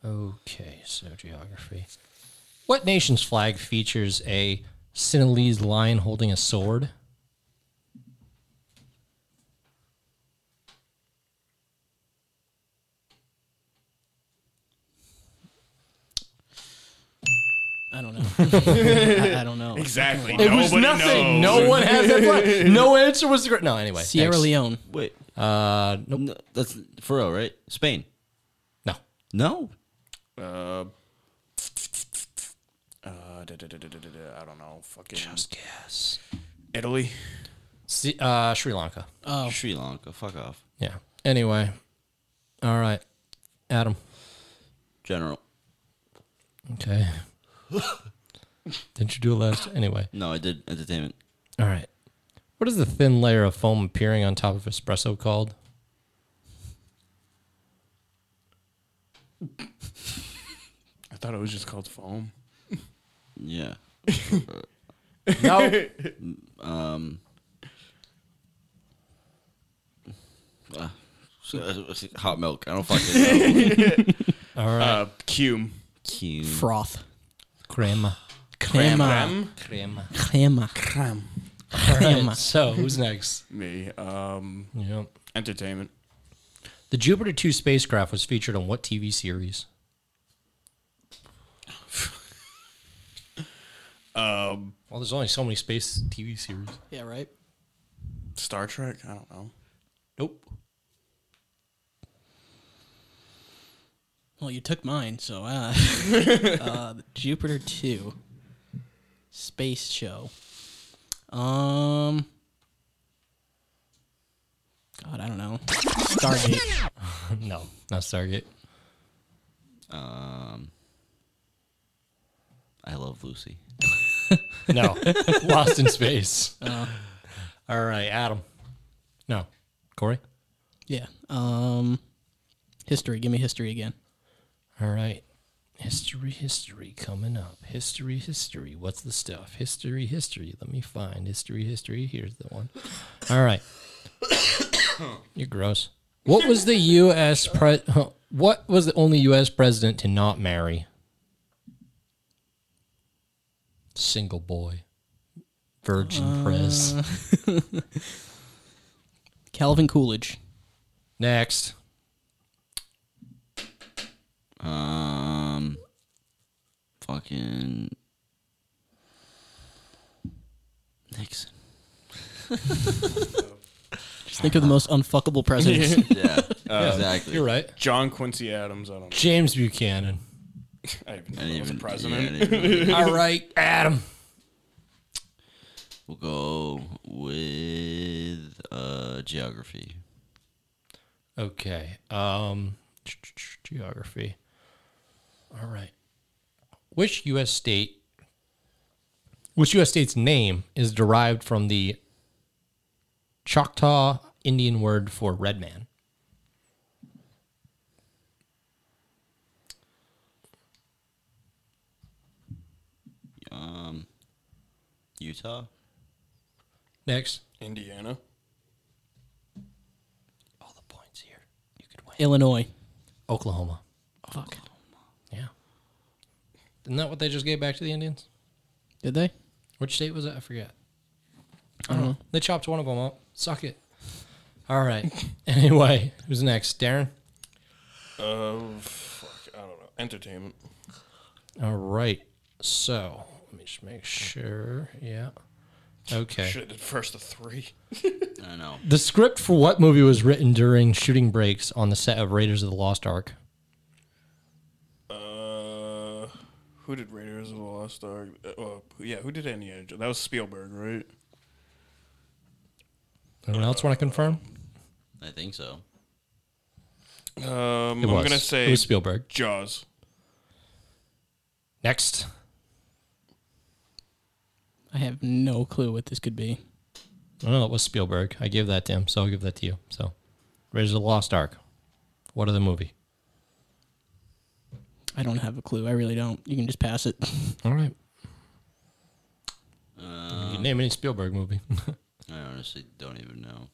Speaker 3: Okay, so geography. What nation's flag features a Sinhalese lion holding a sword?
Speaker 15: I don't know. <laughs> I, I don't know.
Speaker 4: Exactly.
Speaker 3: It was nothing. No one has that flag. No answer was the correct. No, anyway.
Speaker 15: Sierra
Speaker 3: thanks.
Speaker 15: Leone.
Speaker 5: Wait.
Speaker 3: Uh, nope.
Speaker 5: No, that's for real, right? Spain.
Speaker 3: No.
Speaker 5: No.
Speaker 4: Uh, uh, da, da, da, da, da, da, da, I don't know. Fucking
Speaker 3: Yes.
Speaker 4: Italy.
Speaker 3: Si- uh, Sri Lanka.
Speaker 5: Sri Lanka. Fuck off.
Speaker 3: Yeah. Anyway. All right. Adam.
Speaker 5: General.
Speaker 3: Okay. Didn't you do it last? Anyway.
Speaker 5: No, I did entertainment.
Speaker 3: All right. What is the thin layer of foam appearing on top of espresso called?
Speaker 4: I thought it was just called foam.
Speaker 5: <laughs> Yeah. <laughs> Um,
Speaker 3: No.
Speaker 5: uh, Hot milk. I don't fucking know. <laughs>
Speaker 3: All right.
Speaker 4: Uh, cum.
Speaker 5: Cute.
Speaker 15: Froth.
Speaker 3: crema.
Speaker 15: Crema.
Speaker 4: Rem?
Speaker 3: Crema.
Speaker 15: Crema.
Speaker 3: <laughs>
Speaker 15: Crema.
Speaker 3: So who's next?
Speaker 4: Me. Um,
Speaker 3: Yep.
Speaker 4: entertainment.
Speaker 3: The Jupiter 2 spacecraft was featured on what TV series?
Speaker 4: Um,
Speaker 3: Well, there's only so many space TV series.
Speaker 15: Yeah, right?
Speaker 4: Star Trek. I don't know.
Speaker 3: Nope.
Speaker 15: Well, you took mine, so uh, <laughs> uh the Jupiter 2 space show. Um God, I don't know. Stargate.
Speaker 3: <laughs> No, not Stargate.
Speaker 5: Um, I love Lucy.
Speaker 3: No, <laughs> Lost in Space. All right, Adam. No, Corey.
Speaker 15: Yeah. Um history, give me history again.
Speaker 3: All right. History, history coming up. History, history. What's the stuff? History, history. Let me find history, history. Here's the one. All right. <coughs> You're gross. What was the U.S. Pre- huh, What was the only U.S. president to not marry? Single boy, virgin press.
Speaker 15: Calvin Coolidge.
Speaker 3: Next,
Speaker 5: Um,
Speaker 3: <laughs>
Speaker 5: fucking Nixon.
Speaker 15: Just think of the most unfuckable
Speaker 5: <laughs>
Speaker 15: presidents.
Speaker 5: Yeah, exactly.
Speaker 3: uh, you're right.
Speaker 4: John Quincy Adams. I don't. know.
Speaker 3: James Buchanan.
Speaker 4: I didn't even
Speaker 5: I
Speaker 4: know he
Speaker 5: didn't
Speaker 4: was a
Speaker 5: even- yeah,
Speaker 4: president.
Speaker 5: I didn't even really-
Speaker 3: All right, Adam.
Speaker 5: we'll go with uh, geography.
Speaker 3: Okay. Um geography. All right. Which US state which US state's name is derived from the Choctaw Indian word for red man?
Speaker 5: Um, Utah.
Speaker 3: Next.
Speaker 4: Indiana.
Speaker 3: All the points here. You could win.
Speaker 15: Illinois.
Speaker 3: Oklahoma.
Speaker 15: Fuck.
Speaker 3: Yeah. Isn't that what they just gave back to the Indians?
Speaker 15: Did they?
Speaker 3: Which state was it? I forget. I don't know. They chopped one of them up. Suck it. All right. <laughs> anyway, who's next? Darren?
Speaker 4: Uh, fuck. I don't know. Entertainment.
Speaker 3: All right. So let me just make sure. Yeah. Okay.
Speaker 4: Should have did first of three.
Speaker 5: I know.
Speaker 3: The script for what movie was written during shooting breaks on the set of Raiders of the Lost Ark?
Speaker 4: Uh, who did Raiders of the Lost Ark? Uh, well, yeah, who did Indiana Jones? That was Spielberg, right?
Speaker 3: Anyone else want to confirm?
Speaker 5: I think so.
Speaker 4: Um,
Speaker 3: It
Speaker 4: I'm
Speaker 3: was.
Speaker 4: gonna say
Speaker 3: it was Spielberg.
Speaker 4: Jaws.
Speaker 3: Next.
Speaker 15: I have no clue what this could be.
Speaker 3: Oh, no, it was Spielberg. I gave that to him, so I'll give that to you. So, Raiders of the Lost Ark. What other movie?
Speaker 15: I don't have a clue. I really don't. You can just pass it.
Speaker 3: All right. Uh, you can name any Spielberg movie. <laughs>
Speaker 5: I honestly don't even know.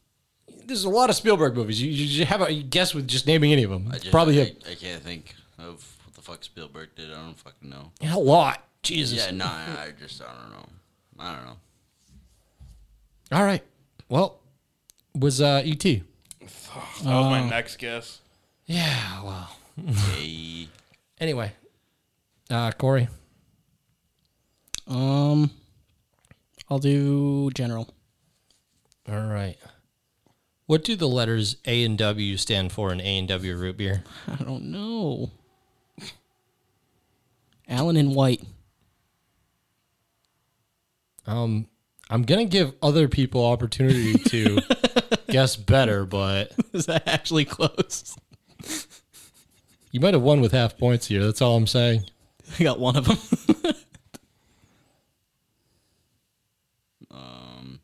Speaker 3: There's a lot of Spielberg movies. You, you, you have a you guess with just naming any of them.
Speaker 5: I
Speaker 3: It's
Speaker 5: just,
Speaker 3: probably
Speaker 5: I,
Speaker 3: a,
Speaker 5: I can't think of what the fuck Spielberg did. I don't fucking know.
Speaker 3: a lot. Jesus.
Speaker 5: Yeah, no, I I just I don't know. I don't know.
Speaker 3: All right. Well, was uh, E.T.
Speaker 4: That was
Speaker 3: Oh.
Speaker 4: my next guess.
Speaker 3: Yeah, well.
Speaker 5: Hey,
Speaker 3: Anyway, uh, Corey,
Speaker 15: Um, I'll do general. <laughs>
Speaker 3: all right. What do the letters A and W stand for in A and W root beer?
Speaker 15: I don't know. Allen and White. <laughs>
Speaker 3: Um, I'm gonna give other people opportunity <laughs> to guess better, but
Speaker 15: Is that actually close?
Speaker 3: you might have won with half points here. That's all I'm saying.
Speaker 15: I got one of
Speaker 5: <laughs>
Speaker 15: them.
Speaker 5: Um,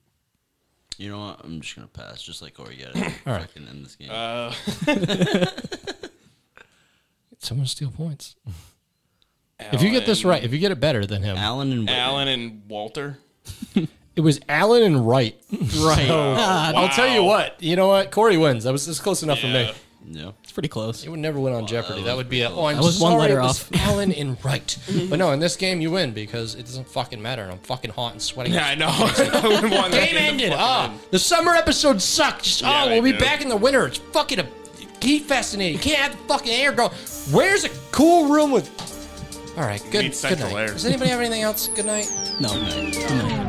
Speaker 5: you know what? I'm just gonna pass. Just like Corey, get it.
Speaker 3: All right.
Speaker 5: Fucking end this game.
Speaker 3: Someone steal
Speaker 4: <laughs>
Speaker 3: points. if you get this right, if you get it better than him,
Speaker 5: Alan and Whitman.
Speaker 4: Alan and Walter.
Speaker 3: It was Allen and
Speaker 4: <laughs>
Speaker 3: Wright.
Speaker 15: Right. Ah,
Speaker 3: <laughs> I'll tell you what. You know what? Corey wins. That was this close enough
Speaker 4: Yeah.
Speaker 3: for me.
Speaker 5: Yeah.
Speaker 15: It's pretty close.
Speaker 3: It would never win on Jeopardy. That would be a, oh, I'm
Speaker 15: That was one
Speaker 3: sorry,
Speaker 15: letter
Speaker 3: it was
Speaker 15: off.
Speaker 3: Allen
Speaker 15: <laughs>
Speaker 3: and Wright. but no, in this game you win because it doesn't fucking matter. And I'm fucking hot and sweating.
Speaker 4: Yeah, I know. <laughs> I wouldn't want that
Speaker 3: Game
Speaker 4: to
Speaker 3: ended.
Speaker 4: fucking
Speaker 3: Ah, the summer episode sucked. Just,
Speaker 4: Yeah,
Speaker 3: oh,
Speaker 4: they
Speaker 3: we'll be
Speaker 4: do.
Speaker 3: back in the winter. It's fucking a heat fascinating. Can't have the fucking air going. Where's a cool room with? All right, good.
Speaker 4: need
Speaker 3: good
Speaker 4: central
Speaker 3: night.
Speaker 4: air.
Speaker 3: Does anybody have anything else? Good night.
Speaker 15: No. no.